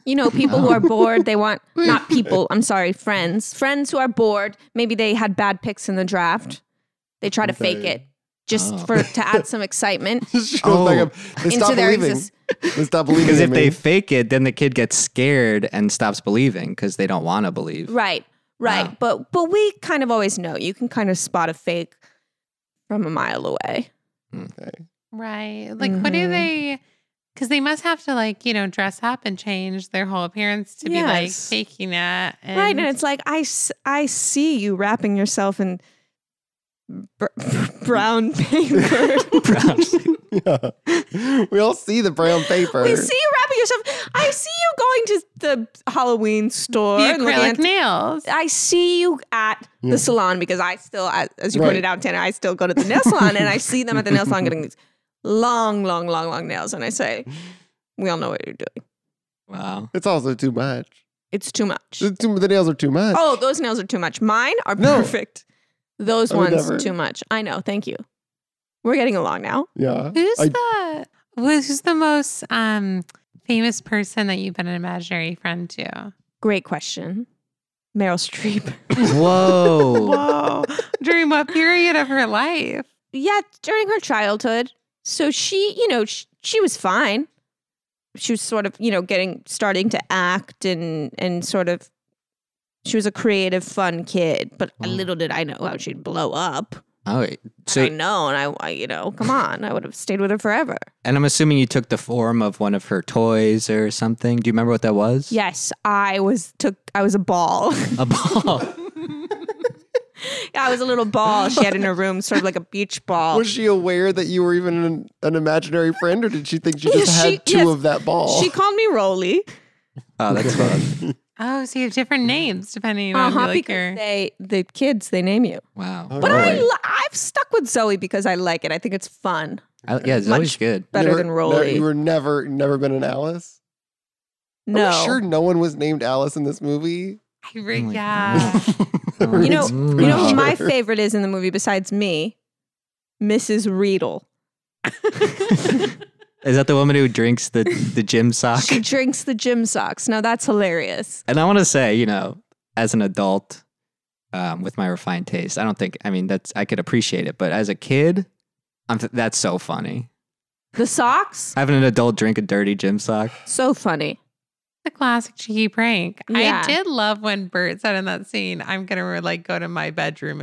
[SPEAKER 4] You know, people who are
[SPEAKER 2] Oh.
[SPEAKER 4] bored, they want not people, I'm sorry, friends. Friends who are bored, maybe they had bad picks in the draft. They try to fake
[SPEAKER 1] Okay.
[SPEAKER 4] it just
[SPEAKER 2] Oh.
[SPEAKER 4] for to add some excitement
[SPEAKER 1] Just shows back
[SPEAKER 2] Oh.
[SPEAKER 1] up. They
[SPEAKER 4] into
[SPEAKER 1] stop
[SPEAKER 4] their
[SPEAKER 1] believing.
[SPEAKER 4] existence.
[SPEAKER 1] They stop believing.
[SPEAKER 2] Because
[SPEAKER 1] in
[SPEAKER 2] if
[SPEAKER 1] me.
[SPEAKER 2] they fake it, then the kid gets scared and stops believing because they don't want to believe.
[SPEAKER 4] Right. Right.
[SPEAKER 2] Wow.
[SPEAKER 4] But but we kind of always know. You can kind of spot a fake from a mile away.
[SPEAKER 3] Right. Like, what do
[SPEAKER 4] Mhm.
[SPEAKER 3] they? Because they must have to like you know dress up and change their whole appearance to be like
[SPEAKER 4] Yes.
[SPEAKER 3] faking it. And
[SPEAKER 4] right. And it's like I, s- I see you wrapping yourself in br- brown paper.
[SPEAKER 1] Yeah. we all see the brown paper.
[SPEAKER 4] We see you wrapping yourself. I see you going to the Halloween store.
[SPEAKER 3] the
[SPEAKER 4] and looking
[SPEAKER 3] acrylic
[SPEAKER 4] at-
[SPEAKER 3] nails.
[SPEAKER 4] I see you at
[SPEAKER 1] Yeah.
[SPEAKER 4] the salon because I still, as as you
[SPEAKER 1] Right.
[SPEAKER 4] pointed out, Tanner, I still go to the nail salon and I see them at the nail salon getting these long, long, long, long nails. And I say, we all know what you're doing.
[SPEAKER 2] Wow.
[SPEAKER 1] It's also too much.
[SPEAKER 4] It's too much.
[SPEAKER 1] The, too- the nails are too much.
[SPEAKER 4] Oh, those nails are too much. Mine are
[SPEAKER 1] No.
[SPEAKER 4] perfect. Those
[SPEAKER 1] I would
[SPEAKER 4] ones
[SPEAKER 1] never.
[SPEAKER 4] too much. I know. Thank you. We're getting along now.
[SPEAKER 1] Yeah.
[SPEAKER 3] Who's
[SPEAKER 1] I-
[SPEAKER 3] the who's the most um famous person that you've been an imaginary friend to?
[SPEAKER 4] Great question. Meryl Streep.
[SPEAKER 2] Whoa.
[SPEAKER 3] Whoa! During what period of her life?
[SPEAKER 4] yeah, during her childhood. So she, you know, she, she was fine. She was sort of, you know, getting starting to act and and sort of she was a creative, fun kid. But
[SPEAKER 2] Oh.
[SPEAKER 1] Mm.
[SPEAKER 4] little did I know how she'd blow up.
[SPEAKER 2] All right. So,
[SPEAKER 4] So I know, and I, I, you know, come on, I would have stayed with her forever.
[SPEAKER 2] and I'm assuming you took the form of one of her toys or something. Do you remember what that was?
[SPEAKER 4] Yes, I was took. I was a ball.
[SPEAKER 2] A ball.
[SPEAKER 4] I was a little ball she had in her room, sort of like a beach ball.
[SPEAKER 1] was she aware that you were even an, an imaginary friend, or did she think she
[SPEAKER 4] Yes,
[SPEAKER 1] just
[SPEAKER 4] she-
[SPEAKER 1] had two
[SPEAKER 4] yes.
[SPEAKER 1] of that ball?
[SPEAKER 4] She called me Roly.
[SPEAKER 2] Oh, that's fun.
[SPEAKER 3] Oh, so you have different names depending on
[SPEAKER 4] Uh-huh,
[SPEAKER 3] like your.
[SPEAKER 4] because they the kids they name you.
[SPEAKER 2] Wow.
[SPEAKER 1] All
[SPEAKER 4] But
[SPEAKER 1] Oh,
[SPEAKER 4] I
[SPEAKER 1] right.
[SPEAKER 4] li- I've stuck with Zoe because I like it. I think it's fun,
[SPEAKER 2] I, yeah, it's always good.
[SPEAKER 4] better
[SPEAKER 1] Never-
[SPEAKER 4] than
[SPEAKER 1] never-
[SPEAKER 4] Roly.
[SPEAKER 1] you were never, never been an Alice.
[SPEAKER 4] no,
[SPEAKER 1] Are we sure no one was named Alice in this movie?
[SPEAKER 3] I re-
[SPEAKER 2] Oh my
[SPEAKER 3] yeah.
[SPEAKER 4] you know,
[SPEAKER 2] Mm.
[SPEAKER 4] you know who my
[SPEAKER 1] Sure.
[SPEAKER 4] favorite is in the movie besides me, Mrs. Riedel.
[SPEAKER 2] Is that the woman who drinks the, the gym sock?
[SPEAKER 4] She drinks the gym socks. Now that's hilarious.
[SPEAKER 2] and I want to say, you know, as an adult, um, with my refined taste, I don't think. I mean, that's I could appreciate it, but as a kid, I'm th- that's so funny.
[SPEAKER 4] The socks?
[SPEAKER 2] Having an adult drink a dirty gym sock.
[SPEAKER 4] So funny.
[SPEAKER 3] The classic cheeky prank.
[SPEAKER 4] Yeah.
[SPEAKER 3] I did love when Bert said in that scene, "I'm gonna like go to my bedroom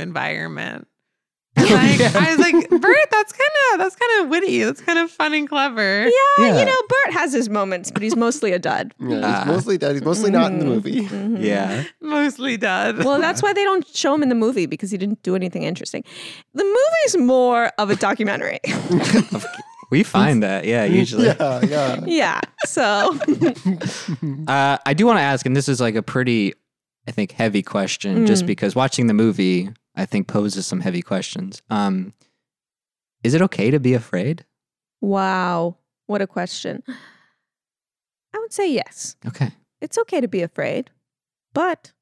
[SPEAKER 3] environment."
[SPEAKER 2] Oh,
[SPEAKER 3] And, like, I was like, Bert, that's kind of that's kind of witty. That's kind of fun and clever.
[SPEAKER 4] Yeah,
[SPEAKER 2] Yeah.
[SPEAKER 4] you know, Bert has his moments, but he's mostly a dud.
[SPEAKER 1] Yeah,
[SPEAKER 2] Ah.
[SPEAKER 1] he's mostly dead. He's mostly not in the
[SPEAKER 4] Mhm.
[SPEAKER 1] movie.
[SPEAKER 4] Mhm.
[SPEAKER 2] Yeah.
[SPEAKER 3] Mostly done.
[SPEAKER 4] Well, that's why they don't show him in the movie because he didn't do anything interesting. The movie's more of a documentary.
[SPEAKER 2] We find that, yeah, usually.
[SPEAKER 1] Yeah, yeah.
[SPEAKER 4] yeah. So
[SPEAKER 2] Uh, I do want to ask, and this is like a pretty, I think, heavy question, just
[SPEAKER 4] Mm.
[SPEAKER 2] because watching the movie, I think, poses some heavy questions. Um, is it okay to be afraid?
[SPEAKER 4] Wow. What a question. I would say yes.
[SPEAKER 2] Okay.
[SPEAKER 4] It's okay to be afraid, but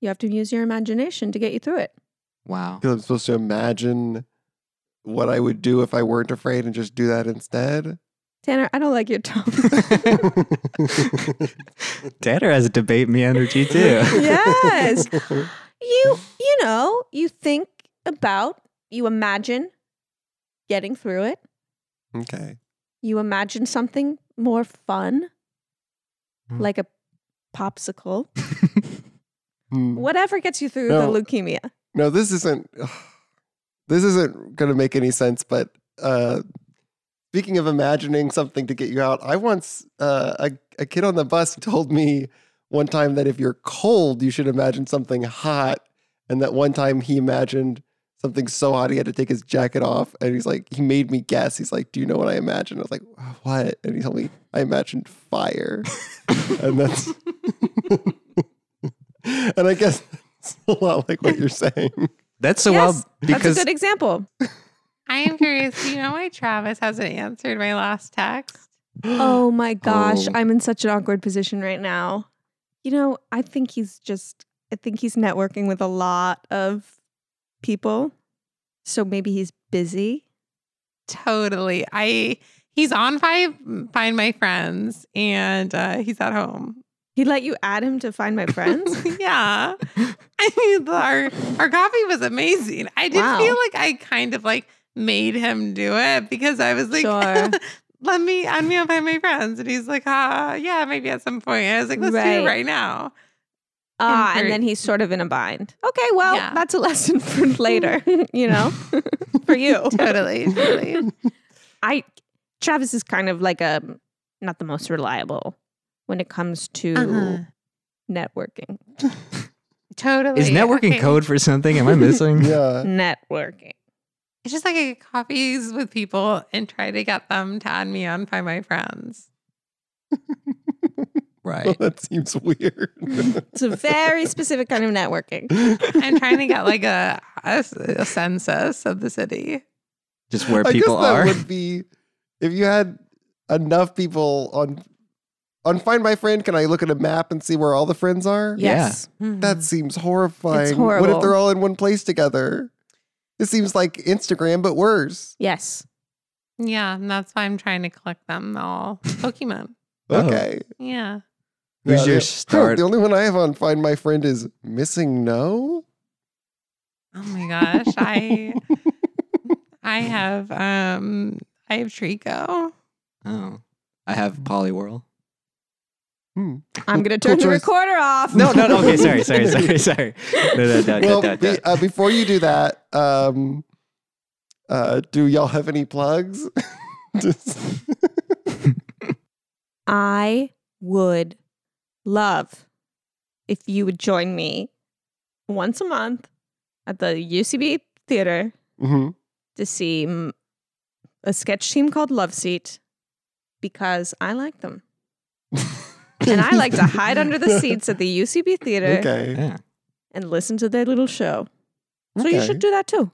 [SPEAKER 4] you have to use your imagination to get you through it.
[SPEAKER 2] Wow.
[SPEAKER 1] Because I'm supposed to imagine what I would do if I weren't afraid and just do that instead.
[SPEAKER 4] Tanner, I don't like your tone.
[SPEAKER 2] Tanner has a debate me energy too.
[SPEAKER 4] yes. You you know, you think about, you imagine getting through it.
[SPEAKER 1] okay.
[SPEAKER 4] You imagine something more fun.
[SPEAKER 2] Mm.
[SPEAKER 4] Like a popsicle.
[SPEAKER 1] Hmm.
[SPEAKER 4] Whatever gets you through
[SPEAKER 1] No.
[SPEAKER 4] the leukemia.
[SPEAKER 1] No, this isn't. This isn't going to make any sense. But uh, speaking of imagining something to get you out, I once uh, a a kid on the bus told me one time that if you're cold, you should imagine something hot, and that one time he imagined something so hot he had to take his jacket off, and he's like, he made me guess. He's like, "Do you know what I imagined?" I was like, "Uh, "What?" And he told me I imagined fire, and that's. And I guess it's a lot like what you're saying.
[SPEAKER 2] That's so
[SPEAKER 4] Yes,
[SPEAKER 2] well because
[SPEAKER 4] That's a good example.
[SPEAKER 3] I am curious. Do you know why Travis hasn't answered my last text?
[SPEAKER 4] Oh my gosh,
[SPEAKER 2] Oh.
[SPEAKER 4] I'm in such an awkward position right now. You know, I think he's just I think he's networking with a lot of people. So maybe he's busy.
[SPEAKER 3] Totally. I he's on five find my friends and uh, he's at home.
[SPEAKER 4] He let you add him to find my friends?
[SPEAKER 3] yeah. I mean, the- our our coffee was amazing. I did
[SPEAKER 4] Wow.
[SPEAKER 3] feel like I kind of like made him do it because I was like,
[SPEAKER 4] Sure.
[SPEAKER 3] let me add me on find my friends, and he's like, ah, yeah, maybe at some point. I was like, let's do
[SPEAKER 4] Right.
[SPEAKER 3] it right now.
[SPEAKER 4] Ah,
[SPEAKER 3] Invert.
[SPEAKER 4] and then he's sort of in a bind. Okay, well,
[SPEAKER 3] Yeah.
[SPEAKER 4] that's a lesson for later, you know, for you.
[SPEAKER 3] Totally, totally.
[SPEAKER 4] I Travis is kind of like a not the most reliable when it comes to
[SPEAKER 3] Uh-huh.
[SPEAKER 4] networking.
[SPEAKER 3] Totally.
[SPEAKER 2] is networking
[SPEAKER 3] Okay.
[SPEAKER 2] code for something? Am I missing?
[SPEAKER 1] Yeah.
[SPEAKER 4] Networking.
[SPEAKER 3] It's just like I get coffees with people and try to get them to add me on Find My Friends.
[SPEAKER 2] Right.
[SPEAKER 1] that seems weird.
[SPEAKER 4] It's a very specific kind of networking.
[SPEAKER 3] I'm trying to get like a, a, a census of the city.
[SPEAKER 2] Just where
[SPEAKER 1] I guess
[SPEAKER 2] people
[SPEAKER 1] that
[SPEAKER 2] are.
[SPEAKER 1] would be if you had enough people on on Find My Friend, can I look at a map and see where all the friends are?
[SPEAKER 2] Yeah.
[SPEAKER 4] Yes.
[SPEAKER 3] Hmm.
[SPEAKER 1] That seems horrifying. What if
[SPEAKER 4] horrible.
[SPEAKER 1] they're all in one place together? It seems like Instagram, but worse.
[SPEAKER 4] Yes.
[SPEAKER 3] Yeah, and that's why I'm trying to collect them all. Pokemon.
[SPEAKER 2] Oh.
[SPEAKER 1] Okay.
[SPEAKER 3] Yeah.
[SPEAKER 2] Who's
[SPEAKER 1] Yeah,
[SPEAKER 2] your
[SPEAKER 1] the-
[SPEAKER 2] start?
[SPEAKER 1] The only one I have on Find My Friend is Missing No.
[SPEAKER 3] Oh my gosh. I I have um I have Trico.
[SPEAKER 2] oh. I have Polywhirl.
[SPEAKER 1] Hmm.
[SPEAKER 4] I'm going to turn the
[SPEAKER 1] choice.
[SPEAKER 4] recorder off.
[SPEAKER 2] No, no, no. Okay, sorry, sorry, sorry, sorry. No, no, no, no,
[SPEAKER 1] well,
[SPEAKER 2] no, no.
[SPEAKER 1] be- uh, before you do that, um, uh, do y'all have any plugs? Just-
[SPEAKER 4] I would love if you would join me once a month at the UCB Theater
[SPEAKER 1] Mhm.
[SPEAKER 4] to see mm, a sketch team called Love Seat because I like them. And I like to hide under the seats at the UCB Theater
[SPEAKER 1] Okay.
[SPEAKER 2] Yeah.
[SPEAKER 4] and listen to their little show. So you
[SPEAKER 1] Okay.
[SPEAKER 4] should do that too.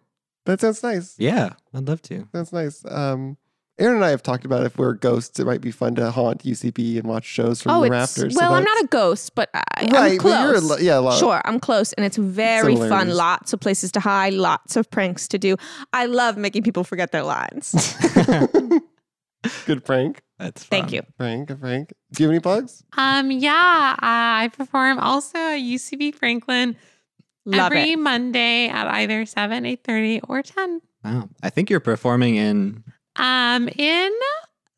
[SPEAKER 1] That sounds nice.
[SPEAKER 2] Yeah. I'd love to.
[SPEAKER 1] That's nice. Um, Aaron and I have talked about if we're ghosts, it might be fun to haunt UCB and watch shows from
[SPEAKER 4] oh,
[SPEAKER 1] the
[SPEAKER 4] it's
[SPEAKER 1] rafters.
[SPEAKER 4] well, I'm not
[SPEAKER 1] that's-
[SPEAKER 4] a ghost, but I, I'm
[SPEAKER 1] right,
[SPEAKER 4] close.
[SPEAKER 1] but you're a, lo- yeah, a lot.
[SPEAKER 4] Sure, I'm close, and it's very fun.
[SPEAKER 1] Similarities.
[SPEAKER 4] Lots of places to hide, lots of pranks to do. I love making people forget their lines.
[SPEAKER 1] Good prank.
[SPEAKER 2] That's fun.
[SPEAKER 4] Thank you.
[SPEAKER 1] Prank, prank. Do you have any plugs?
[SPEAKER 3] Um, yeah, uh, I perform also at UCB Franklin
[SPEAKER 4] Love
[SPEAKER 3] every
[SPEAKER 4] it.
[SPEAKER 3] Monday at either 7, 8.30 or 10.
[SPEAKER 2] Wow. I think you're performing in.
[SPEAKER 3] Um, in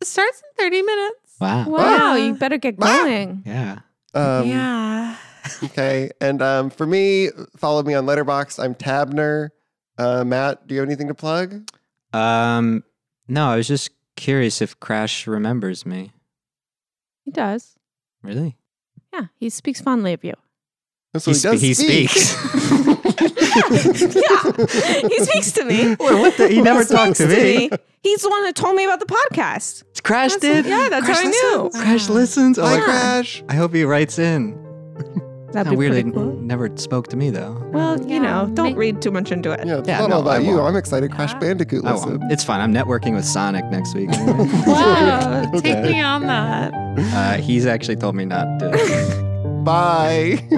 [SPEAKER 3] starts in 30 minutes.
[SPEAKER 2] Wow.
[SPEAKER 4] Wow, you better get
[SPEAKER 1] Wow.
[SPEAKER 4] going.
[SPEAKER 2] Yeah.
[SPEAKER 1] Um,
[SPEAKER 3] yeah.
[SPEAKER 1] Okay. And um, for me, follow me on Letterbox. I'm Tabner. Uh, Matt, do you have anything to plug?
[SPEAKER 2] Um. No, I was just curious if Crash remembers me.
[SPEAKER 4] He does.
[SPEAKER 2] Really?
[SPEAKER 4] Yeah, he speaks fondly of you.
[SPEAKER 1] That's
[SPEAKER 2] He spe- he
[SPEAKER 4] yeah, he speaks to me.
[SPEAKER 2] Wait, what the- he never
[SPEAKER 4] speaks
[SPEAKER 2] talked to me.
[SPEAKER 4] He's the one that told me about the podcast.
[SPEAKER 2] Crash
[SPEAKER 4] That's- yeah, that's
[SPEAKER 2] Crash
[SPEAKER 4] how I knew.
[SPEAKER 2] listens. Crash listens. Oh
[SPEAKER 1] Hi,
[SPEAKER 2] my god.
[SPEAKER 1] Crash.
[SPEAKER 2] I hope he writes in.
[SPEAKER 4] That'd
[SPEAKER 2] Kinda
[SPEAKER 4] be
[SPEAKER 2] weird. They
[SPEAKER 4] pretty cool.
[SPEAKER 2] never spoke to me though. Oh,
[SPEAKER 4] Well,
[SPEAKER 3] Yeah,
[SPEAKER 4] you know, don't
[SPEAKER 3] make-
[SPEAKER 4] read too much into it.
[SPEAKER 1] Yeah, it's
[SPEAKER 2] Yeah,
[SPEAKER 1] not
[SPEAKER 2] no,
[SPEAKER 1] all
[SPEAKER 2] I
[SPEAKER 1] about you.
[SPEAKER 2] won't.
[SPEAKER 1] I'm excited. Crash
[SPEAKER 3] Yeah.
[SPEAKER 1] Bandicoot
[SPEAKER 2] I
[SPEAKER 1] listen.
[SPEAKER 2] won't. It's fine. I'm networking with Sonic next week. anyway.
[SPEAKER 3] Wow.
[SPEAKER 1] Okay.
[SPEAKER 3] Take me on that.
[SPEAKER 2] uh, he's actually told me not to.
[SPEAKER 1] Bye.